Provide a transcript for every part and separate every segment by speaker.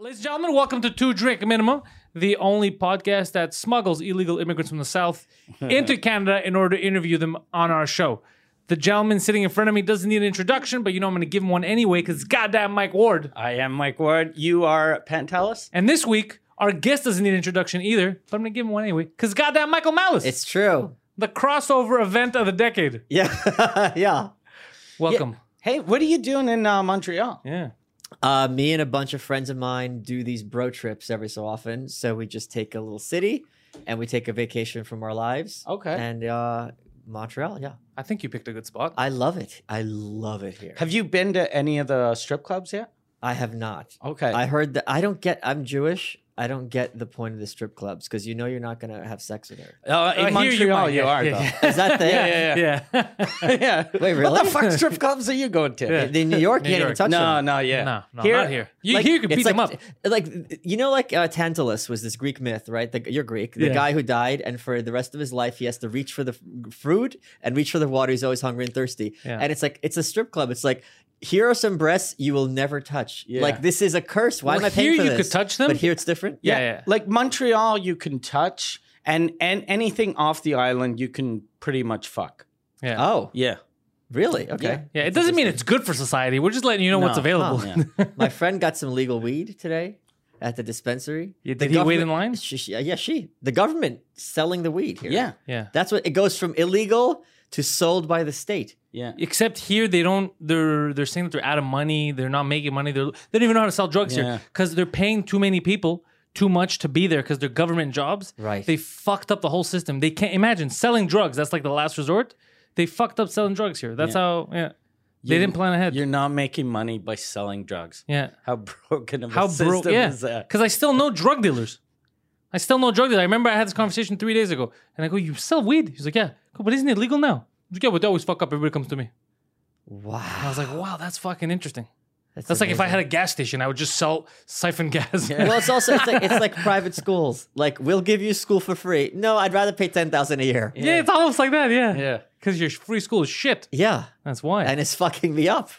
Speaker 1: Ladies and gentlemen, welcome to Two Drink Minimum, the only podcast that smuggles illegal immigrants from the South into Canada in order to interview them on our show. The gentleman sitting in front of me doesn't need an introduction, but you know I'm going to give him one anyway because goddamn Mike Ward.
Speaker 2: I am Mike Ward. You are Pantelis.
Speaker 1: And this week, our guest doesn't need an introduction either, but I'm going to give him one anyway because goddamn Michael Malice.
Speaker 2: It's true.
Speaker 1: the crossover event of the decade.
Speaker 2: Yeah, yeah.
Speaker 1: Welcome.
Speaker 2: Hey, what are you doing in uh, Montreal?
Speaker 1: Yeah.
Speaker 3: Uh, me and a bunch of friends of mine do these bro trips every so often. So we just take a little city and we take a vacation from our lives.
Speaker 2: Okay.
Speaker 3: And uh, Montreal, yeah.
Speaker 1: I think you picked a good spot.
Speaker 3: I love it. I love it here.
Speaker 2: Have you been to any of the strip clubs yet?
Speaker 3: I have not.
Speaker 2: Okay.
Speaker 3: I heard that I don't get, I'm Jewish. I don't get the point of the strip clubs because you know you're not going to have sex with her.
Speaker 2: uh, in
Speaker 1: Uh, here you
Speaker 2: Montreal,
Speaker 1: are,
Speaker 2: you,
Speaker 1: yeah,
Speaker 2: are,
Speaker 1: yeah,
Speaker 2: though.
Speaker 3: Is that the
Speaker 2: yeah,
Speaker 1: yeah.
Speaker 2: yeah.
Speaker 3: Wait,
Speaker 2: What
Speaker 3: really?
Speaker 2: the fuck strip clubs are you going to?
Speaker 1: Yeah.
Speaker 3: In New York,
Speaker 1: New
Speaker 3: you can't
Speaker 1: York.
Speaker 3: even touch
Speaker 2: No,
Speaker 3: them.
Speaker 2: no, yeah.
Speaker 1: No, no, not here. You,
Speaker 3: Like,
Speaker 1: here you could
Speaker 3: it's
Speaker 1: beat
Speaker 3: like,
Speaker 1: them up.
Speaker 3: Like you know, like uh, Tantalus was this Greek myth, right? The, you're Greek, the
Speaker 1: Yeah.
Speaker 3: guy who died, and for the rest of his life, he has to reach for the f- food and reach for the water. He's always hungry and thirsty.
Speaker 1: Yeah.
Speaker 3: And it's like it's a strip club. It's like here are some breasts you will never touch.
Speaker 2: Yeah.
Speaker 3: Like this is a curse. Why
Speaker 1: Well,
Speaker 3: am I paying
Speaker 1: here
Speaker 3: for
Speaker 1: you
Speaker 3: this?
Speaker 1: could touch them.
Speaker 3: but here it's different.
Speaker 1: Yeah,
Speaker 2: Yeah,
Speaker 1: yeah.
Speaker 2: Like Montreal, you can touch, and and anything off the island, you can pretty much fuck.
Speaker 1: Yeah.
Speaker 3: Oh,
Speaker 2: Yeah.
Speaker 3: really? Okay.
Speaker 1: Yeah, it doesn't mean it's good for society. We're just letting you know what's
Speaker 2: No.
Speaker 1: available.
Speaker 2: Huh.
Speaker 3: My friend got some legal weed today at the dispensary.
Speaker 1: Yeah,
Speaker 3: The
Speaker 1: did he wait in
Speaker 3: government-
Speaker 1: line?
Speaker 3: She, she, yeah, she. The government selling the weed here.
Speaker 2: Yeah.
Speaker 1: Yeah.
Speaker 3: That's what it goes from illegal to sold by the state.
Speaker 2: Yeah.
Speaker 1: Except here, they don't. They're they're saying that they're out of money. They're not making money. They're, they don't even know how to sell drugs
Speaker 2: Yeah.
Speaker 1: here because they're paying too many people too much to be there because they're government jobs.
Speaker 3: Right.
Speaker 1: They fucked up the whole system. They can't imagine selling drugs. That's like the last resort. They fucked up selling drugs here. That's how. Yeah. They
Speaker 2: You-
Speaker 1: didn't plan ahead.
Speaker 2: You're not making money by selling drugs.
Speaker 1: Yeah.
Speaker 2: How broken of a
Speaker 1: How
Speaker 2: system
Speaker 1: bro? Yeah,
Speaker 2: is that?
Speaker 1: because I still know drug dealers. I still know drug dealers. I remember I had this conversation three days ago, and I go, "You sell weed?" He's like, "Yeah." I go, but isn't it legal now? He's like, yeah, but they always fuck up. Everybody comes to me. I
Speaker 3: Wow.
Speaker 1: was like, "Wow, that's fucking interesting." That's like if I had a gas station, I would just sell siphon gas.
Speaker 3: Well, it's also it's like, it's like private schools. Like we'll give you school for free. No, I'd rather pay ten thousand a year.
Speaker 1: yeah, it's almost like that. Yeah,
Speaker 2: Yeah.
Speaker 1: Because your free school is shit.
Speaker 3: Yeah,
Speaker 1: That's why.
Speaker 3: and it's fucking me up.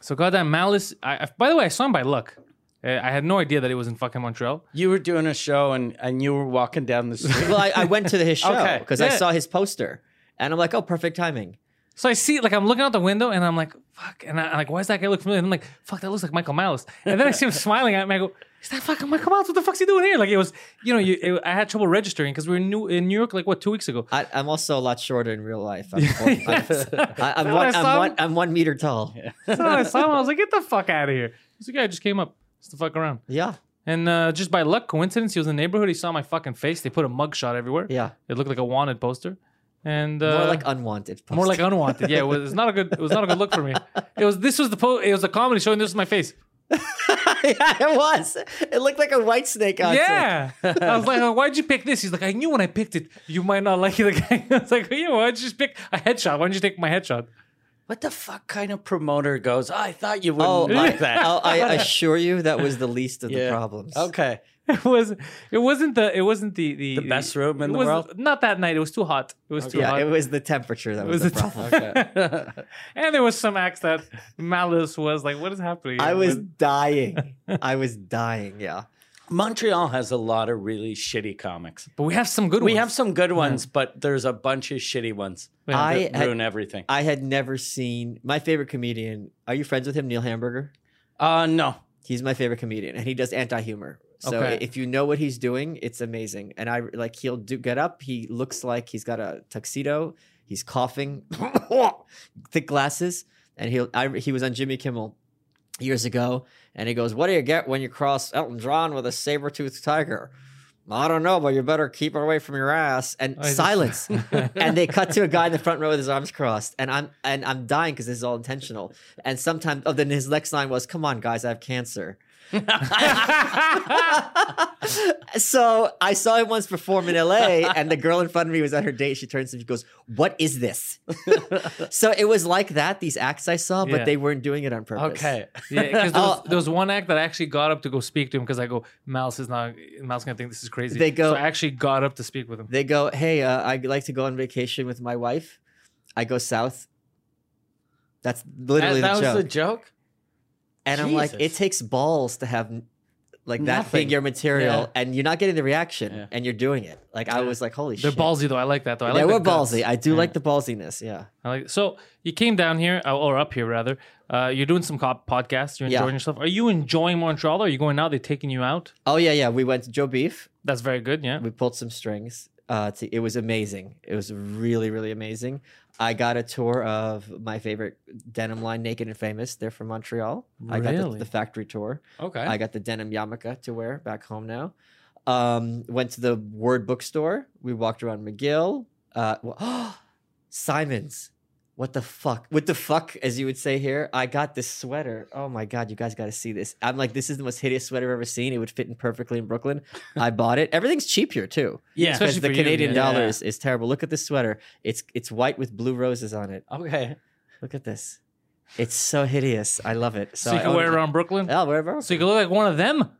Speaker 1: so goddamn malice. I, I, by the way, I saw him by luck. Uh, I had no idea that it was in fucking Montreal.
Speaker 2: You were doing a show and, and you were walking down the street.
Speaker 3: Well, I, I went to his show
Speaker 2: Okay,
Speaker 3: because I
Speaker 1: yeah.
Speaker 3: saw his poster, and I'm like, oh, perfect timing.
Speaker 1: So I see, like, I'm looking out the window and I'm like, fuck. And I, am like, why does that guy look familiar? And I'm like, fuck, that looks like Michael Malice. And then I see him smiling at me. I go, is that fucking Michael Malice? What the fuck's he doing here? Like, it was, you know, you, it, I had trouble registering because we were new, in New York, like, what, two weeks ago?
Speaker 3: I, I'm also a lot shorter in real life. I'm, four- I'm- I, I'm,
Speaker 1: That
Speaker 3: one,
Speaker 1: was
Speaker 3: I'm,
Speaker 1: some-
Speaker 3: one, I'm one meter tall. Yeah.
Speaker 1: So I saw him. I was like, get the fuck out of here. He's like, yeah, I just came up. Just to fuck around.
Speaker 3: yeah,
Speaker 1: And uh, just by luck, coincidence, he was in the neighborhood. He saw my fucking face. They put a mugshot everywhere. It looked like a wanted poster. And uh,
Speaker 3: More like unwanted. Poster.
Speaker 1: more like unwanted. Yeah, it was not a good. It was not a good look for me. It was. This was the. Po- it was a comedy show, and this was my face.
Speaker 3: yeah, it was. It looked like a white snake. Outfit.
Speaker 1: Yeah. I was like, "Oh, why'd you pick this? He's like, I knew when I picked it, you might not like it again. I was like, yeah, why'd you just pick a headshot? Why don't you take my headshot?
Speaker 2: what the fuck kind of promoter goes, I thought you wouldn't
Speaker 3: Oh,
Speaker 2: like
Speaker 3: I,
Speaker 2: that.
Speaker 3: I, I assure you, that was the least of
Speaker 2: Yeah.
Speaker 3: the problems.
Speaker 2: okay.
Speaker 1: It was it wasn't the it wasn't the the,
Speaker 2: The best room in
Speaker 1: it
Speaker 2: the
Speaker 1: was-
Speaker 2: world?
Speaker 1: Not that night. It was too hot. It was too
Speaker 3: Yeah,
Speaker 1: hot.
Speaker 3: it was the temperature that
Speaker 1: It
Speaker 3: was,
Speaker 1: was
Speaker 3: the
Speaker 1: a-
Speaker 3: problem.
Speaker 1: and there was some acts that malice was like, what is happening?
Speaker 3: I
Speaker 1: here?"
Speaker 3: was dying. I was dying. Yeah.
Speaker 2: Montreal has a lot of really shitty comics.
Speaker 1: but we have some good
Speaker 2: We
Speaker 1: ones.
Speaker 2: have some good ones, but there's a bunch of shitty ones
Speaker 1: Yeah.
Speaker 3: I
Speaker 2: that
Speaker 3: had-
Speaker 2: ruin everything.
Speaker 3: I had never seen my favorite comedian. Are you friends with him, Neil Hamburger?
Speaker 2: Uh, no.
Speaker 3: He's my favorite comedian, and he does anti-humor. So
Speaker 1: Okay.
Speaker 3: i- if you know what he's doing, it's amazing. And I like he'll do get up. He looks like he's got a tuxedo. He's coughing, thick glasses, and he'll. I, he was on Jimmy Kimmel years ago, and he goes, "What do you get when you cross Elton John with a saber-toothed tiger?" I don't know, but you better keep it away from your ass. And
Speaker 1: I just-
Speaker 3: silence. and they cut to a guy in the front row with his arms crossed, and I'm and I'm dying because this is all intentional. And sometimes, oh, then his next line was, "Come on, guys, I have cancer." so I saw him once perform in LA, and the girl in front of me was on her date. She turns to me, she goes, "What is this?" so it was like that. These acts I saw, but
Speaker 1: Yeah.
Speaker 3: they weren't doing it on purpose.
Speaker 2: Okay.
Speaker 1: Yeah, because there, was-
Speaker 3: Oh.
Speaker 1: there was one act that I actually got up to go speak to him because I go, Mouse is not, Mouse gonna think this is crazy.
Speaker 3: They go-
Speaker 1: so I actually got up to speak with him.
Speaker 3: They go, "Hey, uh, I'd like to go on vacation with my wife. I go south." That's literally
Speaker 2: that
Speaker 3: the
Speaker 2: that
Speaker 3: joke.
Speaker 2: was the joke?
Speaker 3: And I'm like,
Speaker 2: Jesus.
Speaker 3: it takes balls to have n- like that
Speaker 2: Nothing.
Speaker 3: being your material,
Speaker 2: Yeah.
Speaker 3: and you're not getting the reaction,
Speaker 2: Yeah.
Speaker 3: and you're doing it. Like I was like, holy
Speaker 1: They're
Speaker 3: shit.
Speaker 1: ballsy though. I like that though. I
Speaker 3: they
Speaker 1: like
Speaker 3: were
Speaker 1: the guts.
Speaker 3: ballsy. I do like the ballsiness. Yeah.
Speaker 1: I like so you came down here uh, or up here rather. Uh, you're doing some cop podcasts. You're
Speaker 3: Yeah.
Speaker 1: enjoying yourself. Are you enjoying Montreal? Are you going now? They're taking you out.
Speaker 3: Oh yeah, yeah. We went to Joe Beef.
Speaker 1: That's very good. Yeah.
Speaker 3: We pulled some strings. Uh, to, it was amazing. It was really, really amazing. I got a tour of my favorite denim line, Naked and Famous. They're from Montreal. I got the,
Speaker 1: Really?
Speaker 3: the factory tour.
Speaker 1: Okay.
Speaker 3: I got the denim yarmulke to wear back home now. Um, went to the word bookstore. We walked around McGill. Uh, wha- Simons. What the fuck? What the fuck, as you would say here? I got this sweater. Oh my God, you guys got to see this. I'm like, this is the most hideous sweater I've ever seen. It would fit in perfectly in Brooklyn. I bought it. Everything's cheap here, too.
Speaker 2: Yeah.
Speaker 1: Especially
Speaker 3: Because the
Speaker 1: for you,
Speaker 3: Canadian
Speaker 1: yeah.
Speaker 3: dollar is, is terrible. Look at this sweater. It's, it's white with blue roses on it.
Speaker 2: Okay.
Speaker 3: Look at this. It's so hideous. I love it. So,
Speaker 1: so you
Speaker 3: I
Speaker 1: can
Speaker 3: own
Speaker 1: wear
Speaker 3: it.
Speaker 1: it around Brooklyn.
Speaker 3: Yeah, wherever.
Speaker 1: So you can look like one of them,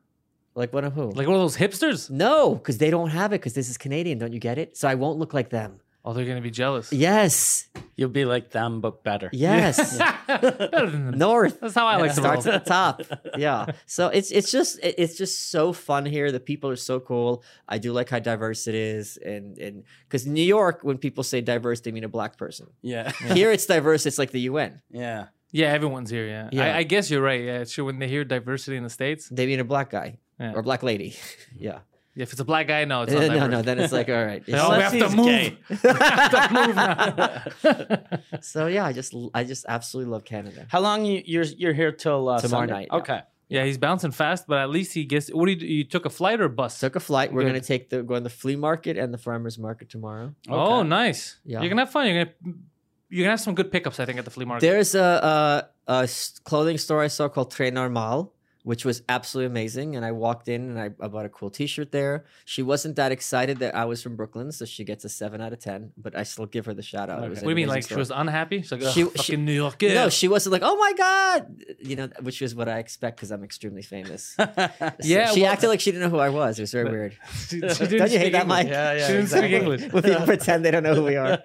Speaker 3: Like one of who?
Speaker 1: like one of those hipsters.
Speaker 3: No, because they don't have it because this is Canadian. Don't you get it? So I won't look like them.
Speaker 1: Oh, they're gonna be jealous.
Speaker 3: Yes.
Speaker 2: You'll be like them, but better.
Speaker 3: Yes.
Speaker 1: Better than them.
Speaker 3: North.
Speaker 1: That's how I like to roll.
Speaker 3: Starts at the top. Yeah. So it's it's just it- it's just so fun here. The people are so cool. I do like how diverse it is, and and because New York, when people say diverse, they mean a black person.
Speaker 2: Yeah.
Speaker 3: Here it's diverse. It's like the UN.
Speaker 2: Yeah.
Speaker 1: Yeah, everyone's here. Yeah,
Speaker 3: Yeah.
Speaker 1: I, I guess you're right. Yeah, sure. When they hear diversity in the states,
Speaker 3: They mean a black guy
Speaker 1: Yeah.
Speaker 3: or black lady. Yeah.
Speaker 1: if it's a black guy, no, it's not
Speaker 3: no, no.
Speaker 1: diverse.
Speaker 3: Then it's like all right.
Speaker 1: Oh, we
Speaker 2: Unless
Speaker 1: have
Speaker 2: he's
Speaker 1: to move.
Speaker 2: gay.
Speaker 1: we have to move now.
Speaker 3: so yeah, I just I just absolutely love Canada.
Speaker 2: How long you, you're you're here till uh,
Speaker 3: Tomorrow
Speaker 2: Sunday?
Speaker 3: night, yeah.
Speaker 2: Okay.
Speaker 1: yeah, he's bouncing fast, but at least he gets. What do you? do? You took a flight or a bus?
Speaker 3: Took a flight. We're
Speaker 1: Good.
Speaker 3: gonna take the go on the flea market and the farmers market tomorrow.
Speaker 1: Oh,
Speaker 2: Okay.
Speaker 1: nice.
Speaker 3: Yeah.
Speaker 1: You're gonna have fun. You're gonna you're gonna have some good pickups, I think, at the flea market.
Speaker 3: There's a, a, a s- clothing store I saw called Très Normal, which was absolutely amazing. And I walked in and I, I bought a cool T-shirt there. She wasn't that excited that I was from Brooklyn, so she gets a seven out of ten. But I still give her the shout out. It was
Speaker 1: what
Speaker 3: an
Speaker 1: do you mean?
Speaker 3: amazing
Speaker 1: Like she
Speaker 3: store.
Speaker 1: was unhappy? She's like, "Ugh,
Speaker 3: She-
Speaker 1: fucking
Speaker 3: she-
Speaker 1: New York. girl."
Speaker 3: No, she wasn't like, oh my god, you know, which is what I expect because I'm extremely famous. So
Speaker 1: Yeah,
Speaker 3: she
Speaker 1: well-
Speaker 3: acted like she didn't know who I was. It was very weird.
Speaker 1: she, she didn't
Speaker 3: Don't you
Speaker 1: speak
Speaker 3: hate that,
Speaker 1: English.
Speaker 3: Mike?
Speaker 2: Yeah, yeah,
Speaker 1: she didn't speak
Speaker 2: exactly.
Speaker 1: English.
Speaker 3: when people pretend they don't know who we are.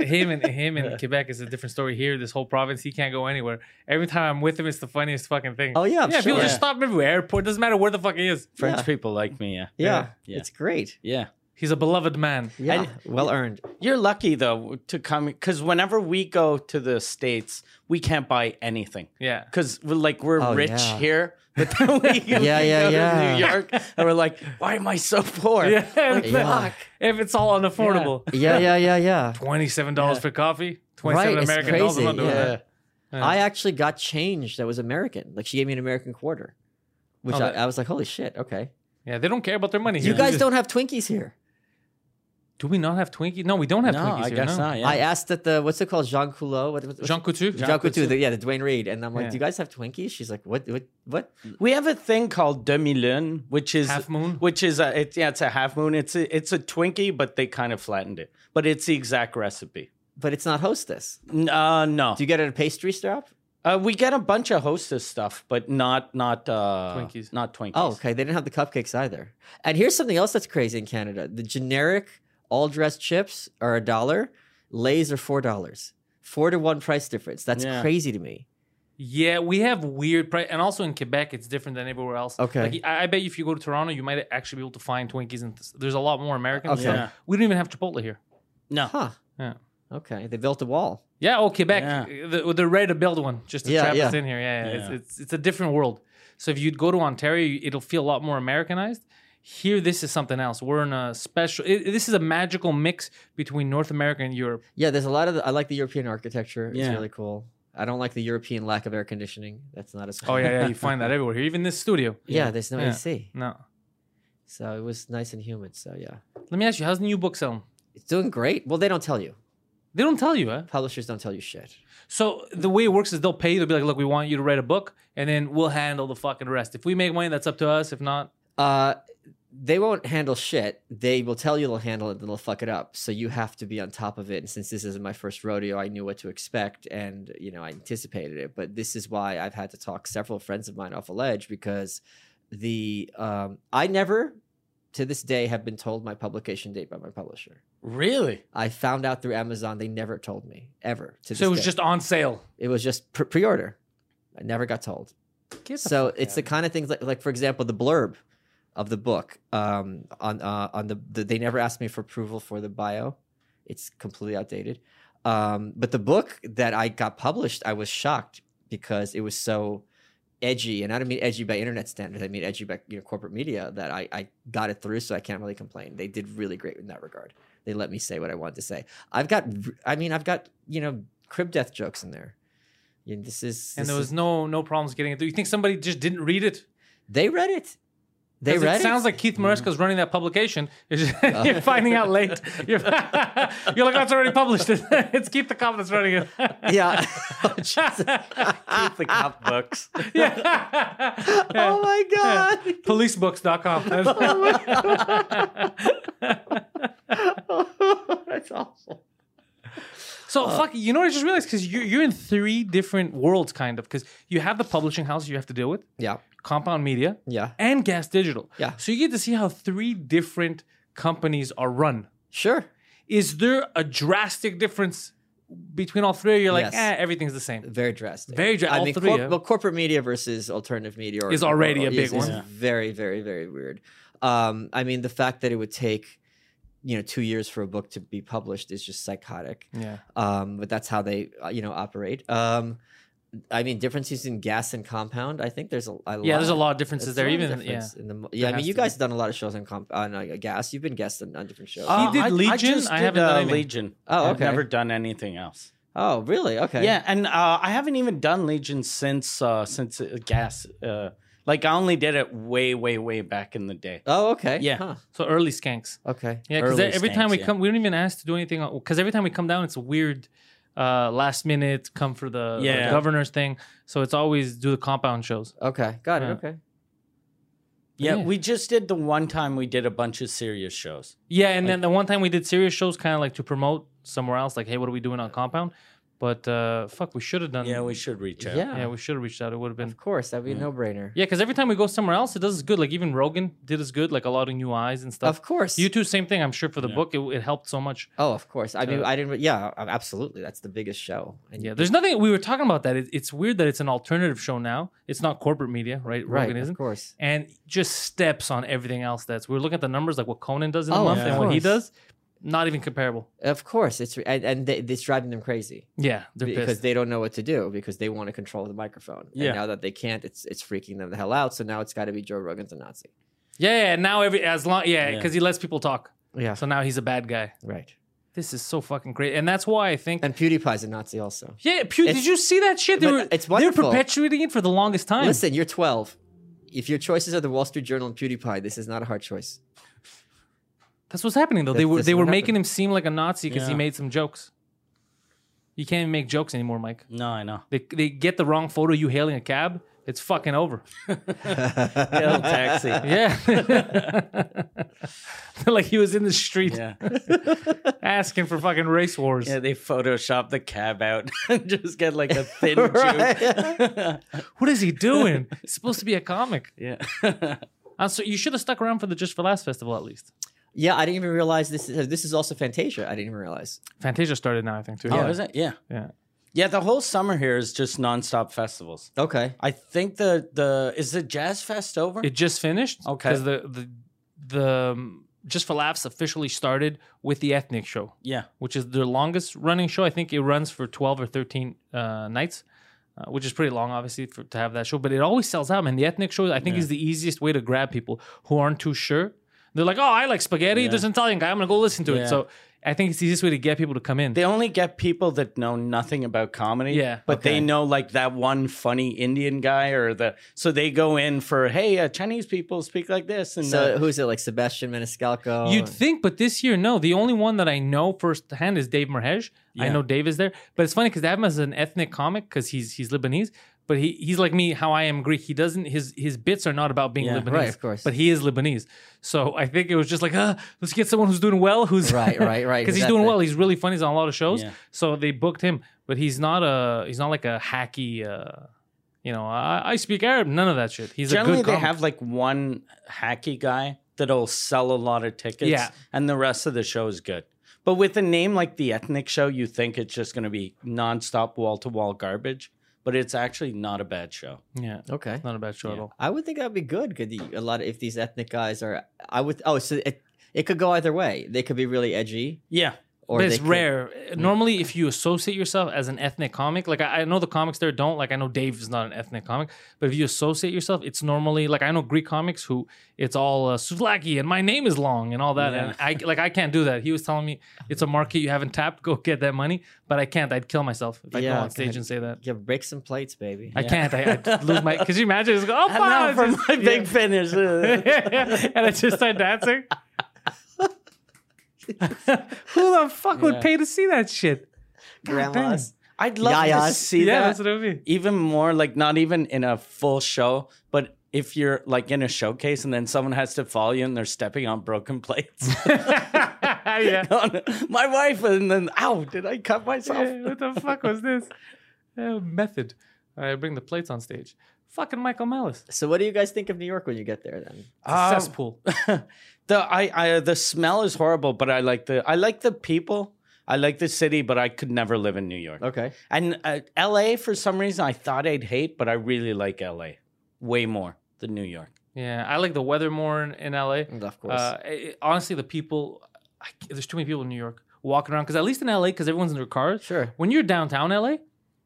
Speaker 1: him and him and Quebec is a different story. Here, this whole province, he can't go anywhere. Every time I'm with him, it's the funniest fucking thing.
Speaker 3: Oh yeah, I'm
Speaker 1: yeah,
Speaker 3: sure.
Speaker 1: people just
Speaker 2: Yeah.
Speaker 1: stop him everywhere. Airport doesn't matter where the fuck he is.
Speaker 2: French
Speaker 3: Yeah.
Speaker 2: people like me. Yeah.
Speaker 3: yeah.
Speaker 2: Yeah.
Speaker 3: it's great.
Speaker 2: Yeah.
Speaker 1: He's a beloved man.
Speaker 3: Yeah,
Speaker 2: And-
Speaker 3: well earned.
Speaker 2: You're lucky though to come because whenever we go to the states, we can't buy anything
Speaker 1: Yeah.
Speaker 2: because we're like we're
Speaker 3: Oh,
Speaker 2: rich
Speaker 3: yeah.
Speaker 2: here, but then we, we
Speaker 3: yeah,
Speaker 2: go
Speaker 3: yeah.
Speaker 2: to New York and we're like, why am I so poor?
Speaker 1: Yeah.
Speaker 2: Like,
Speaker 3: Yeah.
Speaker 2: fuck.
Speaker 1: If it's all unaffordable,
Speaker 3: Yeah, yeah, yeah, yeah.
Speaker 1: twenty-seven dollars for coffee, twenty-seven
Speaker 3: Right, it's
Speaker 1: American dollars. I'm not
Speaker 3: crazy,
Speaker 1: doing
Speaker 3: yeah.
Speaker 1: that. Yeah.
Speaker 3: I actually got change that was American. Like she gave me an American quarter, which
Speaker 1: Oh,
Speaker 3: I,
Speaker 1: that-
Speaker 3: I was like, holy shit, okay.
Speaker 1: Yeah, they don't care about their money.
Speaker 3: You
Speaker 1: here.
Speaker 3: guys don't have Twinkies here.
Speaker 1: Do we not have Twinkies? No, we don't have
Speaker 2: no,
Speaker 1: Twinkies
Speaker 2: I
Speaker 1: here.
Speaker 2: guess
Speaker 1: no.
Speaker 2: not. Yeah.
Speaker 3: I uh, asked at the what's it called, Jean Coulot, what, what,
Speaker 1: Jean Coutu.
Speaker 3: Jean,
Speaker 2: Jean
Speaker 3: Coutu,
Speaker 2: Coutu.
Speaker 3: the, yeah, the Dwayne Reed, and I'm like,
Speaker 1: Yeah.
Speaker 3: do you guys have Twinkies? She's like, what, what, what?
Speaker 2: we have a thing called demi lune, which is
Speaker 1: Half moon?
Speaker 2: which is a it's yeah, it's a half moon. It's a, it's a Twinkie, but they kind of flattened it. But it's the exact recipe.
Speaker 3: But it's not Hostess.
Speaker 2: N- uh, no,
Speaker 3: Do you get it at a pastry shop?
Speaker 2: uh, we get a bunch of Hostess stuff, but not not uh,
Speaker 1: Twinkies.
Speaker 2: Not Twinkies.
Speaker 3: Oh, okay. They didn't have the cupcakes either. And here's something else that's crazy in Canada: the generic all dressed chips are a dollar, Lay's are four dollars, four to one price difference. That's
Speaker 2: Yeah.
Speaker 3: crazy to me.
Speaker 1: Yeah, we have weird price, and also in Quebec, it's different than everywhere else.
Speaker 3: Okay.
Speaker 1: like, I, I bet if you go to Toronto, you might actually be able to find Twinkies, and th- there's a lot more Americans.
Speaker 3: Okay.
Speaker 2: Yeah.
Speaker 1: We don't even have Chipotle here.
Speaker 2: No.
Speaker 3: Huh?
Speaker 1: Yeah.
Speaker 3: Okay. They built a wall.
Speaker 1: Yeah, oh Quebec,
Speaker 2: Yeah.
Speaker 1: the- they're ready to build one just to
Speaker 3: Yeah,
Speaker 1: trap
Speaker 3: yeah.
Speaker 1: us in here. Yeah, yeah. It's,
Speaker 2: Yeah.
Speaker 1: it's it's a different world. So if you'd go to Ontario, it'll feel a lot more Americanized. Here, this is something else. We're in a special. It, this is a magical mix between North America and Europe.
Speaker 3: Yeah, there's a lot of. The, I like the European architecture. It's
Speaker 2: Yeah.
Speaker 3: really cool. I don't like the European lack of air conditioning. That's not as.
Speaker 1: Oh yeah, yeah. You find that everywhere. Here, even this studio.
Speaker 3: yeah, there's no
Speaker 1: Yeah.
Speaker 3: AC,
Speaker 1: No.
Speaker 3: so it was nice and humid. So yeah,
Speaker 1: Let me ask you, how's the new book selling?
Speaker 3: it's doing great. Well, they don't tell you.
Speaker 1: They don't tell you, huh?
Speaker 3: Publishers don't tell you shit.
Speaker 1: So the way it works is they'll pay you. They'll be like, "Look, we want you to write a book, and then we'll handle the fucking rest. If we make money, that's up to us. If not,
Speaker 3: Uh, they won't handle shit. They will tell you they'll handle it, then they'll fuck it up. So you have to be on top of it. And since this isn't my first rodeo, I knew what to expect, and you know I anticipated it. But this is why I've had to talk several friends of mine off a ledge because the um, I never to this day have been told my publication date by my publisher.
Speaker 2: Really?
Speaker 3: I found out through Amazon. They never told me ever.
Speaker 1: so
Speaker 3: To
Speaker 1: it
Speaker 3: this
Speaker 1: was
Speaker 3: day.
Speaker 1: just on sale.
Speaker 3: it was just pre- pre-order. I never got told.
Speaker 1: Get the
Speaker 3: So
Speaker 1: fuck
Speaker 3: it's
Speaker 1: out.
Speaker 3: the kind of things like, like for example, the blurb of the book um, on uh, on the, the they never asked me for approval for the bio. It's completely outdated. Um, but the book that I got published, I was shocked because it was so edgy, and I don't mean edgy by internet standards. I mean edgy by you know, corporate media. That I, I got it through, so I can't really complain. They did really great in that regard. They let me say what I wanted to say. I've got, I mean, I've got you know crib death jokes in there. You know, this is
Speaker 1: and
Speaker 3: this
Speaker 1: there was
Speaker 3: is-
Speaker 1: no no problems getting it. through. You think somebody just didn't read it?
Speaker 3: they read it. They
Speaker 1: 'Cause
Speaker 3: read
Speaker 1: it. Sounds like Keith Maresco's running that publication. It's just- You're,
Speaker 3: Oh.
Speaker 1: finding out late. You're, you're like, that's already published. it's Keith the cop that's running it.
Speaker 3: yeah. oh, Jesus. Keep the cop books.
Speaker 1: yeah.
Speaker 3: Oh my god.
Speaker 1: Policebooks.com.
Speaker 3: That's awful.
Speaker 1: so fuck, you know what I just realized? Because you, you're in three different worlds, kind of. Because you have the publishing house you have to deal with,
Speaker 3: Yeah.
Speaker 1: Compound Media,
Speaker 3: Yeah.
Speaker 1: and Gas Digital.
Speaker 3: Yeah.
Speaker 1: So you get to see how three different companies are run.
Speaker 3: Sure.
Speaker 1: Is there a drastic difference between all three? You're like,
Speaker 3: Yes.
Speaker 1: eh, everything's the same.
Speaker 3: Very drastic.
Speaker 1: Very dra-
Speaker 3: I
Speaker 1: all
Speaker 3: mean,
Speaker 1: three, yeah.
Speaker 3: well, corporate media versus alternative media or-
Speaker 1: Is already a
Speaker 3: is-
Speaker 1: big
Speaker 3: is
Speaker 1: one.
Speaker 2: Yeah.
Speaker 3: Very, very, very weird. Um, I mean, the fact that it would take, you know, two years for a book to be published is just psychotic.
Speaker 1: Yeah.
Speaker 3: um, but that's how they uh, you know operate. Um, I mean, differences in gas and compound. I think there's a, a
Speaker 1: Yeah, there's a lot of differences there.
Speaker 3: a lot of
Speaker 1: Even
Speaker 3: difference in the mo- yeah, I mean,
Speaker 1: has
Speaker 3: you
Speaker 1: to be.
Speaker 3: guys have done a lot of shows on comp on uh, gas. You've been guests on, on different shows.
Speaker 1: Uh, did
Speaker 2: I- I
Speaker 1: Legion?
Speaker 2: just
Speaker 1: I
Speaker 2: did,
Speaker 1: haven't done
Speaker 2: uh,
Speaker 1: anything.
Speaker 2: Legion.
Speaker 3: Oh,
Speaker 2: I've
Speaker 3: okay.
Speaker 2: never done anything else.
Speaker 3: oh, really? Okay.
Speaker 2: Yeah, and uh, I haven't even done Legion since uh, since uh, Gas. Uh, like I only did it way, way, way back in the day.
Speaker 3: Oh, okay.
Speaker 2: Yeah.
Speaker 3: Huh.
Speaker 1: So early skanks.
Speaker 3: Okay.
Speaker 1: Yeah, because
Speaker 2: Early
Speaker 1: every time
Speaker 2: skanks,
Speaker 1: we
Speaker 2: yeah.
Speaker 1: come, we don't even ask to do anything. Because every time we come down, it's a weird uh, last minute come for the, the
Speaker 2: Yeah.
Speaker 1: governor's thing. So it's always do the compound shows.
Speaker 3: Okay. Got it.
Speaker 1: Yeah.
Speaker 3: Okay.
Speaker 2: Yeah,
Speaker 1: Yeah.
Speaker 2: we just did the one time we did a bunch of serious shows.
Speaker 1: Yeah, and then the one time we did serious shows, kind of like to promote somewhere else, like, hey, what are we doing on compound? But uh, fuck, we should have done.
Speaker 2: Yeah, we should reach out.
Speaker 3: Yeah.
Speaker 1: Yeah, we should have reached out. It would have been.
Speaker 3: Of course, that'd be a no-brainer.
Speaker 1: Yeah, because every time we go somewhere else, it does as good. Like even Rogan did as good. Like a lot of new eyes and stuff.
Speaker 3: Of course.
Speaker 1: You two, same thing. I'm sure for the
Speaker 2: Yeah.
Speaker 1: book, it, it helped so much.
Speaker 3: oh, of course. I mean,
Speaker 1: Uh,
Speaker 3: I didn't. re- Yeah, uh, absolutely. That's the biggest show. And
Speaker 1: Yeah, there's nothing. We were talking about that. It, it's weird that it's an alternative show now. It's not corporate media, right?
Speaker 3: right.
Speaker 1: Rogan
Speaker 3: Of
Speaker 1: isn't.
Speaker 3: course.
Speaker 1: and just steps on everything else. That's we're looking at the numbers like what Conan does in a
Speaker 3: Oh,
Speaker 1: month
Speaker 2: of
Speaker 1: and what he
Speaker 3: course.
Speaker 1: does, not even comparable.
Speaker 3: Of course. It's re- and, and they, it's driving them crazy.
Speaker 1: Yeah, they're
Speaker 3: because
Speaker 1: pissed.
Speaker 3: they don't know what to do because they want to control the microphone.
Speaker 2: Yeah.
Speaker 3: And now that they can't, it's it's freaking them the hell out. So now it's got to be Joe Rogan's a Nazi.
Speaker 1: yeah, yeah, now every as long yeah
Speaker 2: Yeah.
Speaker 1: because he lets people talk,
Speaker 3: Yeah.
Speaker 1: so now he's a bad guy.
Speaker 3: Right.
Speaker 1: This is so fucking great, and that's why I think.
Speaker 3: And PewDiePie's a Nazi also.
Speaker 1: yeah, Pew, did
Speaker 3: it's-
Speaker 1: you see that shit? They
Speaker 3: but
Speaker 1: were,
Speaker 3: it's
Speaker 1: they were
Speaker 3: wonderful.
Speaker 1: perpetuating it for the longest time.
Speaker 3: Listen, you're 12. If your choices are the Wall Street Journal and PewDiePie, this is not a hard choice.
Speaker 1: That's what's happening though. They
Speaker 3: That's-
Speaker 1: were
Speaker 3: that's
Speaker 1: they
Speaker 3: what
Speaker 1: were
Speaker 3: happened.
Speaker 1: making him seem like a Nazi because he
Speaker 2: Yeah.
Speaker 1: made some jokes. You can't even make jokes anymore, Mike.
Speaker 2: No, I know.
Speaker 1: They they get the wrong photo. You hailing a cab. It's fucking over.
Speaker 2: Yeah, taxi.
Speaker 1: Yeah. like he was in the street
Speaker 2: Yeah.
Speaker 1: asking for fucking race wars.
Speaker 2: Yeah, they Photoshop the cab out and just get like a thin
Speaker 3: Right.
Speaker 2: Jew.
Speaker 1: What is he doing? He's supposed to be a comic.
Speaker 2: yeah.
Speaker 1: Uh, so you should have stuck around for the Just for Last festival at least.
Speaker 3: Yeah, I didn't even realize this is this is also Fantasia. I didn't even realize.
Speaker 1: Fantasia started now, I think, too.
Speaker 2: Oh, is it? Yeah.
Speaker 1: Yeah.
Speaker 2: Yeah, the whole summer here is just nonstop festivals.
Speaker 3: Okay.
Speaker 2: I think the the is the Jazz Fest over?
Speaker 1: It just finished.
Speaker 2: Okay.
Speaker 1: Because the, the, the um, Just for Laughs officially started with the Ethnic Show,
Speaker 2: yeah.
Speaker 1: which is their longest running show. I think it runs for 12 or 13 uh, nights. Uh, which is pretty long, obviously, for, to have that show, but it always sells out, man. The ethnic show, I think, is the easiest way to grab people who aren't too sure. They're like, "Oh, I like spaghetti.
Speaker 2: Yeah.
Speaker 1: There's an Italian guy. I'm gonna go listen to
Speaker 2: Yeah.
Speaker 1: it." So I think it's the easiest way to get people to come in.
Speaker 2: They only get people that know nothing about comedy.
Speaker 1: Yeah.
Speaker 2: But
Speaker 3: Okay.
Speaker 2: they know like that one funny Indian guy or the so they go in for hey, uh, Chinese people speak like this and
Speaker 3: So
Speaker 2: uh,
Speaker 3: who's it like Sebastian Maniscalco?
Speaker 1: You'd think, but this year, no. The only one that I know firsthand is Dave Merhej. I
Speaker 2: Yeah.
Speaker 1: know Dave is there, but it's funny because they have him as an ethnic comic because he's he's Lebanese, but he he's like me, how I am Greek. He doesn't his his bits are not about being
Speaker 2: Yeah.
Speaker 1: Lebanese,
Speaker 3: Right, of course.
Speaker 1: but he is Lebanese. So I think it was just like, ah, let's get someone who's doing well, who's
Speaker 3: Right, right, right,
Speaker 1: because he's doing
Speaker 3: exactly.
Speaker 1: well. He's really funny. He's on a lot of shows,
Speaker 2: Yeah.
Speaker 1: so they booked him. But he's not a he's not like a hacky. Uh, you know, I, I speak Arab. None of that shit. He's
Speaker 2: generally
Speaker 1: a good comic.
Speaker 2: they have like one hacky guy that'll sell a lot of tickets
Speaker 1: Yeah.
Speaker 2: and the rest of the show is good. But with a name like the ethnic show, you think it's just gonna be nonstop wall to wall garbage. but it's actually not a bad show.
Speaker 1: Yeah,
Speaker 3: Okay.
Speaker 1: it's not a bad show at
Speaker 2: Yeah.
Speaker 1: all.
Speaker 3: I would think that would be good. Could the, a lot of if these ethnic guys are? I would. Oh, so it it could go either way. They could be really edgy,
Speaker 2: Yeah.
Speaker 3: or
Speaker 1: but it's
Speaker 3: they could-
Speaker 1: rare. Normally, if you associate yourself as an ethnic comic, like I, I know the comics there don't, like I know Dave is not an ethnic comic, but if you associate yourself, it's normally like I know Greek comics who it's all uh, Souvlaki and my name is long and all that, and I like I can't do that. He was telling me it's a market you haven't tapped, go get that money, but I can't. I'd kill myself if I
Speaker 3: Yeah,
Speaker 1: go on stage
Speaker 3: God.
Speaker 1: and say that.
Speaker 3: Yeah, break some plates, baby.
Speaker 1: I
Speaker 2: Yeah.
Speaker 1: can't. I, I lose my. Could you imagine? Just go, oh,
Speaker 2: And
Speaker 1: wow,
Speaker 2: now for
Speaker 1: just-
Speaker 2: my
Speaker 1: yeah.
Speaker 2: big finish.
Speaker 1: and I just start dancing. Who the fuck would
Speaker 2: Yeah.
Speaker 1: pay to see that shit? God
Speaker 3: Grandmas.
Speaker 2: I'd love to
Speaker 3: Yayas.
Speaker 1: damn.
Speaker 2: see
Speaker 1: yeah,
Speaker 2: that.
Speaker 1: that's what it would be.
Speaker 2: even more like not even in a full show, but if you're like in a showcase and then someone has to follow you and they're stepping on broken plates.
Speaker 1: yeah.
Speaker 2: My wife and then ow, did I cut
Speaker 1: Yeah,
Speaker 2: myself?
Speaker 1: What the fuck was this? Uh, method. I bring the plates on stage. Fucking Michael Malice. It's
Speaker 3: So, what do you guys think of New York when you get there? Then
Speaker 1: a
Speaker 2: Um,
Speaker 1: cesspool.
Speaker 2: the I, I the smell is horrible, but I like the I like the people. I like the city, but I could never live in New York.
Speaker 3: okay,
Speaker 2: And uh, LA for some reason I thought I'd hate, but I really like LA way more than New York.
Speaker 1: Yeah, I like the weather more in, in LA.
Speaker 3: of course.
Speaker 1: Uh, it- honestly, the people, I, c- there's too many people in New York walking around. Because at least in LA, because everyone's in their cars.
Speaker 3: sure.
Speaker 1: When you're downtown LA,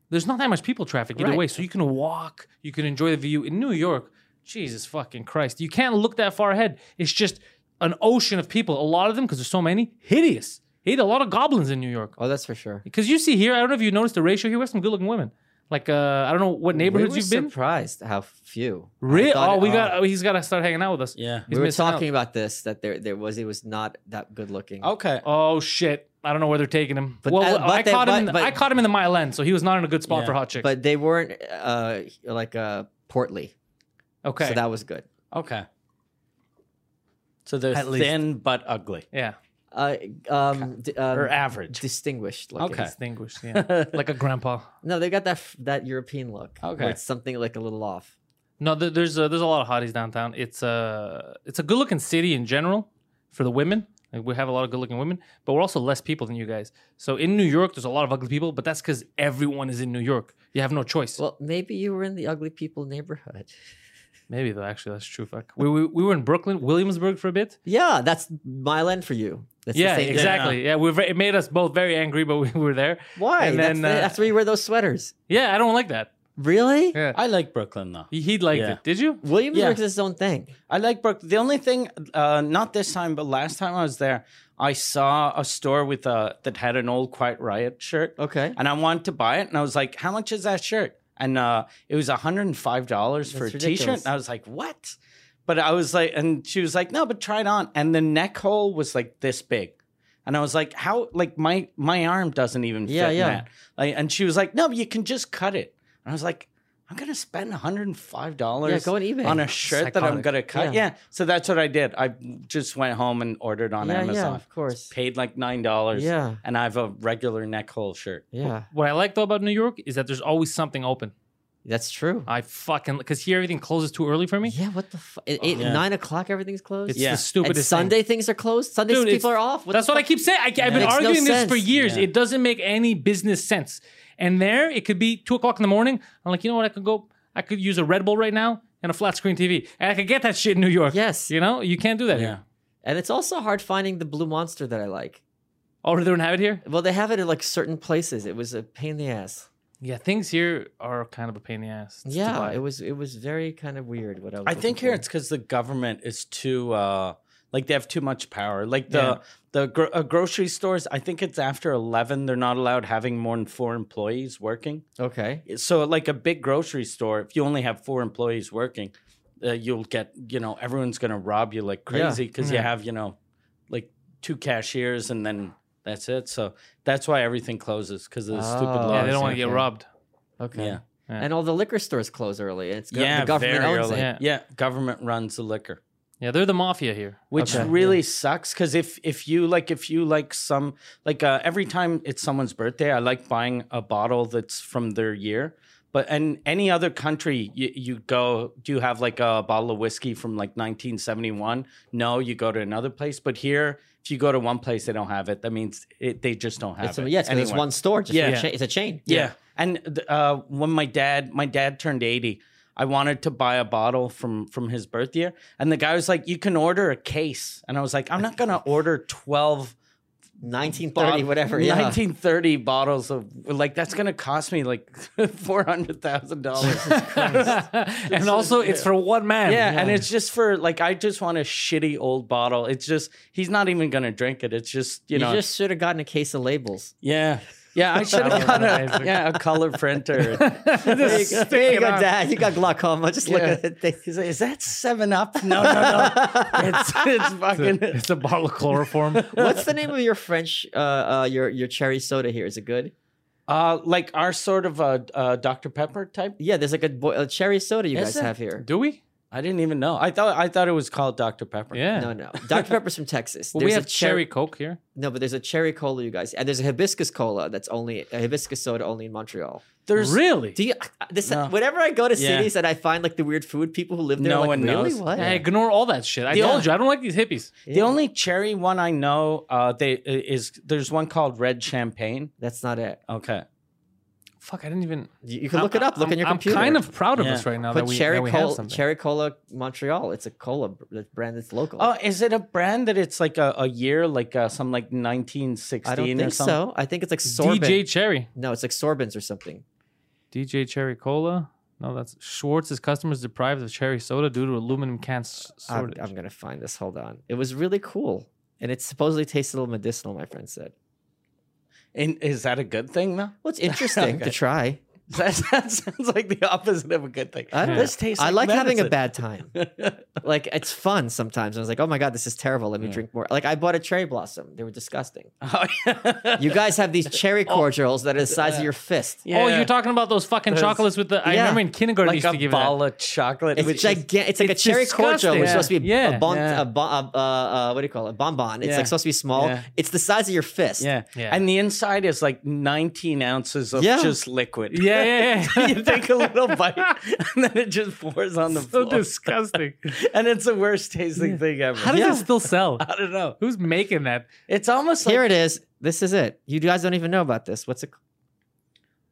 Speaker 1: there's not that much people traffic either
Speaker 3: Right.
Speaker 1: way. So you can walk, you can enjoy the view. In New York, Jesus fucking Christ, you can't look that far ahead. It's just an ocean of people. A lot of them, because there's so many, hideous. Hate a lot of goblins in New York.
Speaker 3: Oh, that's for sure.
Speaker 1: Because you see here, I don't know if you noticed the ratio here. We have some good-looking women. Like uh, I don't know what neighborhoods
Speaker 3: we were
Speaker 1: you've been.
Speaker 3: surprised how few. I
Speaker 1: Really?
Speaker 3: thought
Speaker 1: Oh,
Speaker 3: it- uh,
Speaker 1: we got. Oh, he's got to start hanging out with us.
Speaker 2: Yeah.
Speaker 1: He's
Speaker 3: we were
Speaker 1: missing out.
Speaker 3: talking about this that there there was it was not that good looking.
Speaker 2: Okay.
Speaker 1: Oh shit! I don't know where they're taking him.
Speaker 3: But-
Speaker 1: well,
Speaker 3: uh,
Speaker 1: well, I
Speaker 3: but they-
Speaker 1: caught him. in
Speaker 3: but-
Speaker 1: the, I
Speaker 3: but-
Speaker 1: caught him in the mile end, so he was not in a good spot
Speaker 2: Yeah.
Speaker 1: for hot chicks.
Speaker 3: but they weren't uh like uh portly,
Speaker 1: okay,
Speaker 3: so that was good.
Speaker 2: Okay. So they're
Speaker 1: At least.
Speaker 2: thin but ugly
Speaker 1: yeah,
Speaker 3: Uh, um, d- um,
Speaker 2: or average.
Speaker 3: distinguished looking.
Speaker 2: Okay.
Speaker 1: distinguished. Yeah, like a grandpa.
Speaker 3: No, they got that f- that European look. where
Speaker 2: Okay.
Speaker 3: it's something like a little off.
Speaker 1: No, there, there's a, there's a lot of hotties downtown. It's a it's a good looking city in general for the women. Like, we have a lot of good looking women, but we're also less people than you guys. So in New York, there's a lot of ugly people, but that's because everyone is in New York. You have no choice.
Speaker 3: Well, maybe you were in the ugly people neighborhood.
Speaker 1: Maybe though, actually, that's true. Fuck, we, we we were in Brooklyn, Williamsburg for a bit.
Speaker 3: Yeah, that's mile end for you. That's the
Speaker 1: yeah,
Speaker 3: same thing.
Speaker 1: exactly. Yeah, we were, it made us both very angry, but we were there.
Speaker 3: Why?
Speaker 1: And
Speaker 3: that's,
Speaker 1: then,
Speaker 3: the-
Speaker 1: uh,
Speaker 3: that's where you wear those sweaters.
Speaker 1: Yeah, I don't like that.
Speaker 3: Really?
Speaker 1: Yeah.
Speaker 2: I like Brooklyn though.
Speaker 1: He- He liked
Speaker 2: Yeah.
Speaker 1: it. Did you?
Speaker 3: Williamsburg
Speaker 2: Yeah.
Speaker 3: is its own thing.
Speaker 2: I like Brooklyn. The only thing, uh, not this time, but last time I was there, I saw a store with a that had an old Quiet Riot shirt,
Speaker 3: Okay.
Speaker 2: and I wanted to buy it, and I was like, "How much is that shirt?" And uh, it was hundred and five dollars for a T-shirt.
Speaker 3: That's ridiculous.
Speaker 2: And I was like, "What?" But I was like, and she was like, "No, but try it on." And the neck hole was like this big, and I was like, "How?" Like my my arm doesn't even
Speaker 3: Yeah,
Speaker 2: fit in
Speaker 3: yeah.
Speaker 2: that. Like, and she was like, "No, you can just cut it." And I was like, "I'm gonna spend hundred and five dollars."
Speaker 3: Yeah, go on eBay.
Speaker 2: on a shirt that I'm
Speaker 1: Psychotic.
Speaker 2: gonna cut.
Speaker 3: Yeah.
Speaker 2: Yeah. So that's what I did. I just went home and ordered on
Speaker 3: yeah, yeah,
Speaker 2: Amazon.
Speaker 3: of course.
Speaker 2: Paid like nine dollars.
Speaker 3: Yeah,
Speaker 2: And I have a regular neck hole shirt.
Speaker 3: yeah,
Speaker 1: What I like though about New York is that there's always something open.
Speaker 3: that's true.
Speaker 1: I fucking because here everything closes too early for me.
Speaker 3: Yeah, what the fuck?
Speaker 2: Oh, Yeah.
Speaker 3: Nine o'clock, everything's closed.
Speaker 1: It's
Speaker 2: Yeah.
Speaker 1: the
Speaker 2: And
Speaker 1: stupidest.
Speaker 3: and
Speaker 1: thing.
Speaker 3: Sunday things are closed. Sundays
Speaker 1: Dude,
Speaker 3: people
Speaker 1: it's-
Speaker 3: are off. What
Speaker 1: That's
Speaker 3: the
Speaker 1: what I
Speaker 3: fuck?
Speaker 1: keep saying. I, have been
Speaker 3: Makes no
Speaker 1: arguing this
Speaker 3: sense.
Speaker 1: for years.
Speaker 2: Yeah.
Speaker 1: It doesn't make any business sense. And there, it could be two o'clock in the morning. I'm like, you know what? I could go. I could use a Red Bull right now and a flat screen TV, and I could get that shit in New York.
Speaker 3: Yes.
Speaker 1: You know, you can't do that
Speaker 2: Yeah.
Speaker 1: here.
Speaker 3: And it's also hard finding the blue monster that I like.
Speaker 1: Oh, they don't have it here.
Speaker 3: Well, they have it in like certain places. It was a pain in the ass.
Speaker 1: Yeah, things here are kind of a pain in the ass. to
Speaker 3: Yeah,
Speaker 1: buy.
Speaker 3: it was it was very kind of weird. What I was.
Speaker 2: I
Speaker 3: looking
Speaker 2: think here
Speaker 3: for.
Speaker 2: it's because the government is too uh like they have too much power. Like the
Speaker 1: Yeah.
Speaker 2: the gro- uh, grocery stores, I think it's after eleven. They're not allowed having more than four employees working.
Speaker 3: okay.
Speaker 2: So like a big grocery store, if you only have four employees working, uh, you'll get you know everyone's gonna rob you like
Speaker 3: Yeah.
Speaker 2: crazy because
Speaker 1: Yeah.
Speaker 2: you have you know like two cashiers and then that's it. So that's why everything closes because of the stupid
Speaker 3: Oh.
Speaker 2: laws.
Speaker 1: yeah, they don't want to
Speaker 3: okay.
Speaker 1: get robbed.
Speaker 3: Okay.
Speaker 2: Yeah.
Speaker 1: Yeah.
Speaker 3: And all the liquor stores close early. and It's go-
Speaker 2: Yeah,
Speaker 3: the government
Speaker 2: very
Speaker 3: owns
Speaker 2: early.
Speaker 3: it.
Speaker 1: Yeah.
Speaker 2: Yeah. government runs the liquor.
Speaker 1: Yeah, they're the mafia here.
Speaker 2: which
Speaker 3: Okay.
Speaker 2: really sucks because if if you like if you like some like uh, every time it's someone's birthday i like buying a bottle that's from their year but in any other country you, you go do you have like a bottle of whiskey from like 1971 no you go to another place but here if you go to one place they don't have it that means it, they just don't have
Speaker 3: It's
Speaker 2: it
Speaker 3: a, yeah, it's 'cause it's
Speaker 2: anywhere.
Speaker 3: one store. Just
Speaker 2: Yeah.
Speaker 3: a cha- it's a chain.
Speaker 2: yeah. And uh, when my dad, my dad turned eighty, I wanted to buy a bottle from from his birth year, and the guy was like, "You can order a case," and I was like, "I'm not gonna order twelve
Speaker 3: 1930,
Speaker 2: bot-
Speaker 3: whatever. Yeah.
Speaker 2: 1930 bottles of like that's gonna cost me like four hundred thousand dollars."
Speaker 1: and also, it's for one man.
Speaker 2: Yeah, and it's just for like I just want a shitty old bottle. It's just he's not even gonna drink it. It's just you,
Speaker 3: You,
Speaker 2: know
Speaker 3: just should have gotten a case of labels.
Speaker 2: yeah yeah I should have
Speaker 1: That
Speaker 2: got
Speaker 1: would've
Speaker 2: a
Speaker 1: been amazing.
Speaker 2: yeah a color printer.
Speaker 3: There
Speaker 1: Just
Speaker 3: you go,
Speaker 1: stick
Speaker 3: there you
Speaker 1: it
Speaker 3: go,
Speaker 1: on.
Speaker 3: Dad. You got glaucoma. Just look
Speaker 2: Yeah.
Speaker 3: at it. They-
Speaker 2: He's like, is that Seven Up? No, no, no. it's it's fucking.
Speaker 1: It's a bottle of chloroform.
Speaker 3: What's the name of your French, uh, uh, your your cherry soda here? Is it good?
Speaker 2: Uh, like our sort of uh, uh, Dr Pepper type.
Speaker 3: Yeah, there's like a, bo- a cherry soda you
Speaker 2: Is
Speaker 3: guys
Speaker 2: it?
Speaker 3: have here.
Speaker 1: Do we?
Speaker 2: I didn't even know. I thought I thought it was called Dr Pepper.
Speaker 1: Yeah.
Speaker 3: No, no. Dr. Pepper's from Texas.
Speaker 1: Well, we
Speaker 3: There's a
Speaker 1: have
Speaker 3: cher-
Speaker 1: cherry coke here.
Speaker 3: No, but there's a cherry cola, you guys, and there's a hibiscus cola that's only a hibiscus soda only in Montreal.
Speaker 2: There's
Speaker 1: really?
Speaker 3: Do you? This
Speaker 2: No.
Speaker 3: whenever I go to
Speaker 2: Yeah.
Speaker 3: cities and I find like the weird food, people who live there
Speaker 2: No
Speaker 3: are like,
Speaker 2: one
Speaker 3: really
Speaker 2: knows.
Speaker 3: what?
Speaker 1: Yeah, ignore all that shit. I
Speaker 2: The
Speaker 1: told
Speaker 2: only-
Speaker 1: you, I don't like these hippies.
Speaker 2: the
Speaker 3: Yeah.
Speaker 2: only cherry one I know. Uh, they is there's one called Red Champagne.
Speaker 3: That's not it.
Speaker 2: Okay.
Speaker 1: Fuck, I didn't even.
Speaker 3: You, you can look it up. Look
Speaker 1: I'm,
Speaker 3: on your
Speaker 1: I'm
Speaker 3: computer.
Speaker 1: kind of proud of
Speaker 2: Yeah.
Speaker 1: us right now
Speaker 3: put
Speaker 1: that we,
Speaker 3: cherry
Speaker 1: that we have
Speaker 3: cola,
Speaker 1: something.
Speaker 3: cherry cola Montreal. It's a cola br- that's brand that's local.
Speaker 2: Oh, is it a brand that it's like a, a year, like uh, some like 1916
Speaker 3: I don't
Speaker 2: or
Speaker 3: think
Speaker 2: something?
Speaker 3: so. I think it's like sorbent.
Speaker 1: DJ Cherry.
Speaker 3: No, it's like sorbens or something.
Speaker 1: DJ Cherry Cola. No, that's Schwartz's customers deprived of cherry soda due to aluminum cans
Speaker 3: I'm,
Speaker 1: sorted.
Speaker 3: I'm gonna find this. Hold on. It was really cool, and it supposedly tastes a little medicinal. My friend said.
Speaker 2: And is that a good thing though?
Speaker 3: Well, it's interesting
Speaker 2: Okay.
Speaker 3: to try.
Speaker 2: That, that sounds like the opposite of a good thing.
Speaker 3: I don't
Speaker 2: this tastes.
Speaker 3: I like having a
Speaker 2: medicine.
Speaker 3: bad time. like it's fun sometimes. I was like, oh my god, this is terrible. Let me drink more. Like I bought a cherry blossom. They were disgusting.
Speaker 2: Oh, yeah.
Speaker 3: You guys have these cherry cordials that are the size of your fist.
Speaker 1: Oh,
Speaker 2: Oh. Yeah.
Speaker 1: you're talking about those fucking
Speaker 2: Those-
Speaker 1: chocolates with the. I
Speaker 3: Yeah.
Speaker 1: remember in kindergarten they
Speaker 2: like
Speaker 1: used to
Speaker 2: a
Speaker 1: give it. that.
Speaker 2: ball of chocolate.
Speaker 3: It's
Speaker 2: which is-
Speaker 3: gigantic. It's like
Speaker 1: it's
Speaker 3: a cherry cordial,
Speaker 1: disgusting.
Speaker 3: which is supposed to be
Speaker 1: Yeah.
Speaker 3: a bon,
Speaker 2: Yeah.
Speaker 3: a bon uh, uh, uh, what do you call it? Bonbon. It's
Speaker 2: Yeah.
Speaker 3: like supposed to be small.
Speaker 2: Yeah.
Speaker 3: It's the size of your fist.
Speaker 2: yeah.
Speaker 1: Yeah.
Speaker 2: and the inside is like 19 ounces of
Speaker 3: Yeah.
Speaker 2: just liquid.
Speaker 1: Yeah, yeah, yeah.
Speaker 2: you take a little bite, and then it just pours on the
Speaker 1: so
Speaker 2: floor,
Speaker 1: disgusting.
Speaker 2: and it's the worst tasting thing ever.
Speaker 1: How does
Speaker 2: Yeah.
Speaker 1: it still sell?
Speaker 2: I don't know.
Speaker 1: Who's making that?
Speaker 2: It's almost like
Speaker 3: Here it is. This is it. You guys don't even know about this. What's it?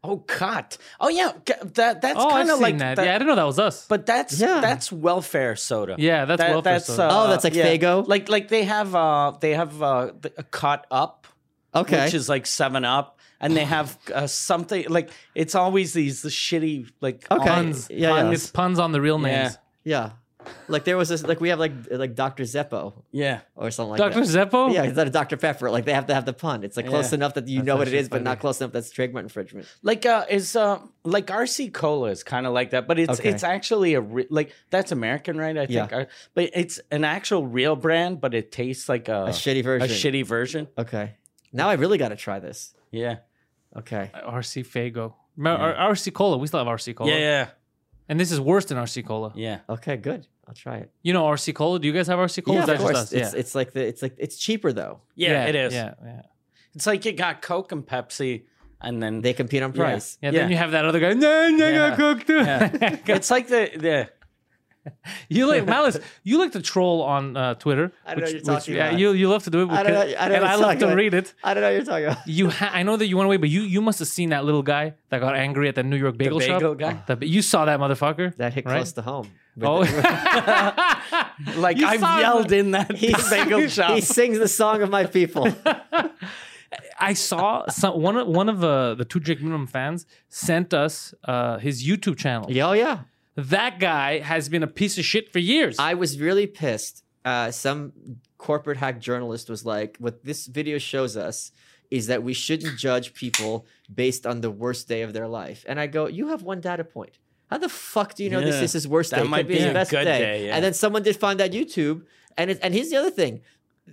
Speaker 2: Oh, cot. Oh, yeah. g- That that's
Speaker 1: oh, I've
Speaker 2: kind of
Speaker 1: seen
Speaker 2: like
Speaker 1: that.
Speaker 2: that-
Speaker 1: Yeah, I didn't know that was us.
Speaker 2: but that's
Speaker 3: Yeah.
Speaker 2: that's welfare soda.
Speaker 1: yeah, that's
Speaker 2: That- uh,
Speaker 1: welfare soda.
Speaker 3: Oh, that's like Faygo?
Speaker 2: Like like they have uh they have uh th- a cot up,
Speaker 3: Okay.
Speaker 2: which is like Seven Up, and they have uh, something like it's always these the shitty like
Speaker 3: Okay.
Speaker 2: almonds.
Speaker 1: puns.
Speaker 3: Yeah, yeah.
Speaker 1: puns. It's puns on the real names.
Speaker 3: yeah. Like there was this. Like we have like like Dr Zeppo
Speaker 2: Yeah,
Speaker 3: or something like that.
Speaker 1: Dr. Zeppo?
Speaker 3: Yeah, instead of Dr. Pepper, like they have to have the pun. It's like close
Speaker 2: Yeah.
Speaker 3: enough that you
Speaker 1: That's
Speaker 3: know what it
Speaker 1: actually
Speaker 3: is, but
Speaker 1: funny.
Speaker 3: not close enough that's trademark infringement.
Speaker 2: like uh is uh like RC Cola is kind of like that, but it's
Speaker 3: Okay.
Speaker 2: it's actually a re- like that's American, right? I think, Uh, but it's an actual real brand, but it tastes like a,
Speaker 3: A
Speaker 1: Oh.
Speaker 3: shitty
Speaker 2: a
Speaker 3: version.
Speaker 2: shitty version.
Speaker 3: okay. Now I really got to try this.
Speaker 2: Yeah,
Speaker 3: Okay.
Speaker 1: RC Fago. Remember, our- RC Cola. We still have RC
Speaker 3: Oh.
Speaker 1: Cola.
Speaker 2: yeah, yeah,
Speaker 1: And this is worse than RC Cola.
Speaker 2: yeah.
Speaker 3: Okay. Good. I'll try it.
Speaker 1: You know RC Cola? Do you guys have RC Cola? Is that
Speaker 3: of
Speaker 1: just
Speaker 3: course.
Speaker 1: us?
Speaker 3: It's, it's like the it's like it's cheaper though.
Speaker 2: Yeah, it is.
Speaker 1: Yeah, yeah.
Speaker 2: It's like you got Coke and Pepsi, and then
Speaker 3: They compete on
Speaker 2: Yeah.
Speaker 3: price.
Speaker 1: Yeah,
Speaker 2: Yeah.
Speaker 1: then you have that other guy. No, no,
Speaker 2: Yeah.
Speaker 1: no, cook too.
Speaker 2: Yeah. it's like the the
Speaker 1: you like malice. You like to troll on uh, Twitter.
Speaker 3: I don't know what you're talking
Speaker 1: yeah,
Speaker 3: about.
Speaker 1: you you love to do it.
Speaker 3: I don't know- I
Speaker 1: because-
Speaker 3: don't know
Speaker 1: and
Speaker 3: what
Speaker 1: I
Speaker 3: you're
Speaker 1: love
Speaker 3: talking
Speaker 1: to
Speaker 3: about.
Speaker 1: read it.
Speaker 3: I don't know what you're talking about.
Speaker 1: You, ha- I know that you went away, but you you must have seen that little guy that got angry at the New York bagel,
Speaker 2: bagel
Speaker 1: shop.
Speaker 2: guy?
Speaker 1: The ba- you saw that motherfucker.
Speaker 3: That hit
Speaker 1: Right?
Speaker 3: close to home. But
Speaker 1: oh,
Speaker 3: the-
Speaker 2: like
Speaker 1: You
Speaker 2: I've
Speaker 1: saw it.
Speaker 2: yelled in that
Speaker 3: he,
Speaker 2: bagel
Speaker 3: sings,
Speaker 2: shop.
Speaker 3: he sings the song of my
Speaker 1: Oh,
Speaker 3: people.
Speaker 1: I saw some one of one of uh, the two drink minimum fans sent us uh, his YouTube channel.
Speaker 3: Yeah, oh yeah.
Speaker 1: That guy has been a piece of shit for years.
Speaker 3: I was really pissed. Uh, some corporate hack journalist was like, "What this video shows us is that we shouldn't judge people based on the worst day of their life." And I go, "You have one data point. How the fuck do you know
Speaker 2: Yeah.
Speaker 3: this is his worst
Speaker 2: That
Speaker 3: day? It
Speaker 2: might
Speaker 3: could be his
Speaker 2: be a
Speaker 3: best
Speaker 2: good
Speaker 3: day."
Speaker 2: day, yeah.
Speaker 3: And then someone did find that YouTube. And it, and here's the other thing: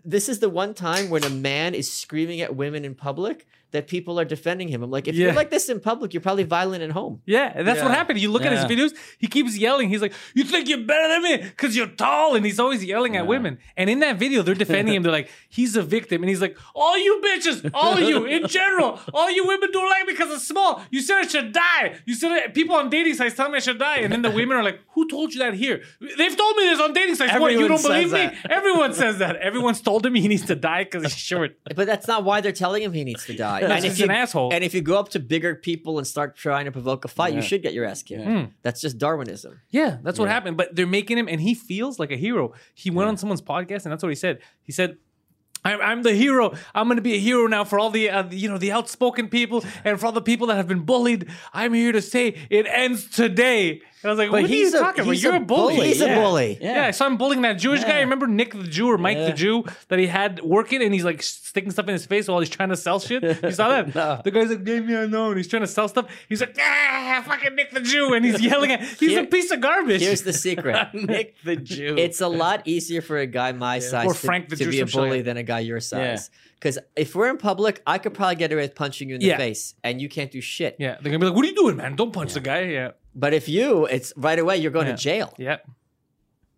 Speaker 3: this is the one time when a man is screaming at women in public that people are defending him. I'm like, if
Speaker 1: Yeah.
Speaker 3: you're like this in public, you're probably violent at home.
Speaker 1: yeah, and that's
Speaker 2: Yeah.
Speaker 1: what happened. You look at
Speaker 2: Yeah.
Speaker 1: his videos, he keeps yelling. He's like, "You think you're better than me because you're tall," and he's always yelling at women. And in that video, they're defending him. They're like, "He's a victim," and he's like, "All you bitches, all you in general, all you women don't like me because I'm small. You said I should die. You said it- people on dating sites tell me I should die." And then the women are like, "Who told you that here? They've told me this on dating sites. what? You
Speaker 2: Everyone
Speaker 1: don't believe
Speaker 2: says
Speaker 1: me? Everyone says that. Everyone's told him he needs to die because he's short."
Speaker 3: But that's not why they're telling him he needs to die. fight. and
Speaker 1: He's
Speaker 3: if
Speaker 1: an
Speaker 3: you
Speaker 1: asshole.
Speaker 3: and if you go up to bigger people and start trying to provoke a fight,
Speaker 2: Yeah.
Speaker 3: you should get your ass kicked.
Speaker 1: Hmm.
Speaker 2: Yeah.
Speaker 3: That's just Darwinism.
Speaker 1: Yeah, that's what
Speaker 2: Yeah.
Speaker 1: happened. But they're making him, and he feels like a hero. He went
Speaker 2: Yeah.
Speaker 1: on someone's podcast, and that's what he said. He said, "I'm, I'm the hero. I'm going to be a hero now for all the, uh, you know, the outspoken people, and for all the people that have been bullied. I'm here to say it ends today." And I was like, "What are you talking about?
Speaker 3: he's
Speaker 1: You're a bully.
Speaker 3: He's
Speaker 1: yeah.
Speaker 3: a bully.
Speaker 1: Yeah. I saw him bullying that Jewish guy.
Speaker 2: Yeah.
Speaker 1: Remember Nick the Jew or Mike
Speaker 2: Yeah.
Speaker 1: the Jew that he had working, and he's like sticking stuff in his face while he's trying to sell shit. You saw that?
Speaker 2: No.
Speaker 1: The guy's like, "Leave me alone." He's trying to sell stuff. He's like, "Ah, fucking Nick the Jew," and he's yelling at. He's
Speaker 3: Here-
Speaker 1: a piece of garbage.
Speaker 3: Here's the secret.
Speaker 2: Nick the Jew.
Speaker 3: It's a lot easier for a guy my size
Speaker 1: Or
Speaker 3: to-
Speaker 1: Frank the
Speaker 3: to,
Speaker 1: Jew
Speaker 3: be a
Speaker 1: from Chile.
Speaker 3: bully than a guy your size. Because if we're in public, I could probably get away with punching you in the
Speaker 1: Yeah.
Speaker 3: face, and you can't do shit.
Speaker 1: Yeah, they're gonna be like, "What are you doing, man? Don't punch the guy." Yeah,
Speaker 3: But if you, it's right away you're going
Speaker 1: Yeah.
Speaker 3: to jail.
Speaker 1: yeah.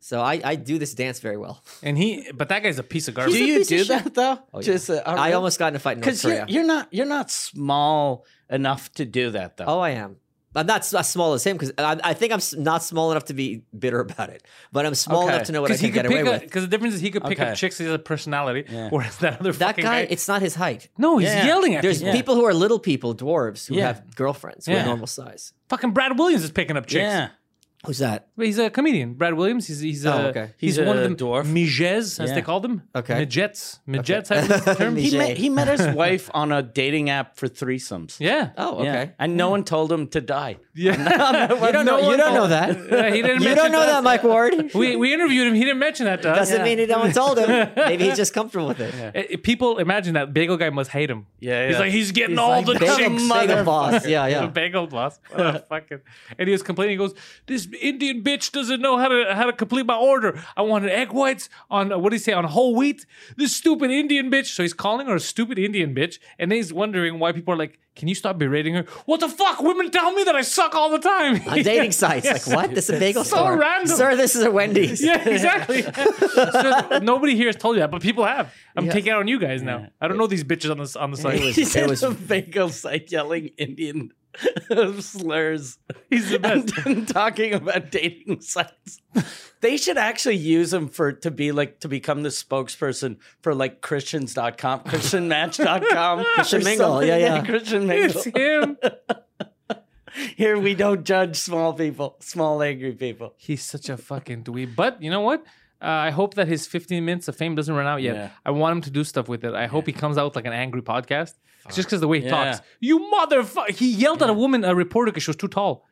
Speaker 3: So I, I do this dance very well.
Speaker 1: And he, but that guy's a piece of
Speaker 2: do
Speaker 1: garbage.
Speaker 3: He's a
Speaker 2: you
Speaker 3: piece of
Speaker 2: do
Speaker 3: shit.
Speaker 2: that though?
Speaker 3: Oh, yeah.
Speaker 2: Just uh,
Speaker 3: I almost got in a fight in North
Speaker 2: because
Speaker 3: Korea.
Speaker 2: you're, you're not you're not small enough to do that though.
Speaker 3: oh, I am. I'm not s- as small as him because I, I think I'm s- not small enough to be bitter about it. But I'm small
Speaker 2: Okay.
Speaker 3: enough to know what I
Speaker 1: Because he
Speaker 3: can
Speaker 1: could
Speaker 3: get
Speaker 1: pick
Speaker 3: away
Speaker 1: up.
Speaker 3: with.
Speaker 1: Because the difference is he could pick
Speaker 2: Okay.
Speaker 1: up chicks. He has a personality,
Speaker 2: Yeah.
Speaker 1: whereas that other
Speaker 3: That
Speaker 1: fucking
Speaker 3: guy, it's not his height.
Speaker 1: no, he's
Speaker 2: Yeah.
Speaker 1: yelling at.
Speaker 3: There's
Speaker 1: people.
Speaker 3: people who are little people, dwarves, who
Speaker 2: Yeah.
Speaker 3: have girlfriends who
Speaker 1: Yeah.
Speaker 3: are normal size.
Speaker 1: fucking Brad Williams is picking up chicks.
Speaker 2: yeah.
Speaker 3: Who's that?
Speaker 1: But he's a comedian. Brad Williams. He's he's
Speaker 3: Oh,
Speaker 1: a,
Speaker 3: okay.
Speaker 1: he's,
Speaker 2: He's
Speaker 1: one of
Speaker 2: a
Speaker 1: them
Speaker 2: dwarf.
Speaker 1: midgets, as
Speaker 2: Yeah.
Speaker 1: they call them.
Speaker 3: Okay.
Speaker 1: midgets, midgets. I believe the term.
Speaker 2: He
Speaker 3: Mijay.
Speaker 2: met he met his wife on a dating app for threesomes.
Speaker 1: yeah,
Speaker 3: Oh,
Speaker 2: Yeah.
Speaker 3: okay.
Speaker 2: And no one told him to die.
Speaker 1: yeah.
Speaker 3: You don't know. You don't know that.
Speaker 1: Yeah, he didn't
Speaker 3: You
Speaker 1: mention
Speaker 3: don't know that, Mike Ward.
Speaker 1: We we interviewed him. He didn't mention that to us.
Speaker 3: Doesn't mean no one told him. Maybe he's just comfortable with it.
Speaker 1: Uh, People imagine that bagel guy must hate him.
Speaker 2: Yeah,
Speaker 1: He's
Speaker 2: yeah.
Speaker 1: like he's getting all the
Speaker 3: Bagel-
Speaker 1: chicks.
Speaker 3: bagel boss. Yeah,
Speaker 1: The
Speaker 3: yeah.
Speaker 1: bagel boss. What a fucking. And he was complaining. He goes, "This Indian bitch doesn't know how to how to complete my order. I wanted egg whites on what do you say on whole wheat. This stupid Indian bitch." So he's calling her a stupid Indian bitch, and then he's wondering why people are like, "Can you stop berating her? What the fuck? Women tell me that I suck all the time
Speaker 3: On dating sites,
Speaker 1: Yes.
Speaker 3: like what? This is a bagel
Speaker 1: So
Speaker 3: store.
Speaker 1: random.
Speaker 3: Sir, this is a Wendy's.
Speaker 1: Yeah, exactly. So nobody here has told you that, but people have. I'm
Speaker 3: Yeah.
Speaker 1: taking it on you guys now. I don't know these bitches on this on the site.
Speaker 3: was-
Speaker 2: He's
Speaker 3: it
Speaker 2: in
Speaker 3: was-
Speaker 2: a bagel site yelling Indian slurs.
Speaker 1: He's the
Speaker 2: and
Speaker 1: best.
Speaker 2: then talking about dating sites. They should actually use him for to be like to become the spokesperson for like Christians.com, Christianmatch.com,
Speaker 3: Christian
Speaker 2: or
Speaker 3: Mingle,
Speaker 2: something.
Speaker 3: yeah, yeah.
Speaker 2: Christian Mingle.
Speaker 1: It's him.
Speaker 2: Here we don't judge small people, small angry people.
Speaker 1: He's such a fucking dweeb. But you know what? Uh, I hope that his 15 minutes of fame doesn't run out yet.
Speaker 2: Yeah.
Speaker 1: I want him to do stuff with it. I hope he comes out with like an angry podcast. Just because the way he
Speaker 2: Yeah.
Speaker 1: talks. You motherfucker. He yelled at a woman, a reporter, because she was too tall.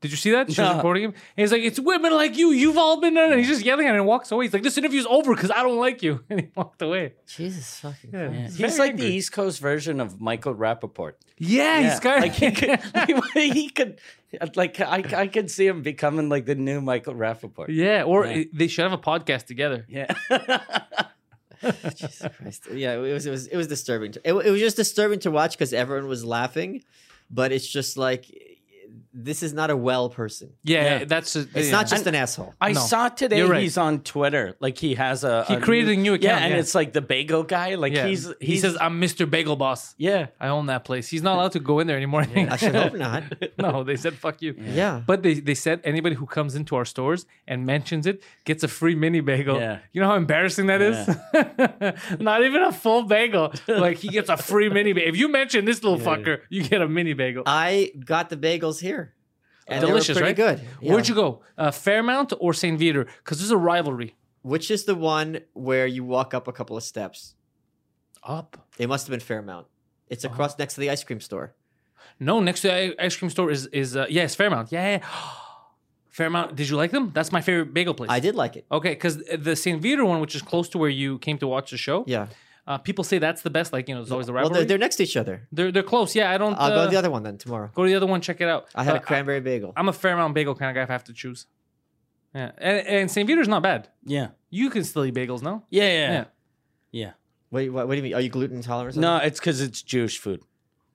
Speaker 1: Did you see that? She was
Speaker 2: No.
Speaker 1: reporting him. And he's like, it's women like you. You've all been done. And he's just yelling at her and walks away. He's like, this interview's over because I don't like you. And he walked away.
Speaker 3: Jesus fucking.
Speaker 1: Yeah.
Speaker 3: Christ.
Speaker 1: He's
Speaker 2: He's
Speaker 1: very
Speaker 2: like the
Speaker 1: angry.
Speaker 2: East Coast version of Michael Rappaport.
Speaker 1: Yeah, he's got
Speaker 2: like he could, he could, like I, I could see him becoming like the new Michael Rappaport.
Speaker 1: Yeah, or
Speaker 2: Yeah.
Speaker 1: i- they should have a podcast together.
Speaker 2: Yeah,
Speaker 3: Jesus Christ. Yeah, it was it was it was disturbing. To, it, wa- it was just disturbing to watch because everyone was laughing, but it's just like this is not a well person.
Speaker 1: Yeah,
Speaker 2: Yeah.
Speaker 1: that's a,
Speaker 3: It's
Speaker 1: yeah.
Speaker 3: not just an asshole.
Speaker 2: I
Speaker 1: No,
Speaker 2: saw today
Speaker 1: you're right.
Speaker 2: he's on Twitter. Like he has a
Speaker 1: He created a new
Speaker 2: Yeah,
Speaker 1: account,
Speaker 2: and
Speaker 1: yeah.
Speaker 2: it's like the bagel guy. Like
Speaker 1: Yeah.
Speaker 2: he's, he's
Speaker 1: he says I'm Mr. Bagel Boss.
Speaker 2: yeah.
Speaker 1: I own that place. He's not allowed to go in there anymore. I think.
Speaker 3: I should hope not.
Speaker 1: no, they said fuck you.
Speaker 3: Yeah.
Speaker 1: But they, they said anybody who comes into our stores and mentions it gets a free mini bagel.
Speaker 2: Yeah.
Speaker 1: You know how embarrassing that is? Not even a full bagel. Like he gets a free mini bagel. If you mention this little fucker, you get a mini bagel.
Speaker 3: I got the bagels here. And
Speaker 1: Delicious,
Speaker 3: they were
Speaker 1: right?
Speaker 3: pretty good. Yeah.
Speaker 1: Where'd you go? Uh, Fairmount or St. Vitor? Because there's a rivalry.
Speaker 3: Which is the one where you walk up a couple of steps?
Speaker 1: Up.
Speaker 3: It must have been Fairmount.
Speaker 1: Uh-huh.
Speaker 3: It's across next to the ice cream store.
Speaker 1: No, next to the i- ice cream store is is uh, yes, Fairmount. Yeah, yeah. Fairmount. Did you like them? That's my favorite bagel place.
Speaker 3: I did like it.
Speaker 1: Okay, because the St. Vitor one, which is close to where you came to watch the show,
Speaker 3: Yeah.
Speaker 1: uh, people say that's the best. Like you know, there's always the
Speaker 3: Well,
Speaker 1: rivalry.
Speaker 3: they're, they're ne're next to each other.
Speaker 1: they're, they're close. Yeah, I don't
Speaker 3: I'll go
Speaker 1: uh,
Speaker 3: to the other one then tomorrow.
Speaker 1: go to the other one. Check it out.
Speaker 3: I had
Speaker 1: Uh,
Speaker 3: a cranberry bagel.
Speaker 1: I, am a Fairmount bagel kind of guy. If I have to choose, yeah, and, and St. Vitor's not bad.
Speaker 2: yeah,
Speaker 1: You can still eat bagels, no?
Speaker 2: yeah, yeah,
Speaker 1: Yeah.
Speaker 2: yeah,
Speaker 3: Wait, what, what do you mean? Are you gluten intolerant? or
Speaker 2: No, it's because it's Jewish food,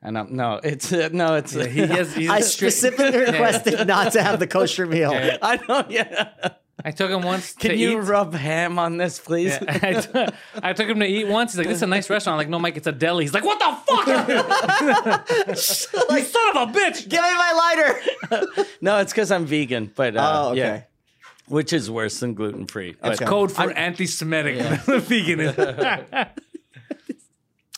Speaker 2: and I'm no, it's uh, no, it's
Speaker 1: he has- he's-
Speaker 3: I specifically requested not to have the kosher meal.
Speaker 2: I don't. Yeah,
Speaker 1: I took him once.
Speaker 2: can
Speaker 1: to
Speaker 2: you
Speaker 1: eat.
Speaker 2: rub ham on this, please?
Speaker 1: Yeah, I t- I took him to eat once. He's like, "This is a nice restaurant." I'm like, "No, Mike, it's a deli." He's like, "What the fuck? you son of a bitch!"
Speaker 3: Give me my lighter.
Speaker 2: no, it's because I'm vegan, but uh,
Speaker 3: oh, okay.
Speaker 2: yeah, which is worse than gluten free.
Speaker 3: Okay.
Speaker 1: Code for anti-Semitic veganism.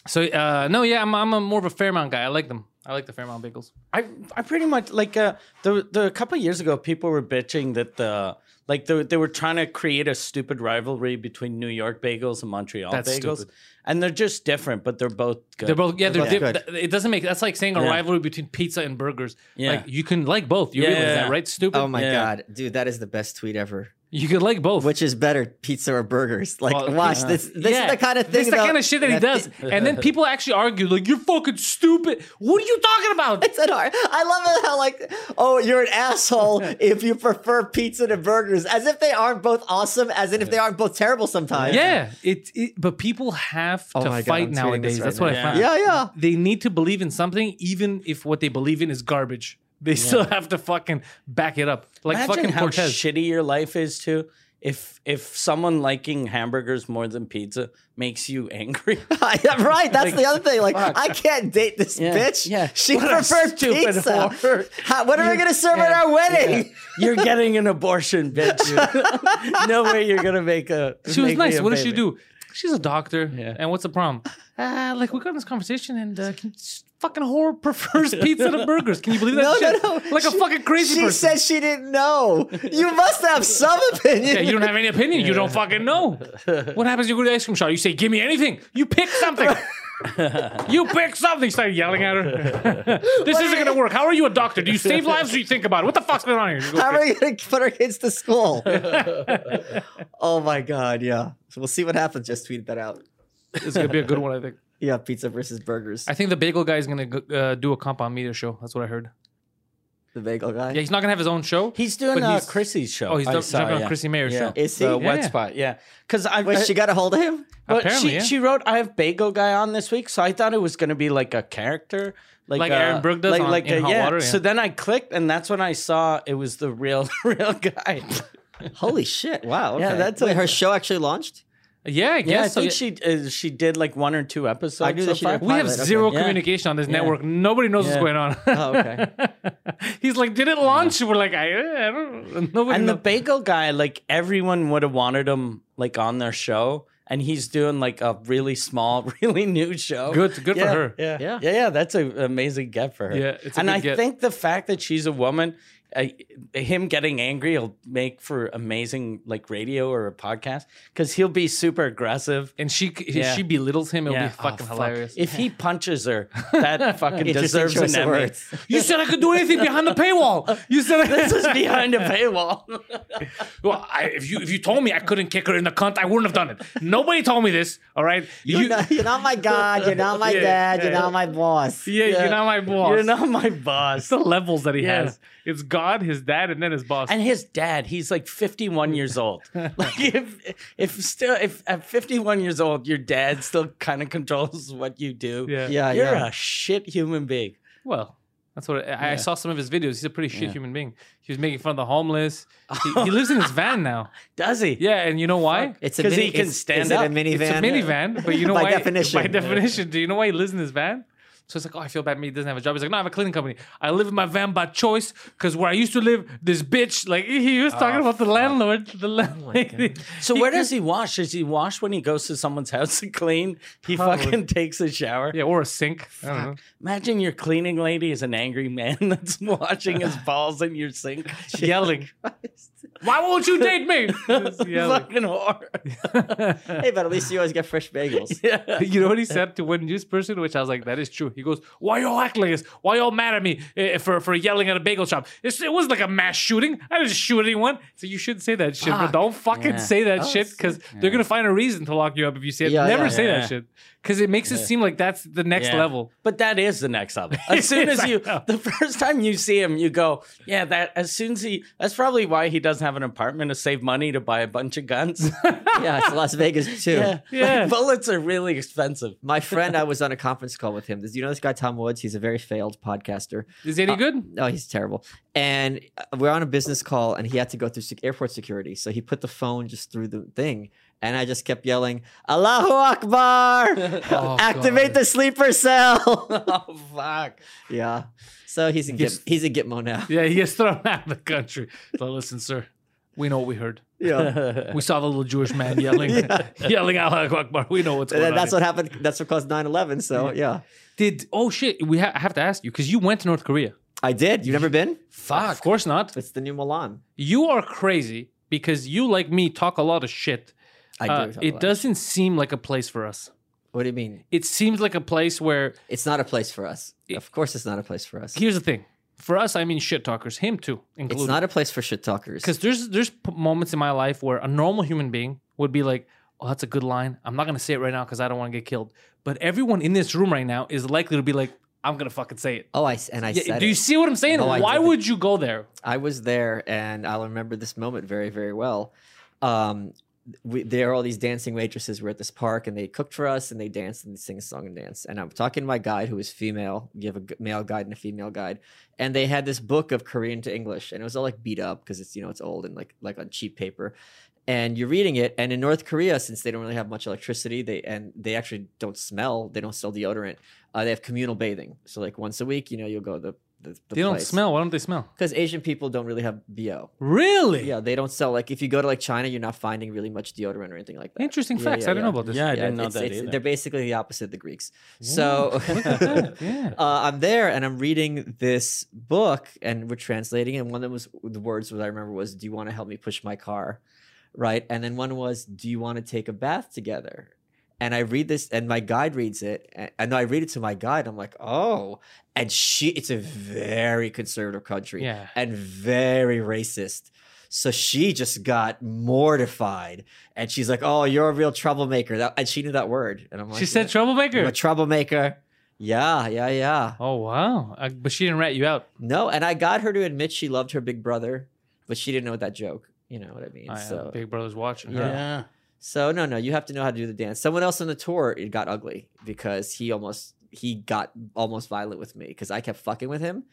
Speaker 1: So uh, no, yeah, I'm I'm a more of a Fairmount guy. I like them. I like the Fairmount bagels.
Speaker 2: I I pretty much like uh the the a couple of years ago people were bitching that the like they, they were trying to create a stupid rivalry between New York bagels and Montreal
Speaker 1: That's
Speaker 2: bagels
Speaker 1: stupid.
Speaker 2: and they're just different but they're both good.
Speaker 1: They're both yeah. They're
Speaker 3: They're
Speaker 1: diff-
Speaker 3: both
Speaker 1: th- it doesn't make that's like saying a
Speaker 2: Yeah.
Speaker 1: rivalry between pizza and burgers.
Speaker 2: Yeah.
Speaker 1: Like you can like both. You
Speaker 2: Yeah,
Speaker 1: realize
Speaker 2: yeah,
Speaker 1: that
Speaker 2: yeah.
Speaker 1: right? Stupid.
Speaker 3: Oh my
Speaker 2: Yeah.
Speaker 3: god, dude, that is the best tweet ever.
Speaker 1: you can like both.
Speaker 3: Which is better, pizza or burgers? Like,
Speaker 1: Well,
Speaker 3: watch
Speaker 1: yeah.
Speaker 3: this. This
Speaker 1: Yeah,
Speaker 3: is the kind of thing.
Speaker 1: This is the
Speaker 3: though-
Speaker 1: kind of shit that he does. and then people actually argue like you're fucking stupid. What are you talking about?
Speaker 3: It's an art. I love it how like, oh, you're an asshole if you prefer pizza to burgers, as if they aren't both awesome, as if they aren't both terrible sometimes.
Speaker 1: Yeah, it, it. But people have
Speaker 3: Oh
Speaker 1: to
Speaker 3: my God,
Speaker 1: fight
Speaker 3: I'm tweeting
Speaker 1: nowadays.
Speaker 3: this right
Speaker 1: That's what I
Speaker 2: now.
Speaker 1: find.
Speaker 3: yeah, yeah.
Speaker 1: they need to believe in something, even if what they believe in is garbage. They still have to fucking back it up, like
Speaker 2: Imagine
Speaker 1: fucking
Speaker 2: how
Speaker 1: Cortez.
Speaker 2: shitty your life is too. If if someone liking hamburgers more than pizza makes you angry,
Speaker 3: Yeah, right. That's
Speaker 2: Like,
Speaker 3: the other thing. Like,
Speaker 2: fuck.
Speaker 3: I can't date this
Speaker 2: Yeah,
Speaker 3: bitch.
Speaker 2: yeah.
Speaker 3: She
Speaker 2: What a
Speaker 3: prefers
Speaker 2: stupid
Speaker 3: pizza.
Speaker 2: whore.
Speaker 3: How- what are we
Speaker 2: You-
Speaker 3: gonna serve at
Speaker 2: yeah,
Speaker 3: our wedding?
Speaker 2: you're getting an abortion, bitch. no way you're gonna make a.
Speaker 1: she was
Speaker 2: make me
Speaker 1: nice.
Speaker 2: a
Speaker 1: What does she
Speaker 2: baby.
Speaker 1: do? She's a doctor.
Speaker 2: Yeah.
Speaker 1: And what's the problem? Uh, like we got in this conversation, and uh, can, fucking whore prefers pizza to burgers. Can you believe that?
Speaker 3: No,
Speaker 1: shit?
Speaker 3: no, no.
Speaker 1: Like a
Speaker 3: She-
Speaker 1: fucking crazy
Speaker 3: She
Speaker 1: person.
Speaker 3: said she didn't know. You must have some opinion.
Speaker 1: yeah, you don't have any opinion. You don't fucking know. What happens? You go to the ice cream shop. You say, "Give me anything." You pick something. you pick something. Start yelling at her. this
Speaker 3: What
Speaker 1: isn't
Speaker 3: are-
Speaker 1: gonna work. How are you a doctor? Do you save lives? or you think about it? What the fuck's going on here? You go
Speaker 3: How
Speaker 1: pick.
Speaker 3: are we gonna put our kids to school? oh my god, yeah. So we'll see what happens. Just tweeted that out.
Speaker 1: It's gonna be a good one, I think.
Speaker 3: Yeah, pizza versus burgers.
Speaker 1: I think the bagel guy is gonna go- uh, do a comp on media show. That's what I heard.
Speaker 3: The bagel guy.
Speaker 1: Yeah, he's not gonna have his own show.
Speaker 2: He's doing
Speaker 1: But
Speaker 2: uh,
Speaker 1: he's-
Speaker 2: Chrissy's show.
Speaker 1: oh, he's
Speaker 2: I
Speaker 1: done-
Speaker 2: saw,
Speaker 1: jumping on
Speaker 2: yeah.
Speaker 1: Chrissy Mayer's
Speaker 2: yeah.
Speaker 1: show.
Speaker 3: Is he?
Speaker 2: The
Speaker 1: Yeah,
Speaker 2: wet
Speaker 1: yeah.
Speaker 2: spot, yeah. Because I
Speaker 3: Wait,
Speaker 2: I-
Speaker 3: she got a hold of him.
Speaker 2: But
Speaker 1: Apparently,
Speaker 2: she,
Speaker 1: yeah.
Speaker 2: she wrote, "I have Bagel Guy on this week," so I thought it was going to be like a character, like,
Speaker 1: Like
Speaker 2: uh,
Speaker 1: Aaron Brooke does
Speaker 2: like,
Speaker 1: on-
Speaker 2: like
Speaker 1: in
Speaker 2: a-
Speaker 1: Hot
Speaker 2: yeah.
Speaker 1: Water, yeah.
Speaker 2: So then I clicked, and that's when I saw it was the real, real guy.
Speaker 3: Holy shit! Wow.
Speaker 2: Yeah,
Speaker 3: okay.
Speaker 2: that's
Speaker 3: Wait,
Speaker 2: a-
Speaker 3: her show actually launched.
Speaker 1: yeah, I guess.
Speaker 2: yeah, I
Speaker 1: so.
Speaker 2: think she uh, she did like one or two episodes.
Speaker 3: I knew
Speaker 2: so
Speaker 3: that she
Speaker 2: far.
Speaker 3: did a
Speaker 1: we have
Speaker 3: Pilot, okay.
Speaker 1: zero
Speaker 2: Yeah.
Speaker 1: communication on this
Speaker 2: Yeah.
Speaker 1: network. Nobody knows what's
Speaker 2: Yeah.
Speaker 1: going on.
Speaker 3: Oh, okay.
Speaker 1: He's like, did it launch? We're like, I, I don't. Nobody.
Speaker 2: and the
Speaker 1: know-
Speaker 2: Bagel Guy, like everyone would have wanted him like on their show, and he's doing like a really small, really new show.
Speaker 1: Good- good for
Speaker 2: Yeah,
Speaker 1: her.
Speaker 2: Yeah,
Speaker 3: Yeah.
Speaker 2: yeah, yeah. That's an amazing get for her.
Speaker 1: Yeah, it's a
Speaker 2: and
Speaker 1: good
Speaker 2: I
Speaker 1: get.
Speaker 2: think the fact that she's a woman, uh, him getting angry will make for amazing like radio or a podcast because he'll be super aggressive.
Speaker 1: and she if
Speaker 2: Yeah.
Speaker 1: she belittles him. It'll
Speaker 2: Yeah.
Speaker 1: be fucking
Speaker 2: Oh, fuck.
Speaker 1: hilarious.
Speaker 2: If he punches her, that fucking
Speaker 3: Interesting
Speaker 2: deserves
Speaker 3: choice
Speaker 2: an
Speaker 3: of
Speaker 2: Emmy.
Speaker 3: words.
Speaker 1: you said I could do anything behind the paywall. You said
Speaker 2: This is behind a paywall.
Speaker 1: Well, I, if you if you told me I couldn't kick her in the cunt, I wouldn't have done it. Nobody told me this. All right,
Speaker 3: You're,
Speaker 1: You-
Speaker 3: not, you're not my god. You're not my
Speaker 1: Yeah,
Speaker 3: dad.
Speaker 1: yeah,
Speaker 3: you're
Speaker 1: yeah.
Speaker 3: not my boss.
Speaker 1: yeah,
Speaker 2: Yeah.
Speaker 1: you're not my boss.
Speaker 2: You're not my boss.
Speaker 1: It's the levels that he
Speaker 2: Yeah.
Speaker 1: has. It's God, his dad, and then his boss.
Speaker 2: And his dad, he's like 51 years old. Like if if still if at 51 years old, your dad still kind of controls what you do.
Speaker 1: yeah.
Speaker 3: Yeah,
Speaker 2: You're
Speaker 3: yeah.
Speaker 2: a shit human being.
Speaker 1: Well, that's what I, I
Speaker 2: Yeah.
Speaker 1: saw some of his videos. He's a pretty shit
Speaker 2: Yeah.
Speaker 1: human being. He was making fun of the homeless. He, he lives in his van now.
Speaker 2: Does he?
Speaker 1: Yeah, and you know why?
Speaker 3: It's a
Speaker 2: 'Cause
Speaker 3: mini,
Speaker 2: he can
Speaker 3: it's-
Speaker 2: stand
Speaker 3: is it a
Speaker 2: up.
Speaker 3: minivan?
Speaker 1: It's a minivan, but you know
Speaker 3: By
Speaker 1: why?
Speaker 3: definition.
Speaker 1: By definition, do you know why he lives in his van? So it's like, oh, I feel bad. Me, he doesn't have a job. He's like, no, I have a cleaning company. I live in my van by choice because where I used to live, this bitch, like he was talking about the landlord, the landlady.
Speaker 2: So where does he wash? Does he wash when he goes to someone's house to clean? He
Speaker 1: Probably.
Speaker 2: fucking takes a shower.
Speaker 1: Yeah, or a sink. I don't know.
Speaker 2: Imagine your cleaning lady is an angry man that's washing his balls in your sink.
Speaker 1: Yelling. Why won't you date me? Just yelling.
Speaker 2: fucking whore.
Speaker 3: hey, but at least you always get fresh bagels.
Speaker 2: Yeah.
Speaker 1: you know what he said to one news person, which I was like, that is true. He goes, "Why y'all act like this? Why y'all mad at me eh, for for yelling at a bagel shop? It's, it was like a mass shooting. I didn't shoot anyone. So you shouldn't say that shit. But
Speaker 2: Fuck.
Speaker 1: don't fucking
Speaker 2: Yeah.
Speaker 1: say that
Speaker 3: Oh,
Speaker 1: shit
Speaker 3: shit.
Speaker 1: because they're gonna find a reason to lock you up if you say it.
Speaker 3: Yeah,
Speaker 1: Never
Speaker 3: yeah,
Speaker 1: say
Speaker 2: yeah.
Speaker 1: that shit because it makes it seem like that's the next
Speaker 2: Yeah.
Speaker 1: level.
Speaker 2: But that is the next level. As soon
Speaker 1: Yes,
Speaker 2: as
Speaker 1: I
Speaker 2: you,
Speaker 1: know.
Speaker 2: the first time you see him, you go, yeah, that, as soon as he, that's probably why he doesn't have an apartment to save money to buy a bunch of guns.
Speaker 3: yeah, it's Las Vegas too.
Speaker 2: yeah.
Speaker 1: Yeah.
Speaker 2: Like, bullets are really expensive.
Speaker 3: My friend, I was on a conference call with him. Do you know this guy Tom Woods? He's a very failed podcaster.
Speaker 1: Is
Speaker 2: Uh,
Speaker 1: it any good?
Speaker 3: No, he's terrible. And uh, we're on a business call, and he had to go through sec- airport security. So he put the phone just through the thing, and I just kept yelling, "Allahu Akbar!
Speaker 1: Oh, God.
Speaker 3: Activate the sleeper cell!"
Speaker 2: oh, fuck.
Speaker 3: yeah. So he's in Git-
Speaker 1: Yes.
Speaker 3: he's in Gitmo now.
Speaker 1: Yeah, he gets thrown out of the country. So listen, sir, we know what we heard.
Speaker 3: Yeah.
Speaker 1: We saw the little Jewish man yelling, yelling Allah Akbar. We know what's going
Speaker 3: And
Speaker 1: on.
Speaker 3: that's what happened. That's what caused 9 11. So, yeah.
Speaker 1: Did oh shit? We ha- I have to ask you because you went to North Korea.
Speaker 3: I did. You've never been?
Speaker 1: Fuck. Of course not.
Speaker 3: It's the new Milan.
Speaker 1: You are crazy because you, like me, talk a lot of shit.
Speaker 3: I
Speaker 1: Uh,
Speaker 3: do. talk
Speaker 1: it
Speaker 3: about
Speaker 1: doesn't seem like a place for us.
Speaker 3: What do you mean?
Speaker 1: It seems like a place where
Speaker 3: It's not a place for us. Of course, it's not a place for us.
Speaker 1: here's the thing. For us, I mean shit talkers. Him too,
Speaker 3: It's
Speaker 1: included.
Speaker 3: not a place for shit talkers.
Speaker 1: Because there's there's p- moments in my life where a normal human being would be like, "Oh, that's a good line. I'm not gonna say it right now because I don't want to get killed." But everyone in this room right now is likely to be like, "I'm gonna fucking say it."
Speaker 3: Oh, I s- and I
Speaker 1: Yeah,
Speaker 3: said
Speaker 1: do you
Speaker 3: it.
Speaker 1: see what I'm saying?
Speaker 3: No, I
Speaker 1: Why
Speaker 3: didn't.
Speaker 1: would you go there?
Speaker 3: I was there, and I'll remember this moment very, very well. Um, we, there are all these dancing waitresses. We're at this park, and they cooked for us, and they danced and they sing a song and dance. And I'm talking to my guide, who is female. You have a g- male guide and a female guide, and they had this book of Korean to English, and it was all like beat up because it's you know it's old and like like on cheap paper. And you're reading it, and in North Korea, since they don't really have much electricity, they and they actually don't smell. They don't sell deodorant. Uh, they have communal bathing, so like once a week, you know, you'll go to the the, the
Speaker 1: they don't
Speaker 3: place.
Speaker 1: smell. Why don't they smell?
Speaker 3: Because Asian people don't really have BO.
Speaker 1: Really?
Speaker 3: Yeah, they don't sell. Like, if you go to like China, you're not finding really much deodorant or anything like that.
Speaker 1: Interesting
Speaker 3: Yeah,
Speaker 1: facts.
Speaker 3: yeah,
Speaker 1: I don't know
Speaker 3: yeah.
Speaker 1: about this.
Speaker 2: yeah, I
Speaker 3: Yeah,
Speaker 2: didn't know
Speaker 3: it's-
Speaker 2: that
Speaker 3: it's-
Speaker 2: either.
Speaker 3: They're basically the opposite of the Greeks. So
Speaker 1: yeah.
Speaker 3: uh, I'm there and I'm reading this book and we're translating. And one of them was the words that I remember was, "Do you want to help me push my car?" Right, and then one was, "Do you want to take a bath together?" And I read this, and my guide reads it, and, and I read it to my guide. I'm like, "Oh," and she—it's a very conservative country
Speaker 1: Yeah.
Speaker 3: and very racist. So she just got mortified, and she's like, "Oh, you're a real troublemaker." That, and she knew that word, and I'm like,
Speaker 1: She said
Speaker 3: "You're a
Speaker 1: troublemaker.
Speaker 3: troublemaker." Yeah, yeah, yeah.
Speaker 1: Oh wow! Uh, but she didn't rat you out.
Speaker 3: No, and I got her to admit she loved her big brother, but she didn't know that joke. You know what I mean?
Speaker 1: I, uh,
Speaker 3: so,
Speaker 1: Big Brother's watching.
Speaker 3: Yeah.
Speaker 1: her.
Speaker 2: yeah.
Speaker 3: so no, no, you have to know how to do the dance. Someone else on the tour it got ugly because he almost he got almost violent with me because I kept fucking with him.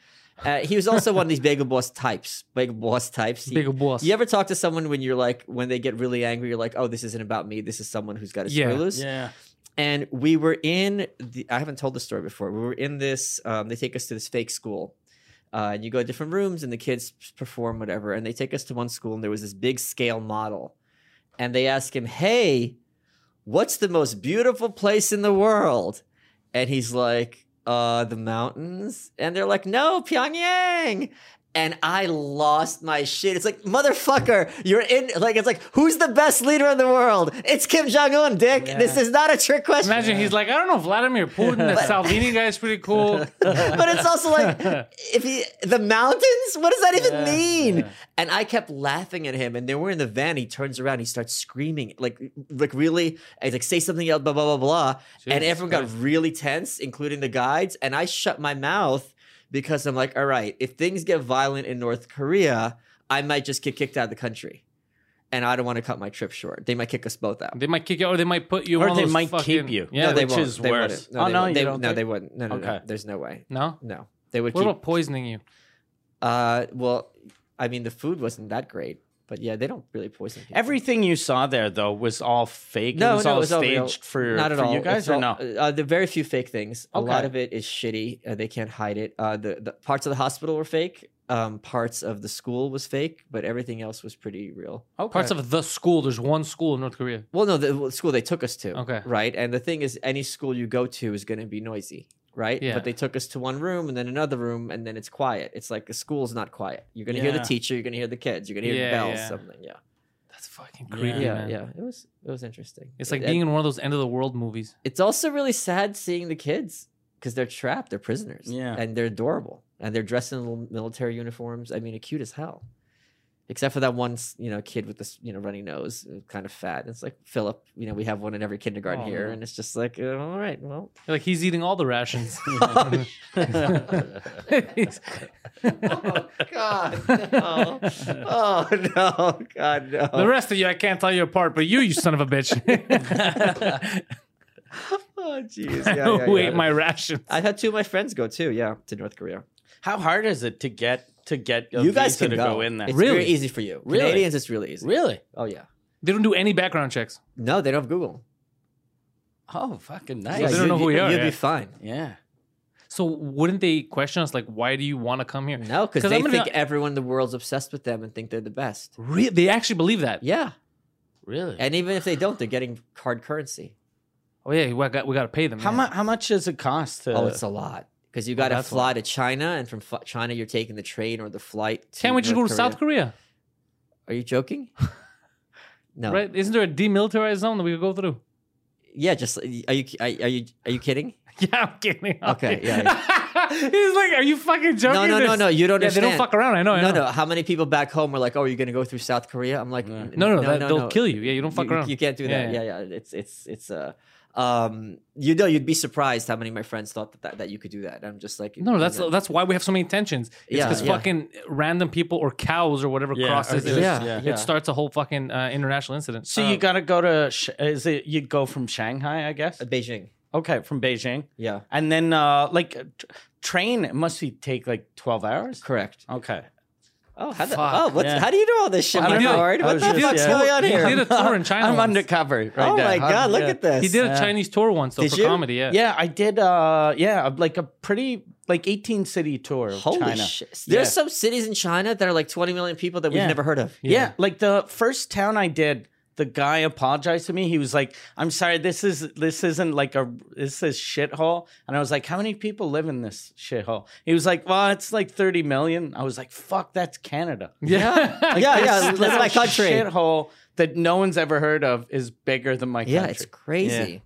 Speaker 3: Uh, he was also one of these bagel boss types. Bagel boss types. He-
Speaker 1: Big boss.
Speaker 3: You ever talk to someone when you're like, when they get really angry, you're like, oh, this isn't about me. This is someone who's got a screw
Speaker 1: Yeah,
Speaker 3: loose.
Speaker 2: Yeah.
Speaker 3: And we were in the, I haven't told the story before. We were in this, um, they take us to this fake school. Uh, and you go to different rooms and the kids perform whatever. And they take us to one school and there was this big scale model. And they ask him, hey, what's the most beautiful place in the world? And he's like, uh, the mountains. And they're like, no, Pyongyang. And I lost my shit. It's like, motherfucker, you're in, like, it's like, who's the best leader in the world? It's Kim Jong un, dick.
Speaker 2: Yeah.
Speaker 3: This is not a trick question.
Speaker 1: Imagine he's like, I don't know, Vladimir Putin. That
Speaker 3: But-
Speaker 1: Salvini guy's pretty cool.
Speaker 3: but it's also like if he the mountains what does that even
Speaker 2: Yeah,
Speaker 3: mean
Speaker 2: yeah.
Speaker 3: and i kept laughing at him and then we're in the van he turns around he starts screaming like like really and he's like say something else blah blah blah blah and
Speaker 1: Jesus
Speaker 3: everyone
Speaker 1: Christ.
Speaker 3: got really tense including the guides and i shut my mouth because i'm like all right if things get violent in north korea i might just get kicked out of the country and i don't want to cut my trip short they might kick us both out
Speaker 1: They might kick you, out, or they might put you.
Speaker 2: Or
Speaker 1: on
Speaker 2: they
Speaker 1: those
Speaker 2: might keep
Speaker 1: fucking-
Speaker 2: you.
Speaker 1: Yeah.
Speaker 3: no, they
Speaker 2: which
Speaker 3: wouldn't.
Speaker 2: is
Speaker 3: They
Speaker 2: worse.
Speaker 3: wouldn't. No,
Speaker 2: Oh,
Speaker 3: they
Speaker 2: no,
Speaker 3: wouldn't.
Speaker 2: you
Speaker 3: They-
Speaker 2: don't
Speaker 3: no,
Speaker 2: think-
Speaker 3: they wouldn't. No, no, no.
Speaker 2: Okay.
Speaker 3: There's no way.
Speaker 1: no.
Speaker 3: No, they would.
Speaker 1: What
Speaker 3: keep-
Speaker 1: about poisoning you?
Speaker 3: Uh, well, I mean, the food wasn't that great, but yeah, they don't really poison people.
Speaker 2: Everything you saw there though was all fake.
Speaker 3: No,
Speaker 2: it was
Speaker 3: no,
Speaker 2: all
Speaker 3: it was all
Speaker 2: staged
Speaker 3: real.
Speaker 2: for
Speaker 3: not at
Speaker 2: for
Speaker 3: all.
Speaker 2: you guys
Speaker 3: It's
Speaker 2: or
Speaker 3: all-
Speaker 2: no?
Speaker 3: Uh, there are very few fake things. A lot
Speaker 2: Okay.
Speaker 3: of it is shitty. Uh, they can't hide it. Uh, the, the parts of the hospital were fake. Um, parts of the school was fake, but everything else was pretty real.
Speaker 2: okay.
Speaker 1: Parts of the school. There's one school in North Korea.
Speaker 3: Well, no, the well, school they took us to.
Speaker 1: Okay.
Speaker 3: Right, and the thing is, any school you go to is going to be noisy. Right,
Speaker 1: Yeah.
Speaker 3: but they took us to one room and then another room, and then it's quiet. It's like the school's not quiet. You're gonna hear the
Speaker 2: Yeah.
Speaker 3: teacher, you're gonna hear the kids, you're gonna hear
Speaker 1: Yeah,
Speaker 3: bells,
Speaker 1: yeah.
Speaker 3: something. Yeah,
Speaker 1: That's fucking creepy,
Speaker 3: yeah,
Speaker 1: man.
Speaker 3: yeah. It was it was interesting.
Speaker 1: It's like
Speaker 3: It-
Speaker 1: being in one of those end of the world movies.
Speaker 3: It's also really sad seeing the kids because they're trapped, they're prisoners,
Speaker 2: Yeah.
Speaker 3: and they're adorable, and they're dressed in little military uniforms. I mean, they're cute as hell, except for that one, s- you know, kid with this, you know, runny nose, uh, kind of fat. It's like Philip, you know, we have one in every kindergarten
Speaker 1: Oh,
Speaker 3: here,
Speaker 1: no.
Speaker 3: and it's just like, uh, all right, well,
Speaker 1: Like he's eating all the rations. He's-
Speaker 3: oh god, no, oh no, god, no.
Speaker 1: The rest of you, I can't tell you apart, but you, you son of a bitch.
Speaker 3: oh jeez, yeah, yeah,
Speaker 1: Who
Speaker 3: yeah.
Speaker 1: ate my rations?
Speaker 3: I've had two of my friends go too, yeah, to North Korea.
Speaker 2: How hard is it to get to get a
Speaker 3: you guys
Speaker 2: visa
Speaker 3: can
Speaker 2: to
Speaker 3: go.
Speaker 2: go. in there?
Speaker 3: It's
Speaker 1: Really?
Speaker 3: very easy for you.
Speaker 2: Really?
Speaker 3: Canadians, it's really easy.
Speaker 2: really?
Speaker 3: Oh yeah.
Speaker 1: They don't do any background checks.
Speaker 3: No, they don't have Google.
Speaker 2: Oh, fucking
Speaker 3: Yeah,
Speaker 1: they
Speaker 2: nice.
Speaker 1: don't
Speaker 3: you-
Speaker 1: know who we
Speaker 3: you-
Speaker 1: are,
Speaker 3: You'd
Speaker 1: yeah.
Speaker 3: be fine.
Speaker 2: Yeah.
Speaker 1: So wouldn't they question us like, why do you want to come here?
Speaker 3: No, because
Speaker 1: 'Cause
Speaker 3: they
Speaker 1: I'm
Speaker 3: think
Speaker 1: gonna be hon-
Speaker 3: everyone in the world's obsessed with them and think they're the best.
Speaker 1: Re- they actually believe that.
Speaker 3: Yeah,
Speaker 2: Really?
Speaker 3: and even if they don't, they're getting hard currency.
Speaker 1: Oh yeah, we got we got to pay them.
Speaker 2: how
Speaker 1: yeah.
Speaker 2: much? How much does it cost? To,
Speaker 3: oh, it's a lot because you got to
Speaker 1: Oh, that's a
Speaker 3: fly to China, and from fl- China you're taking the train or the flight. To
Speaker 1: Can't we just go
Speaker 3: North
Speaker 1: to South Korea?
Speaker 3: Are you joking? no.
Speaker 1: Right? Isn't there a demilitarized zone that we could go through?
Speaker 3: Yeah, just are you are you are you kidding?
Speaker 1: Yeah, I'm kidding. I'm
Speaker 3: Okay,
Speaker 1: kidding. He's like, are you fucking joking?
Speaker 3: No, no, no,
Speaker 1: There's-
Speaker 3: no. You don't
Speaker 1: Yeah, they don't
Speaker 3: understand.
Speaker 1: fuck around. I know. I
Speaker 3: no,
Speaker 1: know.
Speaker 3: no. How many people back home were like, "Oh, you're gonna go through South Korea?" I'm like, "N-
Speaker 1: no, no,
Speaker 3: no,
Speaker 1: that,
Speaker 3: no,
Speaker 1: they'll
Speaker 3: no.
Speaker 1: kill you. Yeah, you don't fuck
Speaker 3: you,
Speaker 1: around.
Speaker 3: you can't do that.
Speaker 1: Yeah,
Speaker 3: Yeah, yeah. It's it's it's uh, um, you know, you'd be surprised how many of my friends thought that that, that you could do that. I'm just like,
Speaker 1: no, that's
Speaker 3: you know,
Speaker 1: that's why we have so many tensions. It's
Speaker 3: Yeah,
Speaker 1: because
Speaker 3: yeah.
Speaker 1: fucking random people or cows or whatever
Speaker 2: Yeah,
Speaker 1: crosses it.
Speaker 2: or just-
Speaker 3: yeah,
Speaker 2: yeah.
Speaker 3: yeah.
Speaker 1: It starts a whole fucking uh, international incident. Um,
Speaker 2: so you got to go to. Sh- Is it you go from Shanghai? I guess.
Speaker 3: Uh, Beijing.
Speaker 2: Okay, from Beijing,
Speaker 3: Yeah,
Speaker 2: and then uh, like uh, t- train it must be take like twelve hours.
Speaker 3: correct.
Speaker 2: Okay.
Speaker 3: Oh, how, the,
Speaker 1: Fuck,
Speaker 3: oh what's,
Speaker 2: yeah.
Speaker 3: how do you know all this shit,
Speaker 1: I don't know.
Speaker 3: Howard?
Speaker 2: I
Speaker 3: What
Speaker 2: was
Speaker 3: the
Speaker 2: just-
Speaker 3: fuck's
Speaker 2: yeah.
Speaker 3: going on
Speaker 1: He
Speaker 3: here?
Speaker 1: did a tour in China.
Speaker 2: I'm
Speaker 1: once.
Speaker 2: undercover. Right
Speaker 3: oh
Speaker 2: now.
Speaker 3: my
Speaker 2: Huh?
Speaker 3: god, look
Speaker 2: Yeah.
Speaker 3: at this.
Speaker 1: He did a
Speaker 2: Yeah.
Speaker 1: Chinese tour once though
Speaker 3: Did
Speaker 1: for
Speaker 3: you?
Speaker 1: comedy. Yeah.
Speaker 2: Yeah, I did. Uh, yeah, like a pretty like eighteen city tour. Of
Speaker 3: Holy
Speaker 2: China.
Speaker 3: shit!
Speaker 2: Yeah.
Speaker 3: There's some cities in China that are like 20 million people that we've
Speaker 2: Yeah.
Speaker 3: never heard of.
Speaker 2: Yeah. like the first town I did, the guy apologized to me. He was like, "I'm sorry, this is this isn't like a this is shithole." And I was like, "How many people live in this shithole?" He was like, "Well, it's like 30 million. I was like, "Fuck, that's Canada."
Speaker 1: Yeah.
Speaker 3: yeah, yeah.
Speaker 2: This
Speaker 3: That's my
Speaker 2: little
Speaker 3: country.
Speaker 2: Shithole that no one's ever heard of is bigger than my
Speaker 3: Yeah,
Speaker 2: country.
Speaker 3: it's crazy.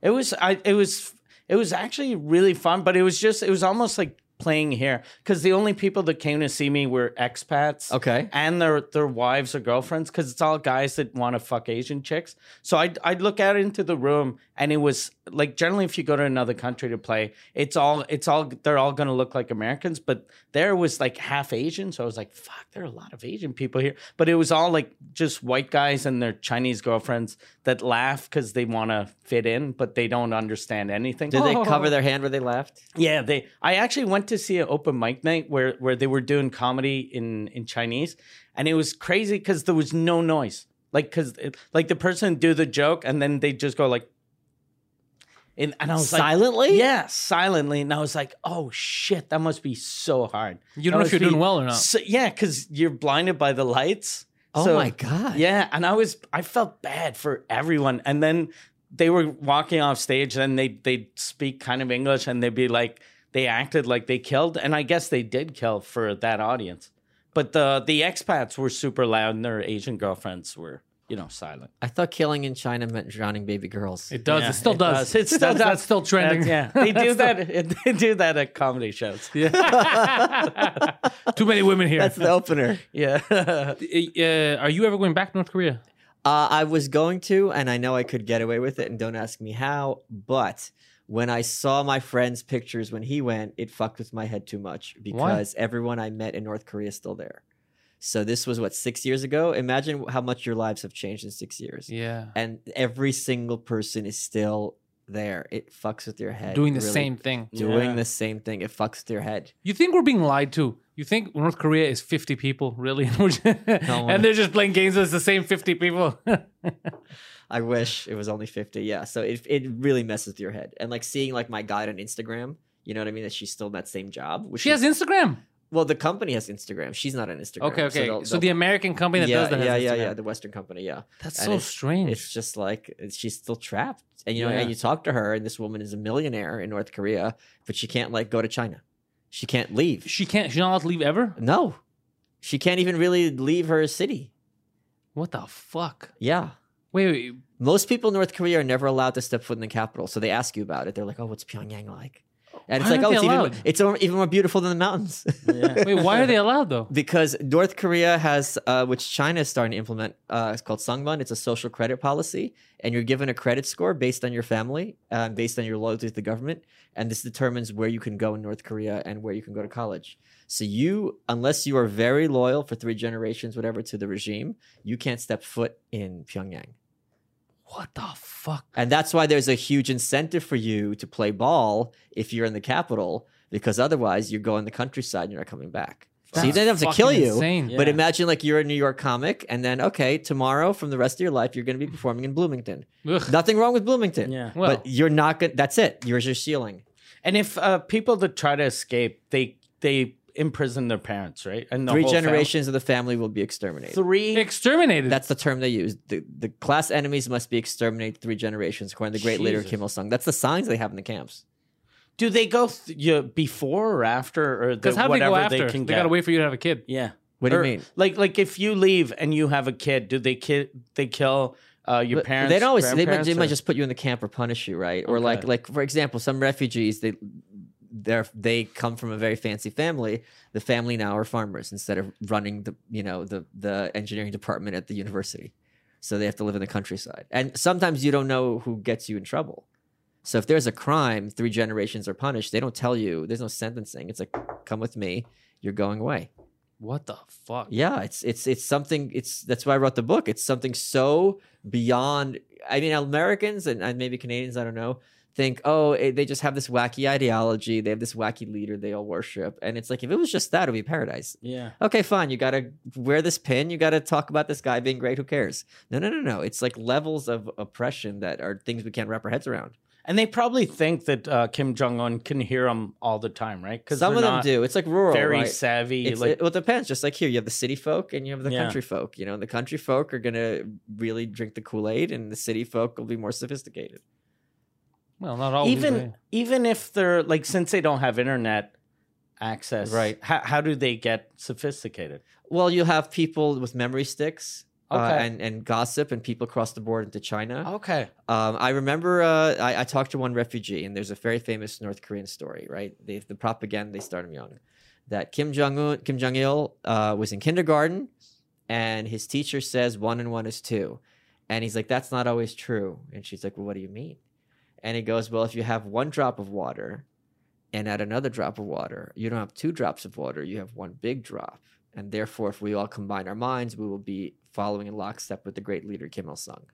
Speaker 2: It was I it was it was actually really fun, but it was just it was almost like playing here because the only people that came to see me were expats
Speaker 3: Okay.
Speaker 2: and their their wives or girlfriends because it's all guys that want to fuck asian chicks so I'd, I'd look out into the room and it was like generally if you go to another country to play it's all it's all they're all going to look like americans but there was like half asian so i was like fuck there are a lot of asian people here but it was all like just white guys and their chinese girlfriends that laugh because they want to fit in but they don't understand anything
Speaker 3: Did they cover their hand where they laughed?
Speaker 2: yeah, they. I actually went to see an open mic night where where they were doing comedy in in Chinese, and it was crazy because there was no noise. Like because like the person do the joke and then they just go like, and, and I was
Speaker 3: Silently?
Speaker 2: like, yeah, silently, and I was like, oh shit, that must be so hard.
Speaker 1: You don't know
Speaker 2: That
Speaker 1: if you're
Speaker 2: must be
Speaker 1: doing well or not.
Speaker 2: So, yeah, because you're blinded by the lights.
Speaker 3: Oh
Speaker 2: So-
Speaker 3: my god.
Speaker 2: yeah, and I was I felt bad for everyone. And then they were walking off stage, and they they speak kind of English, and they'd be like they acted like they killed, and I guess they did kill for that audience. But the the expats were super loud, and their Asian girlfriends were you know silent.
Speaker 3: I thought killing in China meant drowning baby girls.
Speaker 1: It does.
Speaker 2: Yeah,
Speaker 1: it still does.
Speaker 2: It still does.
Speaker 1: That's still trending.
Speaker 2: yeah, they do that. They do that at comedy shows.
Speaker 1: Too many women here.
Speaker 3: That's the opener.
Speaker 2: Yeah.
Speaker 1: uh, are you ever going back to North Korea?
Speaker 3: Uh, I was going to, and I know I could get away with it, and don't ask me how, but when I saw my friend's pictures when he went, it fucked with my head too much because everyone I met in North Korea is still there. So this was what, six years ago? Imagine how much your lives have changed in six years.
Speaker 1: Yeah.
Speaker 3: And every single person is still there. It fucks with your head.
Speaker 1: Doing the
Speaker 3: really-
Speaker 1: same thing.
Speaker 3: Doing
Speaker 2: Yeah.
Speaker 3: the same thing. It fucks with your head.
Speaker 1: You think we're being lied to? You think North Korea is 50 people, really? And, we're just- and they're just playing games with the same 50 people.
Speaker 3: I wish it was only 50. Yeah. So it, it really messes with your head. And like seeing like my guide on Instagram, you know what I mean? That she's still in that same job. Which
Speaker 1: she
Speaker 3: is-
Speaker 1: has Instagram.
Speaker 3: well, the company has Instagram. She's not on Instagram.
Speaker 1: Okay, okay. So,
Speaker 3: they'll-
Speaker 1: the
Speaker 3: they'll-
Speaker 1: American company that
Speaker 3: yeah,
Speaker 1: does that
Speaker 3: yeah,
Speaker 1: has
Speaker 3: yeah,
Speaker 1: Instagram.
Speaker 3: yeah. The Western company. Yeah.
Speaker 1: That's
Speaker 3: And
Speaker 1: so
Speaker 3: it's-
Speaker 1: strange.
Speaker 3: It's just like it's- she's still trapped. And you know,
Speaker 2: Yeah.
Speaker 3: and you talk to her, and this woman is a millionaire in North Korea, but she can't like go to China. She can't leave.
Speaker 1: she can't, she's not allowed to leave ever?
Speaker 3: No. She can't even really leave her city.
Speaker 1: What the fuck?
Speaker 3: Yeah.
Speaker 1: Wait, wait.
Speaker 3: Most people in North Korea are never allowed to step foot in the capital, so they ask you about it. They're like, "Oh, what's Pyongyang like?" And it's
Speaker 1: Why
Speaker 3: like, "Oh,
Speaker 1: aren't
Speaker 3: it's
Speaker 1: they
Speaker 3: even
Speaker 1: allowed?
Speaker 3: it's o- even more beautiful than the mountains."
Speaker 1: Wait, why are they allowed though?
Speaker 3: because North Korea has, uh, which China is starting to implement, uh, it's called Sangban. It's a social credit policy, and you're given a credit score based on your family, uh, based on your loyalty to the government, and this determines where you can go in North Korea and where you can go to college. So you, unless you are very loyal for three generations, whatever, to the regime, you can't step foot in Pyongyang.
Speaker 1: What the fuck?
Speaker 3: And that's why there's a huge incentive for you to play ball if you're in the capital, because otherwise you go in the countryside and you're not coming back. so you
Speaker 1: That's
Speaker 3: don't have to kill
Speaker 1: fucking
Speaker 3: you.
Speaker 1: Insane.
Speaker 3: But
Speaker 2: Yeah.
Speaker 3: imagine like you're a New York comic, and then okay, tomorrow from the rest of your life you're going to be performing in Bloomington.
Speaker 1: Ugh.
Speaker 3: Nothing wrong with Bloomington,
Speaker 2: Yeah.
Speaker 1: Well,
Speaker 3: but you're not going. That's it. You're your ceiling.
Speaker 2: And if uh, people that try to escape, they they imprison their parents, right? And the
Speaker 3: Three
Speaker 2: whole fam-
Speaker 3: generations of the family will be exterminated.
Speaker 2: three.
Speaker 1: Exterminated.
Speaker 3: That's the term they use. The, the class enemies must be exterminated three generations, according to the great leader
Speaker 2: Jesus.
Speaker 3: Kim Il Sung. That's the signs they have in the camps.
Speaker 2: Do they go th- yeah, before or after, or the,
Speaker 1: Because how do they
Speaker 2: whatever
Speaker 1: go after?
Speaker 2: they
Speaker 1: They,
Speaker 2: can get?
Speaker 1: gotta wait for you to have a kid.
Speaker 2: Yeah.
Speaker 3: What do
Speaker 1: Er,
Speaker 3: you
Speaker 2: Or,
Speaker 3: mean?
Speaker 2: Like like if you leave and you have a kid, do they kid they kill uh, your
Speaker 3: But
Speaker 2: parents?
Speaker 3: They don't always. They might,
Speaker 2: grandparents,
Speaker 3: they
Speaker 2: or-
Speaker 3: might just put you in the camp or punish you, right? Or like,
Speaker 2: Okay.
Speaker 3: like for example, some refugees they they they come from a very fancy family. The family now are farmers instead of running the you know the the engineering department at the university. So they have to live in the countryside, and sometimes you don't know who gets you in trouble. So if there's a crime, three generations are punished. They don't tell you. There's no sentencing. It's like, come with me. You're going away.
Speaker 1: What the fuck?
Speaker 3: Yeah, it's it's it's something. It's that's why I wrote the book. It's something so beyond. I mean, Americans and, and maybe Canadians, I don't know, think oh eh, they just have this wacky ideology. They have this wacky leader they all worship, and it's like if it was just that, it'd be paradise.
Speaker 2: Yeah.
Speaker 3: Okay, fine. You gotta wear this pin. You gotta talk about this guy being great. Who cares? No, no, no, no. It's like levels of oppression that are things we can't wrap our heads around.
Speaker 2: And they probably think that uh, Kim Jong Un can hear them all the time, right? Because
Speaker 3: Some of them do. It's like rural,
Speaker 2: Very
Speaker 3: right?
Speaker 2: savvy.
Speaker 3: It's,
Speaker 2: like
Speaker 3: it, well, it depends. Just like here, you have the city folk and you have the
Speaker 2: Yeah.
Speaker 3: country folk. You know, the country folk are gonna really drink the Kool Aid, and the city folk will be more sophisticated.
Speaker 1: Well, not
Speaker 3: oh,
Speaker 1: all.
Speaker 2: even even if they're like since they don't have internet access,
Speaker 3: Right.
Speaker 2: How, how do they get sophisticated?
Speaker 3: Well, you'll have people with memory sticks. Uh,
Speaker 2: Okay. Oh.
Speaker 3: and, and gossip and people cross the border into China.
Speaker 2: Okay.
Speaker 3: Um, I remember uh, I, I talked to one refugee, and there's a very famous North Korean story, right? They, the propaganda they started young that Kim Jong Un, Kim Jong Il uh, was in kindergarten, and his teacher says one and one is two, and he's like, "That's not always true." And she's like, "Well, what do you mean?" And he goes, "Well, if you have one drop of water, and add another drop of water, you don't have two drops of water; you have one big drop, and therefore, if we all combine our minds, we will be following in lockstep with the great leader Kim Il Sung."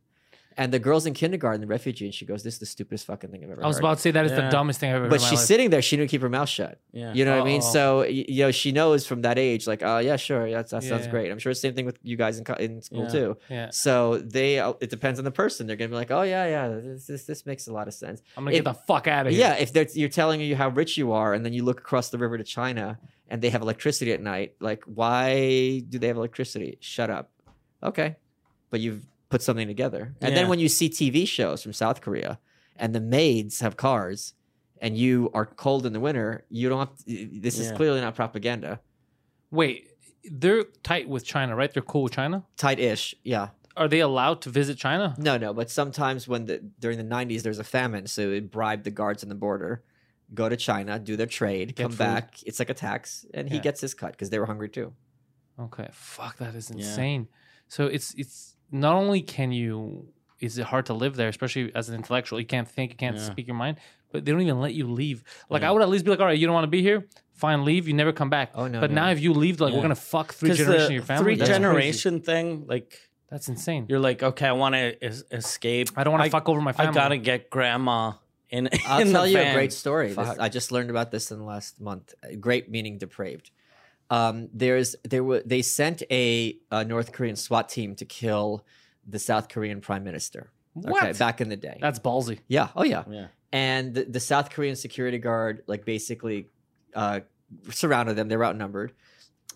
Speaker 3: And the girl's in kindergarten, the refugee, and she goes, "This is the stupidest fucking thing I've ever."
Speaker 1: I was
Speaker 3: heard."
Speaker 1: about to say that is
Speaker 2: Yeah.
Speaker 1: the dumbest thing I've ever.
Speaker 3: but
Speaker 1: heard in my
Speaker 3: she's
Speaker 1: life.
Speaker 3: sitting there; she didn't keep her mouth shut.
Speaker 2: Yeah.
Speaker 3: You know what I mean?
Speaker 1: Uh-oh.
Speaker 3: So y- you know she knows from that age, like, oh yeah, sure, yeah, that that sounds
Speaker 1: Yeah.
Speaker 3: great. I'm sure it's the same thing with you guys in co- in school
Speaker 2: Yeah.
Speaker 3: too.
Speaker 1: Yeah,
Speaker 3: So they, uh, it depends on the person. They're gonna be like, oh yeah, yeah, this this, this makes a lot of sense.
Speaker 1: I'm gonna
Speaker 3: if-
Speaker 1: get the fuck out of here.
Speaker 3: Yeah, if they're, you're telling you how rich you are, and then you look across the river to China, and they have electricity at night, like, why do they have electricity? Shut up. Okay, but you've put something together. And then
Speaker 2: Yeah.
Speaker 3: when you see TV shows from South Korea, and the maids have cars, and you are cold in the winter, you don't. Have to, this is
Speaker 2: Yeah.
Speaker 3: clearly not propaganda.
Speaker 1: Wait, they're tight with China, right? They're cool with China.
Speaker 3: Tight-ish, yeah.
Speaker 1: Are they allowed to visit China?
Speaker 3: No, no, but sometimes when the during the '90s there's a famine, so they bribe the guards on the border, go to China, do their trade, come
Speaker 1: food.
Speaker 3: back. It's like a tax, and he
Speaker 2: Yeah.
Speaker 3: gets his cut because they were hungry too.
Speaker 1: Okay, fuck, that is
Speaker 2: Yeah.
Speaker 1: insane. So it's it's not only can you is it hard to live there, especially as an intellectual, you can't think, you can't
Speaker 2: Yeah.
Speaker 1: speak your mind, but they don't even let you leave. Like
Speaker 2: Yeah.
Speaker 1: I would at least be like, all right, you don't want to be here, fine, leave. You never come back.
Speaker 3: Oh, no,
Speaker 1: But
Speaker 3: no.
Speaker 1: now if you leave, like
Speaker 2: Yeah.
Speaker 1: we're gonna fuck three
Speaker 2: 'Cause the
Speaker 1: generation of your family.
Speaker 2: Three
Speaker 1: That's crazy.
Speaker 2: generation thing, like
Speaker 1: That's insane.
Speaker 2: you're like, okay, I want to es- escape.
Speaker 1: I don't want to fuck over my family.
Speaker 2: I gotta get grandma in.
Speaker 3: I'll
Speaker 2: in
Speaker 3: tell
Speaker 2: the
Speaker 3: you
Speaker 2: van.
Speaker 3: a great story. This-
Speaker 2: Fuck.
Speaker 3: I just learned about this in the last month. Uh, Great meaning depraved. Um, there's there were they sent a, a North Korean SWAT team to kill the South Korean prime minister.
Speaker 1: what?
Speaker 3: back in the day.
Speaker 1: That's ballsy.
Speaker 3: yeah. Oh yeah.
Speaker 2: Yeah.
Speaker 3: and the, the South Korean security guard like basically uh, surrounded them. They were outnumbered,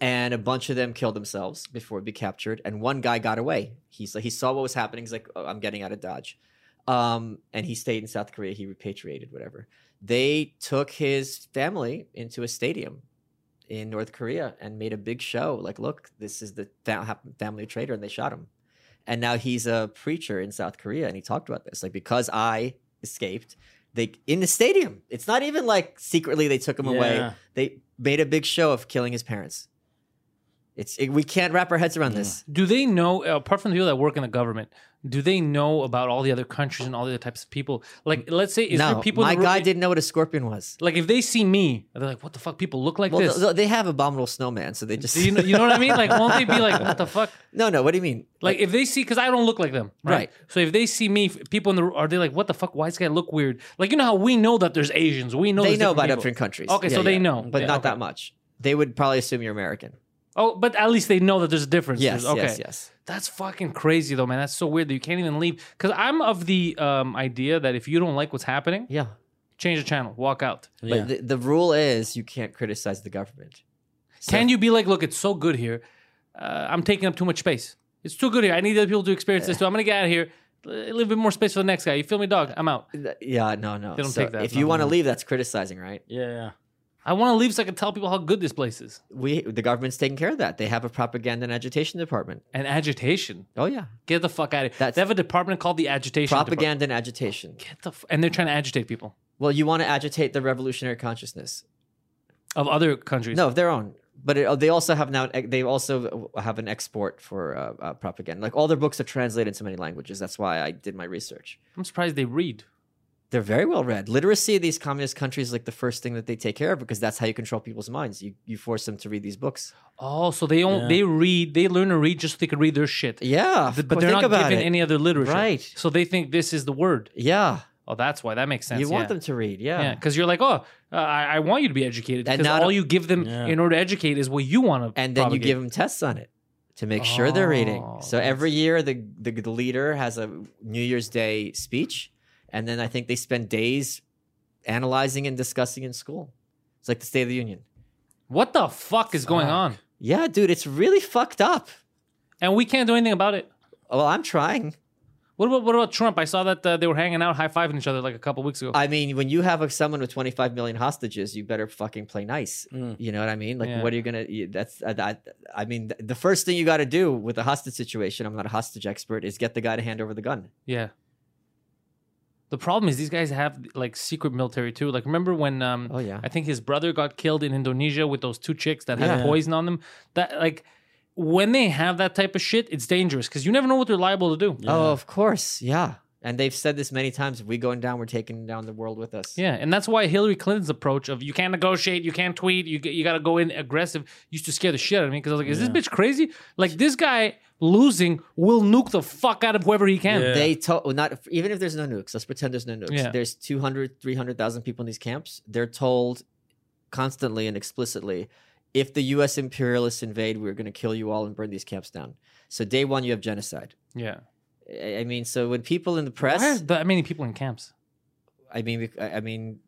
Speaker 3: and a bunch of them killed themselves before it be captured. And one guy got away. He's like he saw what was happening. He's like, oh, I'm getting out of dodge, um, and he stayed in South Korea. He repatriated, whatever. They took his family into a stadium in North Korea and made a big show. Like, look, this is the fa- hap- family traitor, and they shot him. And now he's a preacher in South Korea, and he talked about this. Like, because I escaped, they in the stadium. It's not even like secretly they took him away.
Speaker 2: Yeah.
Speaker 3: They made a big show of killing his parents. It's it, we can't wrap our heads around this.
Speaker 1: Do they know, apart from the people that work in the government, do they know about all the other countries and all the other types of people? Like, let's say, is
Speaker 3: no,
Speaker 1: there people? in
Speaker 3: my
Speaker 1: the room-
Speaker 3: guy didn't know what a scorpion was.
Speaker 1: Like, if they see me, they're like, "What the fuck? People look like
Speaker 3: Well,
Speaker 1: this."
Speaker 3: th- they have abominable snowman, so they just
Speaker 1: Do you know, you know what I mean? Like, won't they be like, "What the fuck?"
Speaker 3: no, no. What do you mean?
Speaker 1: Like, if they see, because I don't look like them, right?
Speaker 3: Right.
Speaker 1: So if they see me, f- people in the room, are they like, "What the fuck? Why does this guy look weird?" Like, you know how we know that there's Asians, we know
Speaker 3: they
Speaker 1: there's
Speaker 3: know about
Speaker 1: different people.
Speaker 3: different countries.
Speaker 1: Okay, so they know.
Speaker 3: but
Speaker 1: Yeah,
Speaker 3: not
Speaker 1: okay.
Speaker 3: that much. They would probably assume you're American.
Speaker 1: Oh, but at least they know that there's a difference.
Speaker 3: Yes,
Speaker 1: okay.
Speaker 3: yes, yes.
Speaker 1: That's fucking crazy though, man. That's so weird that you can't even leave. Because I'm of the um, idea that if you don't like what's happening,
Speaker 3: Yeah,
Speaker 1: change the channel, walk out.
Speaker 2: Yeah.
Speaker 3: But the, the rule is you can't criticize the government.
Speaker 1: Can you be like, look, it's so good here. Uh, I'm taking up too much space. It's too good here. I need other people to experience this too. I'm gonna get out of here. A little bit more space for the next guy. You feel me, dog? I'm out.
Speaker 3: you? Yeah, no, no.
Speaker 1: They don't
Speaker 3: So
Speaker 1: take that,
Speaker 3: If
Speaker 1: no,
Speaker 3: you
Speaker 1: no,
Speaker 3: want to
Speaker 1: no.
Speaker 3: leave, that's criticizing, right?
Speaker 2: yeah.
Speaker 1: I want to leave so I can tell people how good this place is.
Speaker 3: We the government's taking care of that. They have a propaganda and agitation department.
Speaker 1: And agitation.
Speaker 3: Oh yeah,
Speaker 1: Get the fuck out of here.
Speaker 3: That's-
Speaker 1: they have a department called the agitation. Department.
Speaker 3: propaganda and agitation.
Speaker 1: Get the f- and they're trying to agitate people
Speaker 3: Well, you want to agitate the revolutionary consciousness.
Speaker 1: of other countries.
Speaker 3: No, of their own. But it, they also have now. eh, They also have an export for uh, uh, propaganda. Like all their books are translated into many languages. That's why I did my research.
Speaker 1: I'm surprised they read.
Speaker 3: They're very well read. Literacy in these communist countries is like the first thing that they take care of because that's how you control people's minds. You you force them to read these books.
Speaker 1: Oh, so they don't
Speaker 2: Yeah.
Speaker 1: they read they learn to read just so they could read their shit.
Speaker 3: Yeah,
Speaker 1: Th-
Speaker 3: of
Speaker 1: but
Speaker 3: course.
Speaker 1: they're
Speaker 3: think
Speaker 1: not
Speaker 3: about
Speaker 1: given
Speaker 3: it.
Speaker 1: any other literature.
Speaker 3: Right.
Speaker 1: So they think this is the word.
Speaker 3: Yeah,
Speaker 1: Oh, that's why. That makes sense.
Speaker 3: you want
Speaker 1: yeah.
Speaker 3: them to read. Yeah.
Speaker 1: Yeah, because you're like, oh, uh, I, I want you to be educated.
Speaker 3: And
Speaker 1: Because
Speaker 3: not-
Speaker 1: all you give them
Speaker 2: Yeah.
Speaker 1: in order to educate is what you want to.
Speaker 3: and then you give them tests on it to make sure they're reading.
Speaker 1: Oh,
Speaker 3: So
Speaker 1: that's-
Speaker 3: every year, the, the the leader has a New Year's Day speech, and then I think they spend days analyzing and discussing in school. It's like the State of the Union.
Speaker 1: What the fuck is going
Speaker 2: Fuck.
Speaker 1: on?
Speaker 3: Yeah, dude, it's really fucked up.
Speaker 1: And we can't do anything about it.
Speaker 3: Well, I'm trying.
Speaker 1: What about what about Trump? I saw that uh, they were hanging out, high fiving each other like a couple weeks ago.
Speaker 3: I mean, when you have a, someone with 25 million hostages, you better fucking play nice.
Speaker 2: Mm.
Speaker 3: You know what I mean? Like,
Speaker 1: Yeah.
Speaker 3: what are you gonna? you- That's I, I, I mean, th- the first thing you got to do with a hostage situation. I'm not a hostage expert. Is get the guy to hand over the gun.
Speaker 1: yeah. The problem is these guys have like secret military too. Like remember when um
Speaker 3: Oh yeah.
Speaker 1: I think his brother got killed in Indonesia with those two chicks that had
Speaker 2: Yeah.
Speaker 1: poison on them. That like when they have that type of shit, it's dangerous because you never know what they're liable to do.
Speaker 2: Yeah.
Speaker 3: Oh, of course, yeah. And they've said this many times. If we going down, we're taking down the world with us.
Speaker 1: Yeah, and that's why Hillary Clinton's approach of you can't negotiate, you can't tweet, you you got to go in aggressive used to scare the shit out of me because I was like, is
Speaker 2: Yeah.
Speaker 1: this bitch crazy? Like this guy losing will nuke the fuck out of whoever he can.
Speaker 2: Yeah.
Speaker 3: They told well, not even if there's no nukes. Let's pretend there's no nukes.
Speaker 1: Yeah.
Speaker 3: There's 200, 300,000 people in these camps. They're told constantly and explicitly, if the U.S. imperialists invade, we're going to kill you all and burn these camps down. So day one, you have genocide.
Speaker 1: Yeah.
Speaker 3: I I mean, so when people in the press,
Speaker 1: Why are that many people in camps?
Speaker 3: I mean, bec- I I mean,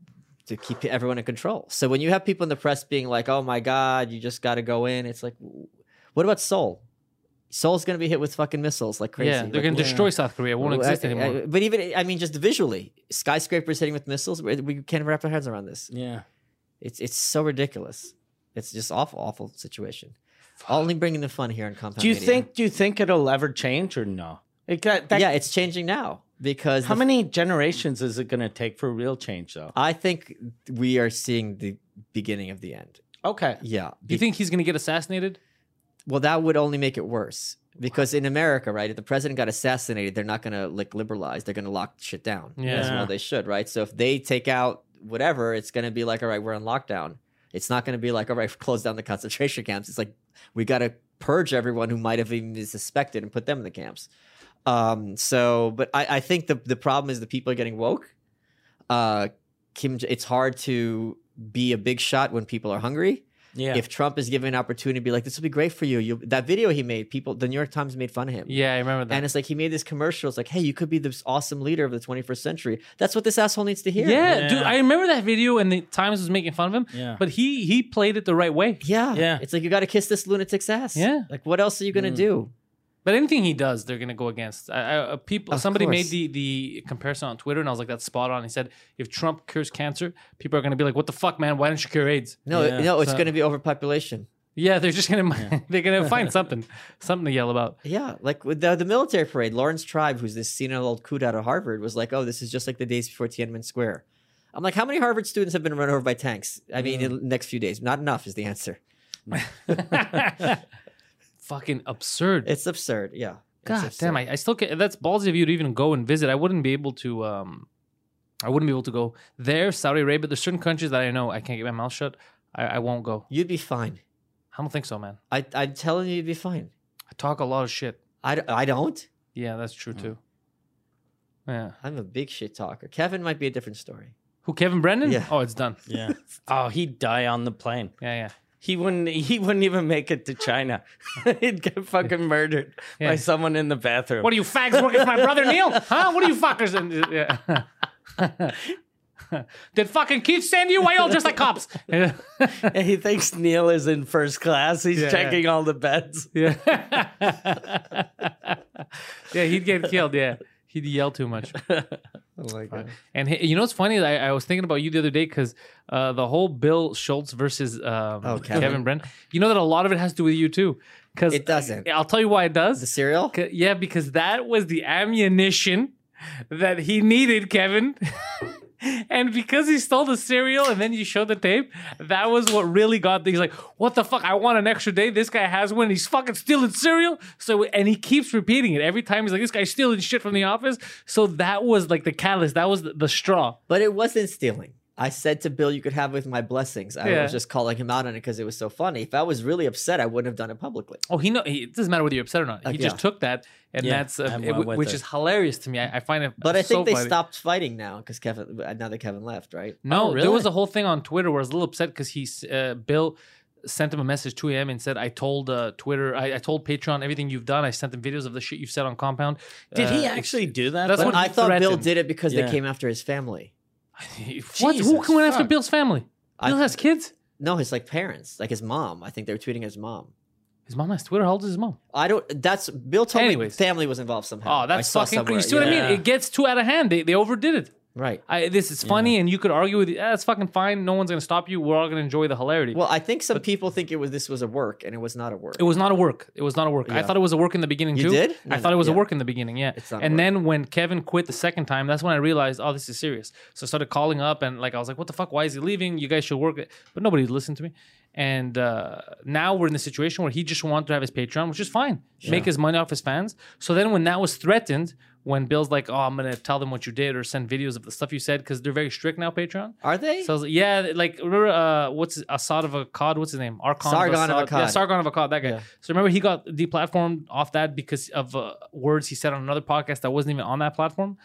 Speaker 3: to keep everyone in control. So when you have people in the press being like, "Oh my God, you just got to go in," it's like, w- what about Seoul? Seoul's going to be hit with fucking missiles like crazy.
Speaker 1: Yeah, they're
Speaker 3: Like,
Speaker 1: gonna
Speaker 2: yeah.
Speaker 1: destroy South Korea. It won't
Speaker 3: w-
Speaker 1: exist
Speaker 3: I- I-
Speaker 1: anymore.
Speaker 3: but even, I mean, just visually, skyscrapers hitting with missiles. We we can't wrap our heads around this.
Speaker 2: Yeah.
Speaker 3: It's it's so ridiculous. It's just awful, awful situation. Only bringing the fun here in Compound.
Speaker 2: Do you
Speaker 3: Media.
Speaker 2: think? Do you think it'll ever change or no? It got, that,
Speaker 3: yeah, it's changing now because
Speaker 2: How
Speaker 3: the
Speaker 2: many generations is it going to take for real change, though?
Speaker 3: I think we are seeing the beginning of the end.
Speaker 2: Okay.
Speaker 3: Yeah.
Speaker 1: Do you think he's gonna get assassinated?
Speaker 3: Well, that would only make it worse because in America, right, if the president got assassinated, they're not going to like liberalize. They're going to lock shit down. As
Speaker 1: Yeah.
Speaker 3: well, they should, right? So if they take out whatever, it's going to be like, all right, we're on lockdown. It's not going to be like, all right, close down the concentration camps. It's like we got to purge everyone who might have even been suspected and put them in the camps. Um, so, but I, I think the the problem is the people are getting woke. Uh, Kim, J- it's hard to be a big shot when people are hungry
Speaker 2: Yeah.
Speaker 3: if Trump is given an opportunity to be like, this will be great for you. you that video he made, people, the New York Times made fun of him.
Speaker 1: Yeah, I remember that.
Speaker 3: And it's like he made this commercial. It's like, hey, you could be this awesome leader of the 21st century. That's what this asshole needs to hear.
Speaker 1: yeah,
Speaker 2: Yeah.
Speaker 1: dude, I remember that video and the Times was making fun of him,
Speaker 2: yeah.
Speaker 1: but he he played it the right way.
Speaker 3: Yeah.
Speaker 2: Yeah.
Speaker 3: It's like you got to kiss this lunatic's ass.
Speaker 1: Yeah.
Speaker 3: Like, what else are you gonna
Speaker 2: Mm.
Speaker 3: do?
Speaker 1: But anything he does, they're gonna go against. I, I, uh, people,
Speaker 3: Of
Speaker 1: somebody
Speaker 3: course.
Speaker 1: made the the comparison on Twitter, and I was like, "That's spot on." He said, "If Trump cures cancer, people are gonna be like, what the fuck, man? Why don't you cure AIDS?'"
Speaker 3: No,
Speaker 2: Yeah.
Speaker 3: no, it's
Speaker 1: So-
Speaker 3: gonna be overpopulation.
Speaker 1: Yeah, they're just gonna they're gonna find something something to yell about.
Speaker 3: Yeah, like with the, the military parade, Lawrence Tribe, who's this senile old coot out of Harvard, was like, "Oh, this is just like the days before Tiananmen Square." I'm like, how many Harvard students have been run over by tanks? I
Speaker 1: Mm.
Speaker 3: mean, in the next few days, not enough is the answer.
Speaker 1: Fucking absurd.
Speaker 3: It's absurd. Yeah. It's
Speaker 1: God
Speaker 3: absurd.
Speaker 1: damn, I, I still can't. That's ballsy of you to even go and visit. I wouldn't be able to. Um, I wouldn't be able to go there, Saudi Arabia. There's certain countries that I know I can't get my mouth shut. I, I won't go.
Speaker 3: You'd be fine.
Speaker 1: I don't think so, man.
Speaker 3: I, I'm telling you, you'd be fine.
Speaker 1: I talk a lot of shit.
Speaker 3: I, d- I don't.
Speaker 1: Yeah, that's true
Speaker 3: Mm.
Speaker 1: too. Yeah.
Speaker 3: I'm a big shit talker. Kevin might be a different story.
Speaker 1: Who, Kevin Brennan?
Speaker 3: Yeah.
Speaker 1: Oh, it's done.
Speaker 2: yeah. Oh, he'd die on the plane.
Speaker 1: Yeah, yeah.
Speaker 2: He wouldn't. He wouldn't even make it to China. He'd get fucking murdered
Speaker 1: Yeah.
Speaker 2: by someone in the bathroom.
Speaker 1: What are you fags working for my brother Neil? Huh? What are you fuckers? In? uh, Yeah. Did fucking Keith send you? Why y'all dressed like cops? yeah.
Speaker 2: And he thinks Neil is in first class. He's
Speaker 1: Yeah.
Speaker 2: checking all the beds.
Speaker 1: yeah, he'd get killed. Yeah, he'd yell too much.
Speaker 3: Oh my god.
Speaker 1: And he, you know what's funny? I, I was thinking about you the other day because uh, the whole Bill Schultz versus um,
Speaker 3: Oh,
Speaker 1: Kevin.
Speaker 3: Kevin.
Speaker 1: Brent. You know that a lot of it has to do with you too. Because
Speaker 3: It doesn't.
Speaker 1: I'll tell you why it does.
Speaker 3: The cereal?
Speaker 1: 'Ca- Yeah, because that was the ammunition that he needed, Kevin. and because he stole the cereal and then you showed the tape, that was what really got. He's like, "What the fuck? I want an extra day. This guy has one. He's fucking stealing cereal." So and he keeps repeating it every time. He's like, "This guy's stealing shit from the office." So that was like the catalyst. That was the, the straw.
Speaker 3: But it wasn't stealing. I said to Bill, you could have with my blessings. I
Speaker 1: Yeah.
Speaker 3: was just calling him out on it because it was so funny. If I was really upset, I wouldn't have done it publicly.
Speaker 1: Oh, he know. He, it doesn't matter whether you're upset or not.
Speaker 3: Like,
Speaker 1: he just
Speaker 3: yeah.
Speaker 1: took that, and
Speaker 2: Yeah,
Speaker 1: that's uh,
Speaker 2: I'm
Speaker 1: it-
Speaker 2: well with
Speaker 1: which
Speaker 2: it.
Speaker 1: is hilarious to me. I, I find it.
Speaker 3: But I
Speaker 1: so
Speaker 3: think they
Speaker 1: funny.
Speaker 3: stopped fighting now because Kevin, now that Kevin left, right?
Speaker 1: No,
Speaker 2: Oh,
Speaker 1: there
Speaker 2: really?
Speaker 1: was a whole thing on Twitter where I was a little upset because he, s- uh, Bill, sent him a message 2 a.m. and said, "I told uh, Twitter, I, I told Patreon everything you've done. I sent them videos of the shit you've said on Compound."
Speaker 2: Did
Speaker 1: Uh,
Speaker 2: he
Speaker 1: it's-
Speaker 2: actually do that?
Speaker 1: That's
Speaker 2: though?
Speaker 1: what
Speaker 3: But I
Speaker 1: he
Speaker 3: thought Bill
Speaker 1: threatened.
Speaker 3: did it because
Speaker 2: Yeah.
Speaker 3: they came after his family.
Speaker 1: what? Who
Speaker 2: Jesus,
Speaker 1: went after
Speaker 2: fuck.
Speaker 1: Bill's family?
Speaker 3: I-
Speaker 1: Bill has kids.
Speaker 3: No, his like parents, like his mom. I think they were tweeting his mom.
Speaker 1: His mom has Twitter. How old is his mom?
Speaker 3: I don't. That's Bill told
Speaker 1: Anyways.
Speaker 3: me family was involved somehow.
Speaker 1: Oh, that's
Speaker 3: I saw
Speaker 1: fucking. cra- You see
Speaker 3: somewhere,
Speaker 1: what I
Speaker 2: yeah.
Speaker 1: mean? It gets too out of hand. They they overdid it.
Speaker 3: yeah. Right.
Speaker 1: I, this is funny, and you could argue with it. Ah, it's fucking fine. No one's gonna stop you. We're all gonna enjoy the hilarity.
Speaker 3: Well, I think some people think it was this was a work, and it was not a work.
Speaker 1: It was not a work. It was not a work. I
Speaker 3: Yeah.
Speaker 1: thought it was a work in the beginning
Speaker 3: You
Speaker 1: too.
Speaker 3: did?
Speaker 1: I
Speaker 3: No,
Speaker 1: thought it was a
Speaker 3: yeah.
Speaker 1: work in the beginning, yeah.
Speaker 3: It's not
Speaker 1: and
Speaker 3: work.
Speaker 1: then when Kevin quit the second time, that's when I realized, oh, this is serious. So I started calling up and like I was like, what the fuck? Why is he leaving? You guys should work. it. But nobody listened to me. And uh, now we're in the situation where he just wanted to have his Patreon, which is fine. Make his money off his fans. So then when that was threatened, when Bill's like, oh, I'm gonna tell them what you did or send videos of the stuff you said because they're very strict now, Patreon.
Speaker 3: Are they?
Speaker 1: So I was like, yeah, like remember uh, what's his- Assad of Akkad? What's his name? Archon
Speaker 3: Sargon of
Speaker 1: Assad. Yeah,
Speaker 3: Akkad.
Speaker 1: Sargon of Akkad. That guy.
Speaker 3: Yeah.
Speaker 1: So remember he got deplatformed off that because of uh, words he said on another podcast that wasn't even on that platform.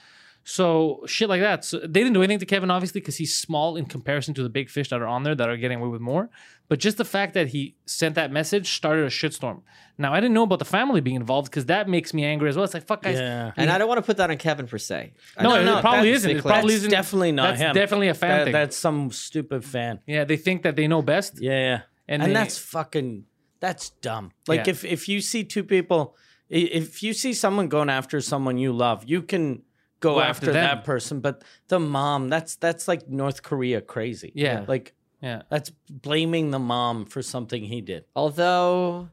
Speaker 1: So shit like that. So they didn't do anything to Kevin obviously because he's small in comparison to the big fish that are on there that are getting away with more. But just the fact that he sent that message started a shitstorm. Now I didn't know about the family being involved because that makes me angry as well. It's like fuck guys.
Speaker 2: Yeah.
Speaker 3: and I don't want to put that on Kevin per se. I
Speaker 1: No,
Speaker 3: don't
Speaker 1: it
Speaker 3: know.
Speaker 1: probably
Speaker 3: That's
Speaker 1: isn't. It
Speaker 3: sick,
Speaker 1: probably
Speaker 3: like-
Speaker 1: isn't.
Speaker 2: Definitely not
Speaker 1: That's
Speaker 2: him.
Speaker 1: definitely a fan
Speaker 2: That-
Speaker 1: thing.
Speaker 2: That's some stupid fan.
Speaker 1: Yeah, they think that they know best.
Speaker 2: Yeah, yeah.
Speaker 1: And
Speaker 2: And,
Speaker 1: they-
Speaker 2: that's fucking that's dumb. Like
Speaker 1: Yeah.
Speaker 2: if if you see two people i- if you see someone going after someone you love, you can go
Speaker 1: Go after
Speaker 2: after,
Speaker 1: them.
Speaker 2: that person, but the mom, that's that's like North Korea crazy.
Speaker 1: Yeah.
Speaker 2: Like
Speaker 1: Yeah.
Speaker 2: that's blaming the mom for something he did.
Speaker 3: Although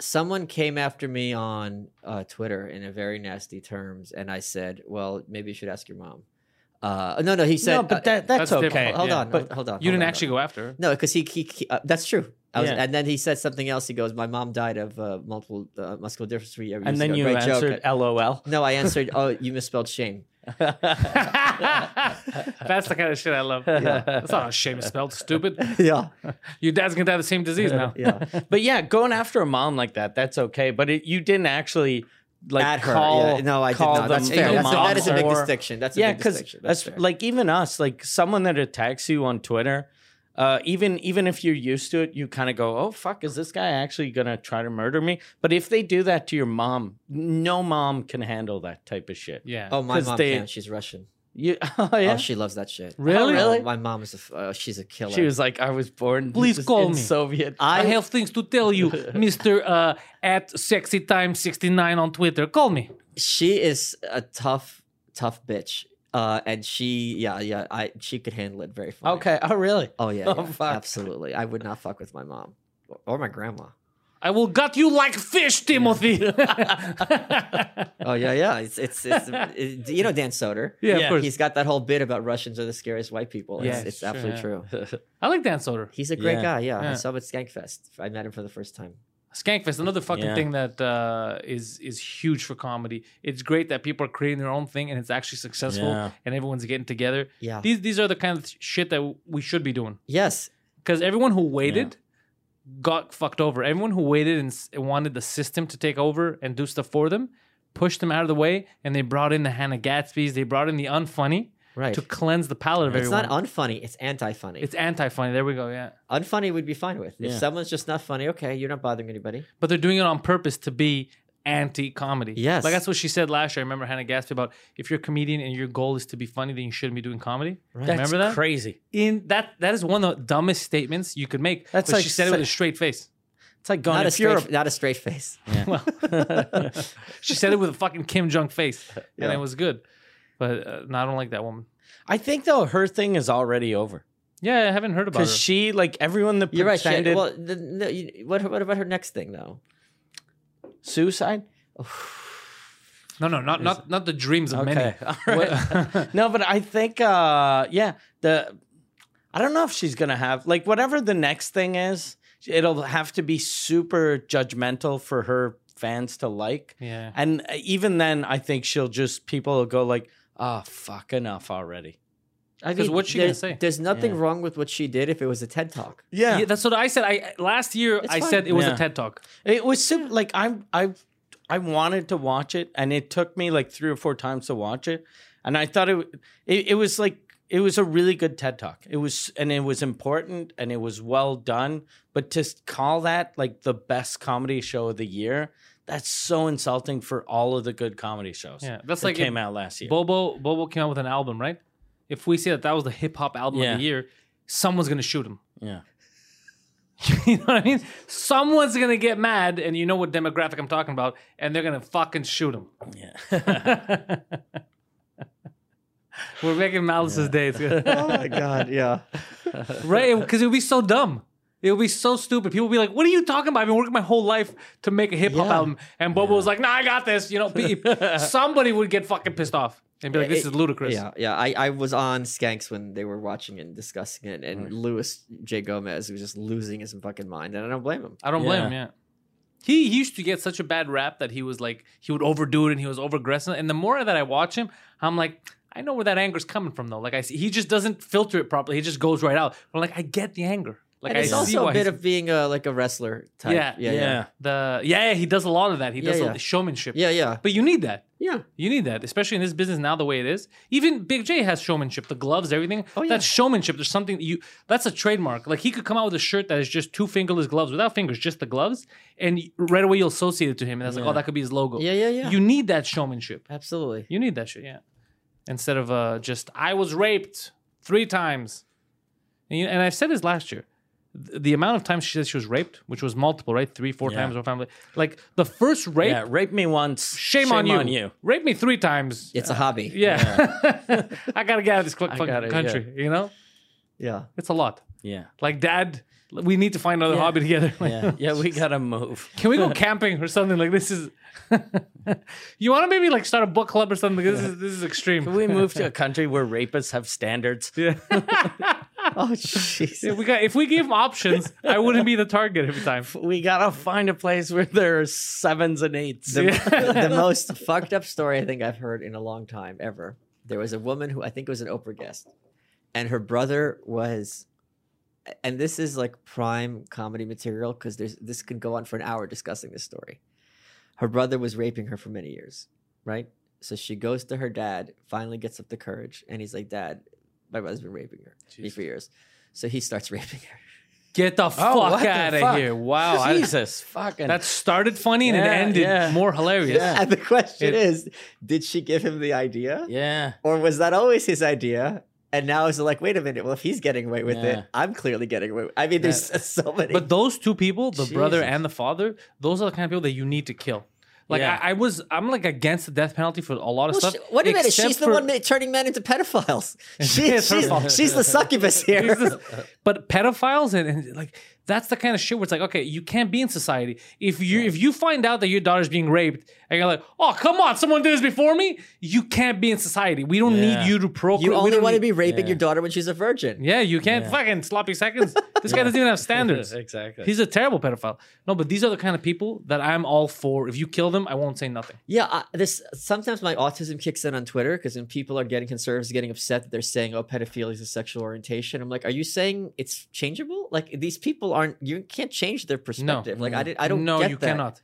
Speaker 3: someone came after me on uh, Twitter in a very nasty terms, and I said, "Well, maybe you should ask your mom." Uh, no, no, he said,
Speaker 2: no, but that that's,
Speaker 1: that's
Speaker 2: okay.
Speaker 1: different.
Speaker 3: Hold
Speaker 1: yeah,
Speaker 3: on,
Speaker 2: but
Speaker 3: hold on.
Speaker 1: You
Speaker 3: hold
Speaker 1: didn't
Speaker 3: on,
Speaker 1: actually go after her.
Speaker 3: No, because he, he, he- uh, that's true. I was,
Speaker 2: Yeah.
Speaker 3: And then he said something else. He goes, "My mom died of uh, multiple uh, muscular dystrophy." years
Speaker 2: And then
Speaker 3: ago."
Speaker 2: you
Speaker 3: Great joke.
Speaker 2: answered LOL.
Speaker 3: No, I answered, "Oh, you misspelled shame."
Speaker 1: That's the kind of shit I love. That's not how shame is spelled. Stupid.
Speaker 3: yeah,
Speaker 1: Your dad's gonna die of the same disease now.
Speaker 3: yeah.
Speaker 2: But yeah, going after a mom like that, that's okay. But it, you didn't actually like
Speaker 3: At her.
Speaker 2: call.
Speaker 3: yeah. No, I did
Speaker 2: call
Speaker 3: not. That's
Speaker 2: them
Speaker 3: fair.
Speaker 2: the
Speaker 3: That's a,
Speaker 2: mom
Speaker 3: that is a big
Speaker 2: or-
Speaker 3: distinction. That's a
Speaker 2: yeah,
Speaker 3: big
Speaker 2: because
Speaker 3: distinction.
Speaker 2: that's,
Speaker 3: fair.
Speaker 2: like even us, like someone that attacks you on Twitter. Uh, even even if you're used to it, you kind of go, "Oh fuck, is this guy actually gonna try to murder me?" But if they do that to your mom, no mom can handle that type of shit.
Speaker 1: Yeah.
Speaker 3: oh, my
Speaker 2: 'cause
Speaker 3: mom
Speaker 2: they-
Speaker 3: can't. She's Russian.
Speaker 2: You, oh, yeah.
Speaker 3: Oh,
Speaker 2: she,
Speaker 3: she loves that shit.
Speaker 1: Really?
Speaker 3: Oh,
Speaker 2: Really?
Speaker 3: my mom is a f- uh, she's a killer.
Speaker 2: was like, "I was born
Speaker 1: Please
Speaker 2: in
Speaker 1: call me.
Speaker 2: Soviet."
Speaker 1: I,
Speaker 3: I-
Speaker 1: have things to tell you, Mister uh, at sexy time sixty nine on Twitter. Call me.
Speaker 3: she is a tough, tough bitch. Uh, and she, yeah, yeah, I she could handle it very fine.
Speaker 2: okay. Oh really?
Speaker 3: Oh yeah,
Speaker 2: Oh,
Speaker 3: yeah,
Speaker 2: fuck.
Speaker 3: absolutely. I would not fuck with my mom or my grandma.
Speaker 1: I will gut you like fish, Timothy.
Speaker 3: Oh yeah, yeah. It's it's, it's it- you know Dan Soder.
Speaker 1: yeah, of
Speaker 2: Yeah.
Speaker 1: course.
Speaker 3: He's got that whole bit about Russians are the scariest white people. It's,
Speaker 1: Yeah,
Speaker 3: it's
Speaker 1: sure,
Speaker 3: absolutely
Speaker 1: yeah.
Speaker 3: true.
Speaker 1: I like Dan Soder.
Speaker 3: He's a great
Speaker 2: Yeah.
Speaker 3: guy. Yeah,
Speaker 1: Yeah.
Speaker 3: I saw him at Skankfest. I met him for the first time.
Speaker 1: Skankfest, another fucking
Speaker 2: Yeah.
Speaker 1: thing that uh, is is huge for comedy. It's great that people are creating their own thing and it's actually successful,
Speaker 2: Yeah.
Speaker 1: and everyone's getting together.
Speaker 3: Yeah.
Speaker 1: These these are the kind of shit that we should be doing.
Speaker 3: Yes.
Speaker 1: because everyone who waited got fucked over. Everyone who waited and s- wanted the system to take over and do stuff for them pushed them out of the way, and they brought in the Hannah Gatsby's, they brought in the unfunny
Speaker 3: Right.
Speaker 1: to cleanse the palate of
Speaker 3: It's
Speaker 1: everyone.
Speaker 3: not unfunny. It's anti-funny.
Speaker 1: it's anti-funny. There we go. Yeah,
Speaker 3: unfunny. We'd be fine with.
Speaker 2: Yeah.
Speaker 3: If someone's just not funny, okay, you're not bothering anybody.
Speaker 1: but they're doing it on purpose to be anti-comedy.
Speaker 3: Yes.
Speaker 1: like that's what she said last year. I remember Hannah Gatsby about if you're a comedian and your goal is to be funny, then you shouldn't be doing comedy. Remember that?
Speaker 2: Crazy.
Speaker 1: In that, that is one of the dumbest statements you could make.
Speaker 2: That's
Speaker 1: but
Speaker 2: like
Speaker 1: she said it with
Speaker 2: sa-
Speaker 1: a straight face.
Speaker 2: It's like going
Speaker 3: Not a,
Speaker 2: if you're
Speaker 3: straight,
Speaker 2: a,
Speaker 3: not a straight face.
Speaker 1: She said it with a fucking Kim Jong face, and
Speaker 3: Yeah.
Speaker 1: it was good. But uh, no, I don't like that woman.
Speaker 2: I think though her thing is already over
Speaker 1: Yeah, I haven't heard about her.
Speaker 2: because she like everyone that
Speaker 3: You're right. Shan.
Speaker 2: pretended
Speaker 3: Well, the, no, you, what, what about her next thing though?
Speaker 2: suicide.
Speaker 1: no, no, not not not the dreams of many.
Speaker 2: Okay, all right. no, but I think uh yeah the I don't know if she's gonna have like whatever the next thing is. It'll have to be super judgmental for her fans to like.
Speaker 1: Yeah.
Speaker 2: And uh, even then, I think she'll just people will go like, "Oh, fuck, enough already."
Speaker 3: I
Speaker 1: 'Cause what's she gonna
Speaker 3: there's-
Speaker 1: say?
Speaker 3: There's nothing
Speaker 2: Yeah.
Speaker 3: wrong with what she did if it was a TED talk.
Speaker 1: Yeah, that's what I said. I last year I
Speaker 3: fine.
Speaker 1: said it was
Speaker 2: Yeah.
Speaker 1: a TED talk.
Speaker 2: It was super, like I I I wanted to watch it, and it took me like three or four times to watch it, and I thought it w- it, it was like it was a really good TED talk. It was and it was important and it was well done, but to s- call that like the best comedy show of the year. That's so insulting for all of the good comedy shows.
Speaker 1: Yeah, that's
Speaker 2: that
Speaker 1: like
Speaker 2: came
Speaker 1: if
Speaker 2: out last year.
Speaker 1: Bobo Bobo came out with an album, right? If we say that that was the hip hop album
Speaker 2: Yeah.
Speaker 1: of the year, someone's gonna shoot him.
Speaker 2: yeah,
Speaker 1: you know what I mean? Someone's gonna get mad, and you know what demographic I'm talking about, and they're gonna fucking shoot him.
Speaker 2: yeah.
Speaker 1: We're making Malice's day. It's good.
Speaker 3: Oh my god, yeah.
Speaker 1: right? Because it would be so dumb. It would be so stupid. People would be like, "What are you talking about? I've been working my whole life to make a hip hop
Speaker 2: Yeah.
Speaker 1: album." And Bobo was like, "No, I got this." You know, pe- somebody would get fucking pissed off and be like, "This is ludicrous."
Speaker 3: Yeah, yeah. I, I was on Skanks when they were watching it and discussing it, and Louis J. Gomez was just losing his fucking mind, and I don't blame him.
Speaker 1: I don't blame
Speaker 2: Yeah.
Speaker 1: him. Yeah. He, he used to get such a bad rap that he was like he would overdo it and he was overaggressive. And the more that I watch him, I'm like, I know where that anger's coming from though. Like I see, he just doesn't filter it properly. He just goes right out. But like I get the anger. Like
Speaker 3: and it's
Speaker 1: I see
Speaker 3: also
Speaker 1: why
Speaker 3: a bit
Speaker 1: he's-
Speaker 3: of being a like a wrestler type.
Speaker 1: Yeah,
Speaker 3: yeah, yeah,
Speaker 2: yeah.
Speaker 1: the yeah he does a lot of that. He
Speaker 3: Yeah,
Speaker 1: does a
Speaker 3: yeah.
Speaker 1: showmanship.
Speaker 3: yeah, yeah,
Speaker 1: But you need that.
Speaker 3: yeah.
Speaker 1: You need that, especially in this business now the way it is. Even Big J has showmanship, the gloves, everything.
Speaker 3: Oh, yeah.
Speaker 1: That's showmanship. There's something that you that's a trademark. Like he could come out with a shirt that is just two fingerless gloves without fingers, just the gloves, and y- right away you'll associate it to him and that's like, oh, that could be his logo.
Speaker 3: Yeah, yeah, yeah.
Speaker 1: You need that showmanship.
Speaker 3: Absolutely.
Speaker 1: You need that shit, yeah. Instead of uh just I was raped three times. And, you, and I've said this last year. Th- The amount of times she said she was raped, which was multiple, right? Three, four
Speaker 2: Yeah.
Speaker 1: times, one family. Like the first rape,
Speaker 2: yeah, rape me once.
Speaker 1: shame, on, you. Rape me three times.
Speaker 3: It's a hobby.
Speaker 1: Yeah. I gotta get out of this quick
Speaker 2: I
Speaker 1: fucking
Speaker 2: gotta,
Speaker 1: country. You know?
Speaker 3: yeah.
Speaker 1: It's a lot.
Speaker 2: Yeah,
Speaker 1: Like dad, we need to find another hobby together. Like,
Speaker 2: yeah, yeah. We gotta move.
Speaker 1: Can we go camping or something? Like this is You wanna maybe like start a book club or something? This is this is extreme.
Speaker 2: Can we move to a country where rapists have standards?
Speaker 1: yeah.
Speaker 3: Oh jeez.
Speaker 1: If we got if we gave him options, I wouldn't be the target every time.
Speaker 2: we gotta find a place where there are sevens and eights.
Speaker 3: the, the most fucked up story I think I've heard in a long time ever. There was a woman who I think was an Oprah guest, and her brother was, and this is like prime comedy material because there's this could go on for an hour discussing this story. Her brother was raping her for many years, right? So she goes to her dad, finally gets up the courage, and he's like, "Dad, my brother's been raping her me for years." So he starts raping her.
Speaker 1: Get the
Speaker 2: Oh, what
Speaker 1: fuck
Speaker 2: the
Speaker 1: out of
Speaker 2: fuck?
Speaker 1: here. Wow. I-
Speaker 2: Jesus, fucking.
Speaker 1: that started funny and
Speaker 2: Yeah,
Speaker 1: it ended
Speaker 2: yeah.
Speaker 1: more hilarious.
Speaker 2: Yeah.
Speaker 3: And the question
Speaker 1: It-
Speaker 3: is, did she give him the idea?
Speaker 2: yeah,
Speaker 3: Or was that always his idea? And now it's like, wait a minute. Well, if he's getting away with
Speaker 2: Yeah.
Speaker 3: it, I'm clearly getting away. With I mean, there's so many.
Speaker 1: But those two people, the brother
Speaker 2: Jesus.
Speaker 1: and the father, those are the kind of people that you need to kill. Like
Speaker 2: Yeah.
Speaker 1: I, I was, I'm like against the death penalty for a lot of
Speaker 3: Well,
Speaker 1: stuff.
Speaker 3: she- wait a minute.
Speaker 1: except
Speaker 3: She's the
Speaker 1: for-
Speaker 3: one ma- turning men into pedophiles. She,
Speaker 1: It's her
Speaker 3: she's,
Speaker 1: fault.
Speaker 3: she's the succubus here.
Speaker 1: Here's this- but pedophiles and, and like that's the kind of shit where it's like, okay, you can't be in society. If you if you find out that your daughter's being raped and you're like, oh come on, someone did this before me, you can't be in society. We don't
Speaker 2: Yeah.
Speaker 1: need you to procreate.
Speaker 3: you
Speaker 1: We
Speaker 3: only
Speaker 1: don't
Speaker 3: want to
Speaker 1: need-
Speaker 3: be raping
Speaker 2: Yeah.
Speaker 3: your daughter when she's a virgin.
Speaker 1: Yeah, you can't fucking sloppy seconds. This guy doesn't even have standards.
Speaker 2: exactly.
Speaker 1: He's a terrible pedophile. No, but these are the kind of people that I'm all for. If you kill them, I won't say nothing.
Speaker 3: Yeah, I, this sometimes my autism kicks in on Twitter because when people are getting conservatives getting upset that they're saying, "Oh, pedophilia is a sexual orientation," I'm like, "Are you saying it's changeable? Like these people aren't. You can't change their perspective. like I did. I don't.
Speaker 1: Mm, No,
Speaker 3: get
Speaker 1: you
Speaker 3: that.
Speaker 1: cannot.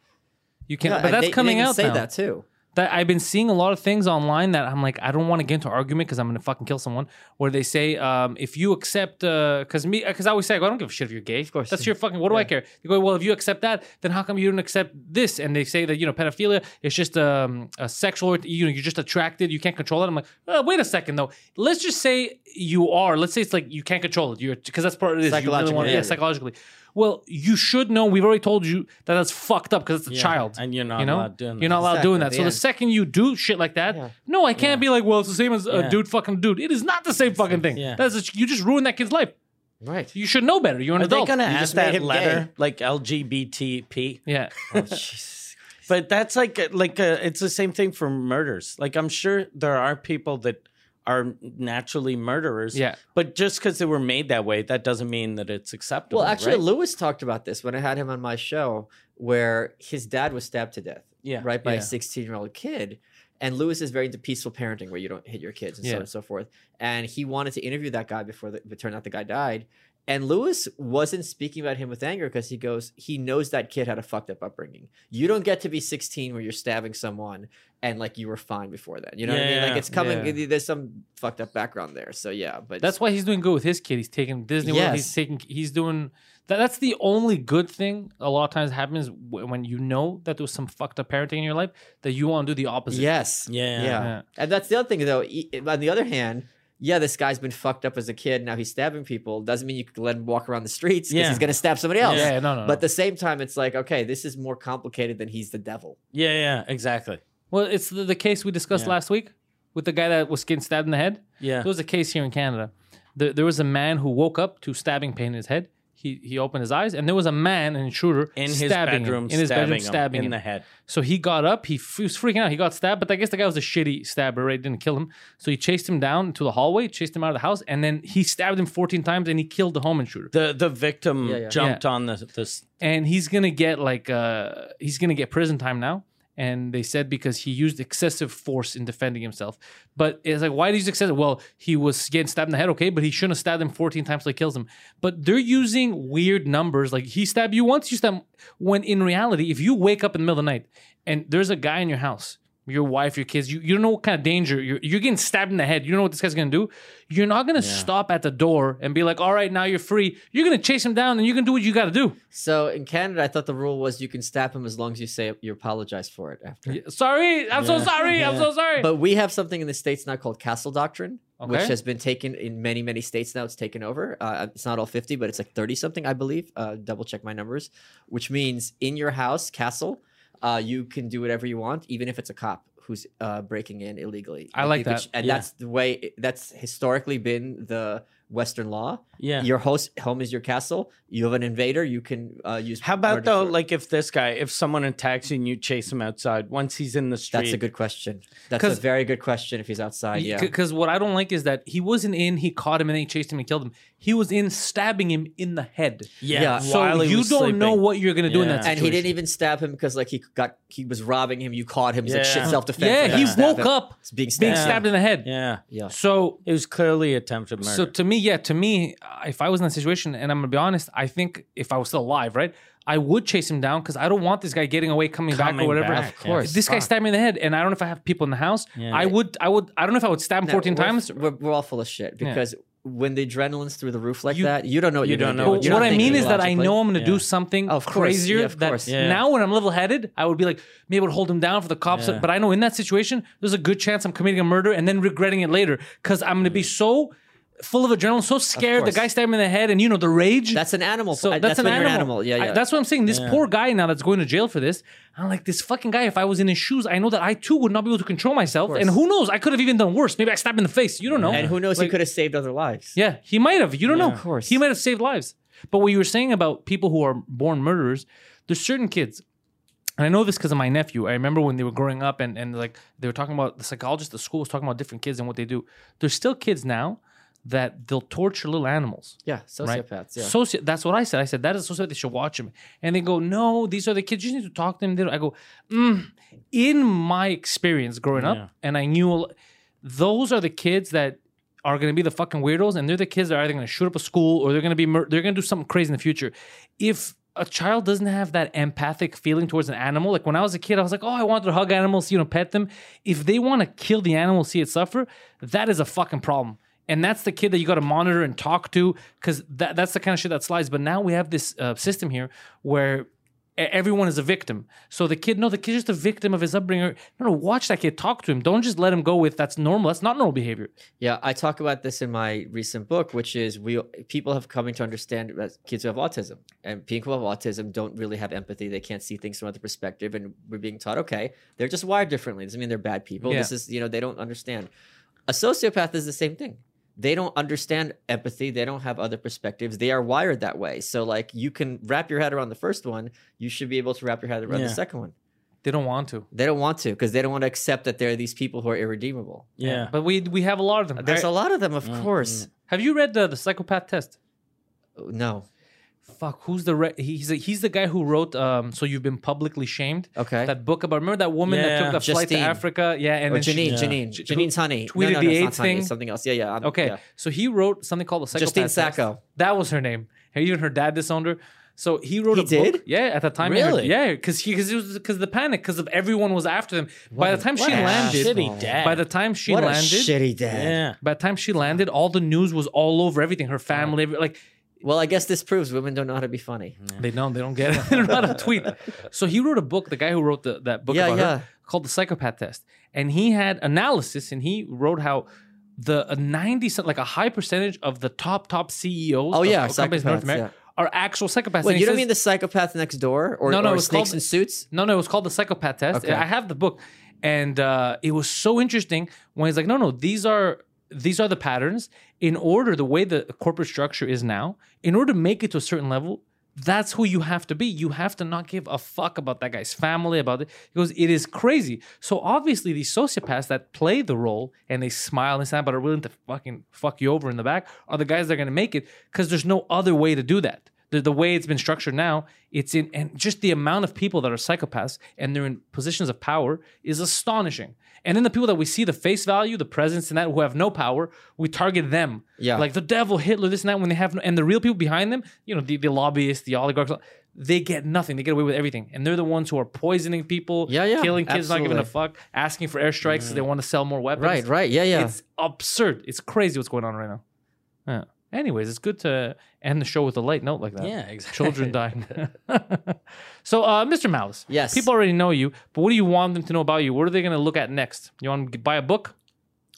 Speaker 1: You can't.
Speaker 3: Yeah,
Speaker 1: but
Speaker 3: and
Speaker 1: that's
Speaker 3: they-
Speaker 1: coming
Speaker 3: they even
Speaker 1: out
Speaker 3: Say
Speaker 1: now.
Speaker 3: that too.
Speaker 1: that I've been seeing a lot of things online that I'm like, I don't want to get into argument because I'm gonna fucking kill someone. Where they say, um, if you accept, because me, because I always say, I don't give a shit if you're gay. Of
Speaker 3: course.
Speaker 1: that's your fucking. What do I care? They go, well, if you accept that, then how come you don't accept this? And they say that you know, pedophilia is just um, a sexual. orient- You know, you're just attracted. You can't control it. I'm like, uh, wait a second though. Let's just say you are. Let's say it's like you can't control it. You're because that's part of this.
Speaker 3: Psychologically,
Speaker 1: want,
Speaker 3: yeah.
Speaker 1: yeah, psychologically. Well, you should know. We've already told you that that's fucked up because it's a
Speaker 2: Yeah,
Speaker 1: child
Speaker 2: and you're not
Speaker 1: you know,
Speaker 2: allowed doing
Speaker 1: you're not
Speaker 2: that.
Speaker 1: allowed doing that.
Speaker 3: Exactly,
Speaker 1: So
Speaker 3: yeah.
Speaker 1: the second you do shit like that,
Speaker 3: Yeah.
Speaker 1: no, I can't be like, well, it's the same as a
Speaker 2: Yeah.
Speaker 1: dude fucking dude. It is not the same fucking thing.
Speaker 2: yeah.
Speaker 1: That's a, you just ruined that kid's life.
Speaker 3: Right.
Speaker 1: You should know better. You're an
Speaker 2: Are they
Speaker 1: adult.
Speaker 2: gonna
Speaker 3: You
Speaker 2: add
Speaker 3: just made
Speaker 2: that
Speaker 3: him
Speaker 2: letter
Speaker 3: gay.
Speaker 2: like LGBTP?
Speaker 1: yeah,
Speaker 3: Oh, Jesus.
Speaker 2: But that's like like uh, it's the same thing for murders. Like I'm sure there are people that are naturally murderers.
Speaker 1: Yeah.
Speaker 2: But just because they were made that way, that doesn't mean that it's acceptable.
Speaker 3: Well, actually,
Speaker 2: right?
Speaker 3: Lewis talked about this when I had him on my show, where his dad was stabbed to death,
Speaker 2: yeah,
Speaker 3: right, by
Speaker 2: yeah.
Speaker 3: a 16 year old kid. And Lewis is very into peaceful parenting, where you don't hit your kids and so
Speaker 1: Yeah.
Speaker 3: on and so forth. And he wanted to interview that guy before the, it turned out the guy died. And Lewis wasn't speaking about him with anger because he goes, he knows that kid had a fucked up upbringing. You don't get to be 16 where you're stabbing someone and like you were fine before then. You know what I mean? Like
Speaker 2: Yeah,
Speaker 3: it's coming,
Speaker 1: yeah.
Speaker 3: there's some fucked up background there. So yeah, but
Speaker 1: that's why he's doing good with his kid. He's taking Disney World. He's
Speaker 3: Yes.
Speaker 1: taking. He's doing. That, that's the only good thing. A lot of times happens wh- when you know that there was some fucked up parenting in your life that you want to do the opposite.
Speaker 3: yes.
Speaker 2: Yeah.
Speaker 3: Yeah.
Speaker 1: Yeah.
Speaker 3: And that's the other thing, though. E- On the other hand, yeah, this guy's been fucked up as a kid. Now he's stabbing people. Doesn't mean you can let him walk around the streets because
Speaker 2: Yeah.
Speaker 3: he's going to stab somebody
Speaker 1: Yeah.
Speaker 3: else.
Speaker 1: yeah, no, no. no.
Speaker 3: But at the same time, it's like, okay, this is more complicated than he's the devil.
Speaker 2: Yeah, yeah, exactly.
Speaker 1: well, it's the, the case we discussed
Speaker 2: Yeah.
Speaker 1: last week with the guy that was getting stabbed in the head.
Speaker 2: Yeah.
Speaker 1: There was a case here in Canada. There, there was a man who woke up to stabbing pain in his head. He he opened his eyes, and there was a man, an intruder,
Speaker 2: In his
Speaker 1: stabbing him.
Speaker 2: bedroom,
Speaker 1: in his
Speaker 2: stabbing,
Speaker 1: bedroom,
Speaker 2: him
Speaker 1: stabbing
Speaker 2: in
Speaker 1: him.
Speaker 2: the head.
Speaker 1: So he got up. He, f- he was freaking out. He got stabbed, but I guess the guy was a shitty stabber, right? Didn't kill him. So he chased him down to the hallway, chased him out of the house, and then he stabbed him 14 times, and he killed the home intruder.
Speaker 2: The the victim
Speaker 3: Yeah, yeah.
Speaker 2: jumped on the this.
Speaker 1: And he's gonna get like uh he's gonna get prison time now. And they said because he used excessive force in defending himself. But it's like, why did he use excessive? Well, he was getting stabbed in the head, okay, but he shouldn't have stabbed him 14 times till he kills him. But they're using weird numbers. Like he stabbed you once, you stabbed him. When in reality, if you wake up in the middle of the night and there's a guy in your house, your wife, your kids, you, you don't know what kind of danger you're, you're getting stabbed in the head. You don't know what this guy's gonna do. You're not gonna stop at the door and be like, all right, now you're free. You're gonna chase him down and you're gonna do what you gotta do.
Speaker 3: So in Canada, I thought the rule was you can stab him as long as you say you apologize for it after.
Speaker 1: Yeah, Sorry, I'm so
Speaker 2: Yeah.
Speaker 1: sorry. I'm
Speaker 2: Yeah.
Speaker 1: so sorry.
Speaker 3: But we have something in the states now called castle doctrine, which
Speaker 1: Okay.
Speaker 3: has been taken in many many states now. It's taken over. Uh, it's not all fifty, but it's like thirty something, I believe. Uh, double check my numbers, which means in your house castle, uh, you can do whatever you want, even if it's a cop who's uh, breaking in illegally.
Speaker 1: I like
Speaker 3: you could
Speaker 1: that.
Speaker 3: ch- and
Speaker 2: Yeah.
Speaker 3: that's the way. That's historically been the Western law.
Speaker 2: Yeah.
Speaker 3: Your host home is your castle. You have an invader. You can uh, use.
Speaker 2: How about
Speaker 3: murder
Speaker 2: though,
Speaker 3: for-
Speaker 2: like if this guy, if someone attacks you and you chase him outside, once he's in the street,
Speaker 3: That's a good question. That's a
Speaker 1: 'Cause-
Speaker 3: very good question. If he's
Speaker 2: uh,
Speaker 3: outside, yeah.
Speaker 1: Because what I don't like is that he wasn't in, he caught him and then he chased him and killed him. He was in stabbing him in the head.
Speaker 2: yeah.
Speaker 3: Yeah.
Speaker 1: So
Speaker 2: Uh, while he
Speaker 1: you don't
Speaker 2: was
Speaker 1: know
Speaker 2: sleeping.
Speaker 1: what you're going to do in that
Speaker 2: Yeah.
Speaker 1: situation.
Speaker 3: and he didn't even stab him because like he got he was robbing him. You caught him. He's like shit,
Speaker 2: Yeah.
Speaker 3: self defense.
Speaker 1: Yeah, he woke up
Speaker 3: being
Speaker 1: being
Speaker 3: stabbed.
Speaker 2: Yeah.
Speaker 1: stabbed in the head.
Speaker 2: Yeah,
Speaker 3: Yeah.
Speaker 1: So
Speaker 2: it was clearly attempted murder.
Speaker 1: So to me, yeah, to me, uh, if I was in that situation, and I'm gonna be honest, I think if I was still alive, right, I would chase him down because I don't want this guy getting away, coming, back
Speaker 2: Coming
Speaker 1: or whatever.
Speaker 2: back, Of
Speaker 3: course.
Speaker 1: this guy stabbed me in the head, and I don't know if I have people in the house.
Speaker 2: Yeah.
Speaker 1: I would, I would, I don't know if I would stab him
Speaker 3: No,
Speaker 1: 14
Speaker 3: we're-
Speaker 1: times.
Speaker 3: We're, we're all full of shit
Speaker 1: Yeah.
Speaker 3: because when the adrenaline's through the roof like
Speaker 1: You-
Speaker 3: that, you don't know what
Speaker 2: you
Speaker 3: you're
Speaker 2: don't
Speaker 3: gonna
Speaker 2: know
Speaker 3: do.
Speaker 1: But
Speaker 2: you
Speaker 3: You're
Speaker 1: what
Speaker 3: not
Speaker 1: I mean
Speaker 3: thinking
Speaker 1: is that I
Speaker 3: logically.
Speaker 1: know I'm going to do
Speaker 2: Yeah.
Speaker 1: something
Speaker 3: Of course,
Speaker 1: crazier.
Speaker 3: yeah, of
Speaker 1: that
Speaker 3: course.
Speaker 2: Yeah.
Speaker 1: now when I'm level-headed, I would be like, maybe I would hold him down for the cops.
Speaker 2: Yeah.
Speaker 1: But I know in that situation, there's a good chance I'm committing a murder and then regretting it later because I'm going to be so full of adrenaline, so scared. The
Speaker 3: Mm-hmm. course.
Speaker 1: guy stabbed me in the head, and you know the rage.
Speaker 3: That's an animal.
Speaker 1: so
Speaker 3: I-
Speaker 1: that's, an,
Speaker 3: when
Speaker 1: animal.
Speaker 3: you're animal. Yeah,
Speaker 1: I-
Speaker 3: yeah.
Speaker 1: that's what I'm saying. This poor guy now that's going to jail for this. I'm like, this fucking guy. If I was in his shoes, I know that I too would not be able to control myself. And who knows? I could have even done worse. Maybe I stabbed him in the face. You don't know.
Speaker 3: and who knows? he could have saved other lives.
Speaker 1: Yeah, he might have. You don't know.
Speaker 3: Of course.
Speaker 1: He might have saved lives. But what you were saying about people who are born murderers, there's certain kids, and I know this because of my nephew. I remember when they were growing up and, and like they were talking about the psychologist at school was talking about different kids and what they do. There's still kids now that they'll torture little animals.
Speaker 3: Yeah. Sociopaths. Yeah.
Speaker 1: Soci- that's what I said. I said that is a sociopath. They should watch him. And they go, no, these are the kids. You need to talk to them. They don't. I go, mm. in my experience growing
Speaker 2: Yeah.
Speaker 1: up, and I knew a lo- those are the kids that are going to be the fucking weirdos, and they're the kids that are either going to shoot up a school or they're going to be mur- they're going to do something crazy in the future. If a child doesn't have that empathic feeling towards an animal. Like when I was a kid, I was like, oh, I wanted to hug animals, you know, pet them. If they want to kill the animal, see it suffer, that is a fucking problem. And that's the kid that you got to monitor and talk to because that, that's the kind of shit that slides. But now we have this uh, system here where e- everyone is a victim. So the kid, no, the kid's just a victim of his upbringing. No, no, watch that kid, talk to him. Don't just let him go with that's normal. That's not normal behavior.
Speaker 3: Yeah, I talk about this in my recent book, which is we people have coming to understand that kids who have autism and people who have autism don't really have empathy. They can't see things from another perspective, and we're being taught, okay, they're just wired differently. Doesn't mean they're bad people. This
Speaker 1: Yeah.
Speaker 3: is you know they don't understand. A sociopath is the same thing. They don't understand empathy. They don't have other perspectives. They are wired that way. So like you can wrap your head around the first one, you should be able to wrap your head around
Speaker 2: Yeah.
Speaker 3: the second one.
Speaker 1: They don't want to.
Speaker 3: They don't want to because they don't want to accept that there are these people who are irredeemable.
Speaker 2: Yeah.
Speaker 1: But we we have a lot of them.
Speaker 3: There's a lot of them, of
Speaker 2: Mm,
Speaker 3: course.
Speaker 1: have you read the, the psychopath test?
Speaker 3: No.
Speaker 1: Fuck, who's the re- he's a, he's the guy who wrote um so you've been publicly shamed
Speaker 3: Okay.
Speaker 1: that book about remember that woman that took
Speaker 2: Yeah.
Speaker 1: the flight to
Speaker 3: Justine.
Speaker 1: Africa yeah and
Speaker 3: Or
Speaker 1: then she-
Speaker 3: Janine,
Speaker 2: yeah.
Speaker 3: Janine,
Speaker 1: J-
Speaker 3: Janine's honey.
Speaker 1: tweeted the
Speaker 3: it's not
Speaker 1: AIDS
Speaker 3: honey, it's
Speaker 1: thing?
Speaker 3: something else. Yeah, yeah. I'm-
Speaker 1: okay
Speaker 3: yeah.
Speaker 1: so he wrote something called the psychopath
Speaker 3: Justine
Speaker 1: test.
Speaker 3: Sacco.
Speaker 1: that was her name And even her dad disowned her so he wrote
Speaker 3: He
Speaker 1: a book
Speaker 3: did?
Speaker 1: yeah at the time he heard-
Speaker 2: Really?
Speaker 1: yeah because he because it was because the panic because of everyone was after them by the
Speaker 3: What a-
Speaker 1: time she
Speaker 3: what a
Speaker 1: landed
Speaker 2: shitty dad.
Speaker 1: by the time she
Speaker 3: what a
Speaker 1: landed
Speaker 3: shitty dad.
Speaker 2: yeah.
Speaker 1: by the time she landed all the news was all over everything her family every- like
Speaker 3: Well, I guess this proves women don't know how to be funny.
Speaker 1: They don't. They don't get it. they don't know how to tweet. So he wrote a book. The guy who wrote the, that book
Speaker 3: Yeah,
Speaker 1: about
Speaker 3: yeah.
Speaker 1: her called the Psychopath Test, and he had analysis, and he wrote how the a ninety cent- like a high percentage of the top top CEOs.
Speaker 3: Oh,
Speaker 1: of-
Speaker 3: yeah,
Speaker 1: of companies in North
Speaker 3: psychopaths,
Speaker 1: America are actual psychopaths.
Speaker 3: Wait,
Speaker 1: And he
Speaker 3: you don't
Speaker 1: says-
Speaker 3: mean the psychopath next door or,
Speaker 1: No, no,
Speaker 3: or
Speaker 1: it's
Speaker 3: snakes
Speaker 1: called-
Speaker 3: in suits?
Speaker 1: no, no, it was called the Psychopath Test.
Speaker 3: Okay.
Speaker 1: I have the book, and uh, it was so interesting when he's like, "No, no, these are these are the patterns. In order, the way the corporate structure is now, in order to make it to a certain level, that's who you have to be. You have to not give a fuck about that guy's family, about it. He goes, it is crazy. So obviously, these sociopaths that play the role and they smile and snap, but are willing to fucking fuck you over in the back, are the guys that are going to make it because there's no other way to do that the, the way it's been structured now, it's in and just the amount of people that are psychopaths and they're in positions of power is astonishing. And then the people that we see the face value, the presence and that who have no power, we target them.
Speaker 3: Yeah.
Speaker 1: Like the devil, Hitler, this and that when they have no, and the real people behind them, you know, the, the lobbyists, the oligarchs, they get nothing. They get away with everything. And they're the ones who are poisoning people,
Speaker 3: Yeah, yeah,
Speaker 1: killing kids, not giving a fuck, asking for airstrikes because they want to sell more weapons.
Speaker 3: Right, right. Yeah, yeah.
Speaker 1: It's absurd. It's crazy what's going on right now. Yeah. Anyways, it's good to end the show with a light note like that.
Speaker 2: Yeah, exactly.
Speaker 1: Children dying. so, uh, Mr. Malice.
Speaker 3: Yes.
Speaker 1: People already know you, but what do you want them to know about you? What are they going to look at next? You want to buy a book?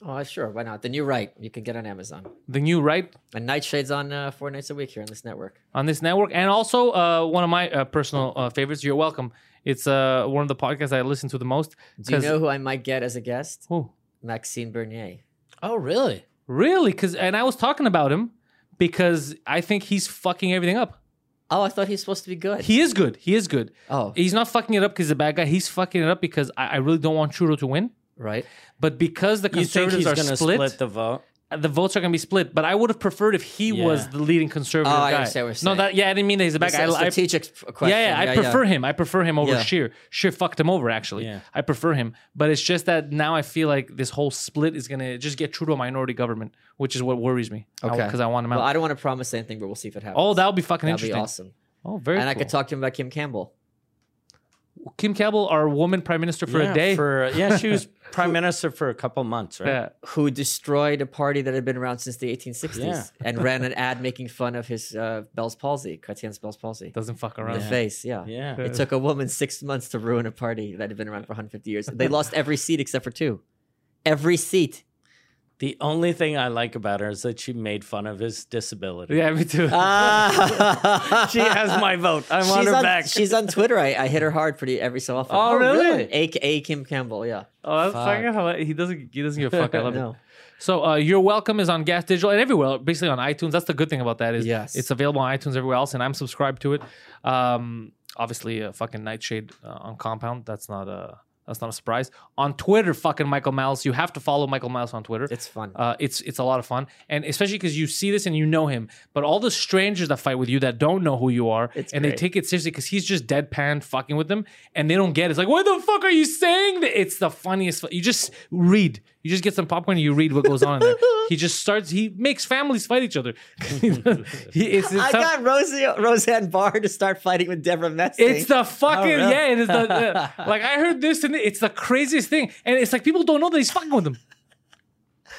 Speaker 3: oh, sure. Why not? Then you're right. You can get on Amazon.
Speaker 1: The new right
Speaker 3: And Nightshade's on uh, four nights a week here on this network.
Speaker 1: on this network, and also uh, one of my uh, personal uh, favorites. You're welcome. It's uh, one of the podcasts I listen to the most.
Speaker 3: Do you
Speaker 1: 'cause-
Speaker 3: know who I might get as a guest?
Speaker 1: Who?
Speaker 3: Maxine Bernier.
Speaker 2: Oh, really?
Speaker 1: Really? Because and I was talking about him because I think he's fucking everything up.
Speaker 3: Oh, I thought he was supposed to be good.
Speaker 1: He is good. He is good.
Speaker 3: oh,
Speaker 1: He's not fucking it up because he's a bad guy. He's fucking it up because I, I really don't want Trudeau to win.
Speaker 3: right.
Speaker 1: But because the
Speaker 2: You think
Speaker 1: conservatives
Speaker 2: he's
Speaker 1: are
Speaker 2: going to
Speaker 1: split,
Speaker 2: split? the vote?
Speaker 1: the-, votes are going to be split. But I would have preferred if he
Speaker 2: Yeah.
Speaker 1: was the leading conservative
Speaker 3: Oh, I
Speaker 1: guy.
Speaker 3: understand what you're
Speaker 1: no,
Speaker 3: saying.
Speaker 1: that yeah, I didn't mean that he's a bad
Speaker 3: It's
Speaker 1: guy.
Speaker 3: a
Speaker 1: I-
Speaker 3: strategic f- question.
Speaker 1: yeah, yeah, I prefer him. I prefer him over
Speaker 3: Yeah.
Speaker 1: Sheer. Sheer fucked him over, actually.
Speaker 2: Yeah.
Speaker 1: I prefer him. But it's just that now I feel like this whole split is going to just get Trudeau a minority government, which is what worries me.
Speaker 3: Okay.
Speaker 1: Because I, want him out.
Speaker 3: Well, I don't want to promise anything, but we'll see if it happens.
Speaker 1: oh, that would be fucking
Speaker 3: That'd be
Speaker 1: interesting.
Speaker 3: awesome.
Speaker 1: Oh, very
Speaker 3: and I
Speaker 1: cool.
Speaker 3: could talk to him about Kim Campbell.
Speaker 1: Kim Campbell, our woman prime minister for
Speaker 2: Yeah,
Speaker 1: a day.
Speaker 2: For, yeah, she was prime minister for a couple months, right?
Speaker 1: yeah.
Speaker 3: who destroyed a party that had been around since the 1860s
Speaker 2: Yeah.
Speaker 3: and ran an ad making fun of his uh, Bell's palsy, Chrétien's Bell's palsy.
Speaker 1: Doesn't fuck around.
Speaker 3: The face, yeah.
Speaker 2: Yeah.
Speaker 3: It took a woman six months to ruin a party that had been around for 150 years. They lost every seat except for two. Every seat.
Speaker 2: The only thing I like about her is that she made fun of his disability.
Speaker 1: Yeah, me too.
Speaker 3: Ah.
Speaker 2: She has my vote. I
Speaker 3: Uh, She's
Speaker 2: want her
Speaker 3: on,
Speaker 2: back.
Speaker 3: she's on Twitter. I, I hit her hard pretty every so often.
Speaker 1: Oh, really?
Speaker 3: A, A Kim Campbell, yeah.
Speaker 1: Oh, that's
Speaker 2: Fuck.
Speaker 1: fucking hilarious. He doesn't. He doesn't give a fuck. I love
Speaker 3: No.
Speaker 1: it. So, uh, your welcome is on Gas Digital and everywhere, basically on iTunes. That's the good thing about that is
Speaker 3: Yes.
Speaker 1: it's available on iTunes everywhere else, and I'm subscribed to it. Um, obviously, uh, fucking Nightshade uh, on Compound. That's not a. That's not a surprise. On Twitter, fucking Michael Malice. You have to follow Michael Malice on Twitter.
Speaker 3: It's fun.
Speaker 1: Uh, it's it's a lot of fun, and especially because you see this and you know him. But all the strangers that fight with you that don't know who you are,
Speaker 3: It's
Speaker 1: and they
Speaker 3: great.
Speaker 1: take it seriously because he's just deadpan fucking with them, and they don't get. it. It's like, what the fuck are you saying? It's the funniest. fu- You just read. You just get some popcorn and you read what goes on. in there. He just starts. He makes families fight each other. he, it's, it's
Speaker 3: I
Speaker 1: some-
Speaker 3: got Rosie, Roseanne Barr to start fighting with Deborah Messing.
Speaker 1: It's the fucking
Speaker 2: really?
Speaker 1: yeah. It is the, the- like I heard this and it's the craziest thing, and it's like people don't know that he's fucking with them.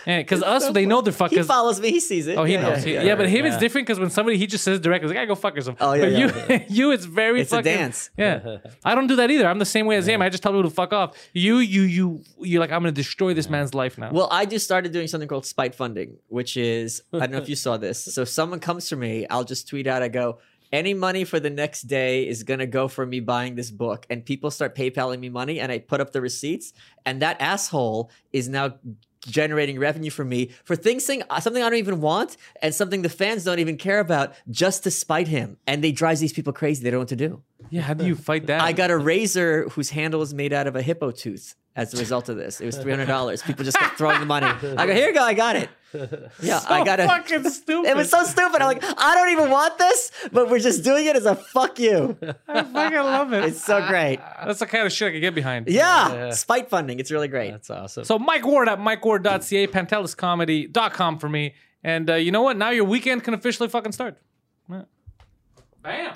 Speaker 1: And because us, they know they're
Speaker 3: he
Speaker 1: fucking.
Speaker 3: follows me. He sees it.
Speaker 1: Oh, he
Speaker 3: Yeah,
Speaker 1: knows.
Speaker 3: yeah,
Speaker 1: Yeah,
Speaker 3: yeah.
Speaker 1: yeah, but him it's
Speaker 2: yeah.
Speaker 1: different because when somebody he just says directly, like, "I go fuck yourself."
Speaker 3: Oh, yeah,
Speaker 1: but
Speaker 3: yeah,
Speaker 1: you, you, it's very
Speaker 3: It's a
Speaker 1: fucking
Speaker 3: dance.
Speaker 1: Yeah, I don't do that either. I'm the same way as him. I just tell people to fuck off. You, you, you, you're like, I'm gonna destroy this man's life now.
Speaker 3: Well, I just started doing something called spite funding, which is I don't know if you saw this. So if someone comes to me, I'll just tweet out. I go, any money for the next day is gonna go for me buying this book, and people start PayPaling me money, and I put up the receipts, and that asshole is now generating revenue for me for things thing, uh, something I don't even want, and something the fans don't even care about, just to spite him, and they drives these people crazy. They don't know what to do.
Speaker 1: yeah, how do you fight that?
Speaker 3: I got a razor whose handle is made out of a hippo tooth. As a result of this, it was three hundred dollars. People just kept throwing the money. I go, here you go, I got it. Yeah,
Speaker 1: So
Speaker 3: I got it.
Speaker 1: fucking stupid.
Speaker 3: It was so stupid. I'm like, I don't even want this, but we're just doing it as a fuck you.
Speaker 1: I fucking love it.
Speaker 3: It's so great.
Speaker 1: That's the kind of shit I could get behind.
Speaker 3: Yeah,
Speaker 2: Yeah.
Speaker 3: spite funding. It's really great.
Speaker 2: That's awesome.
Speaker 1: So Mike Ward at MikeWard.ca, PantelisComedy.com for me. And uh, you know what? Now your weekend can officially fucking start. Yeah. Bam.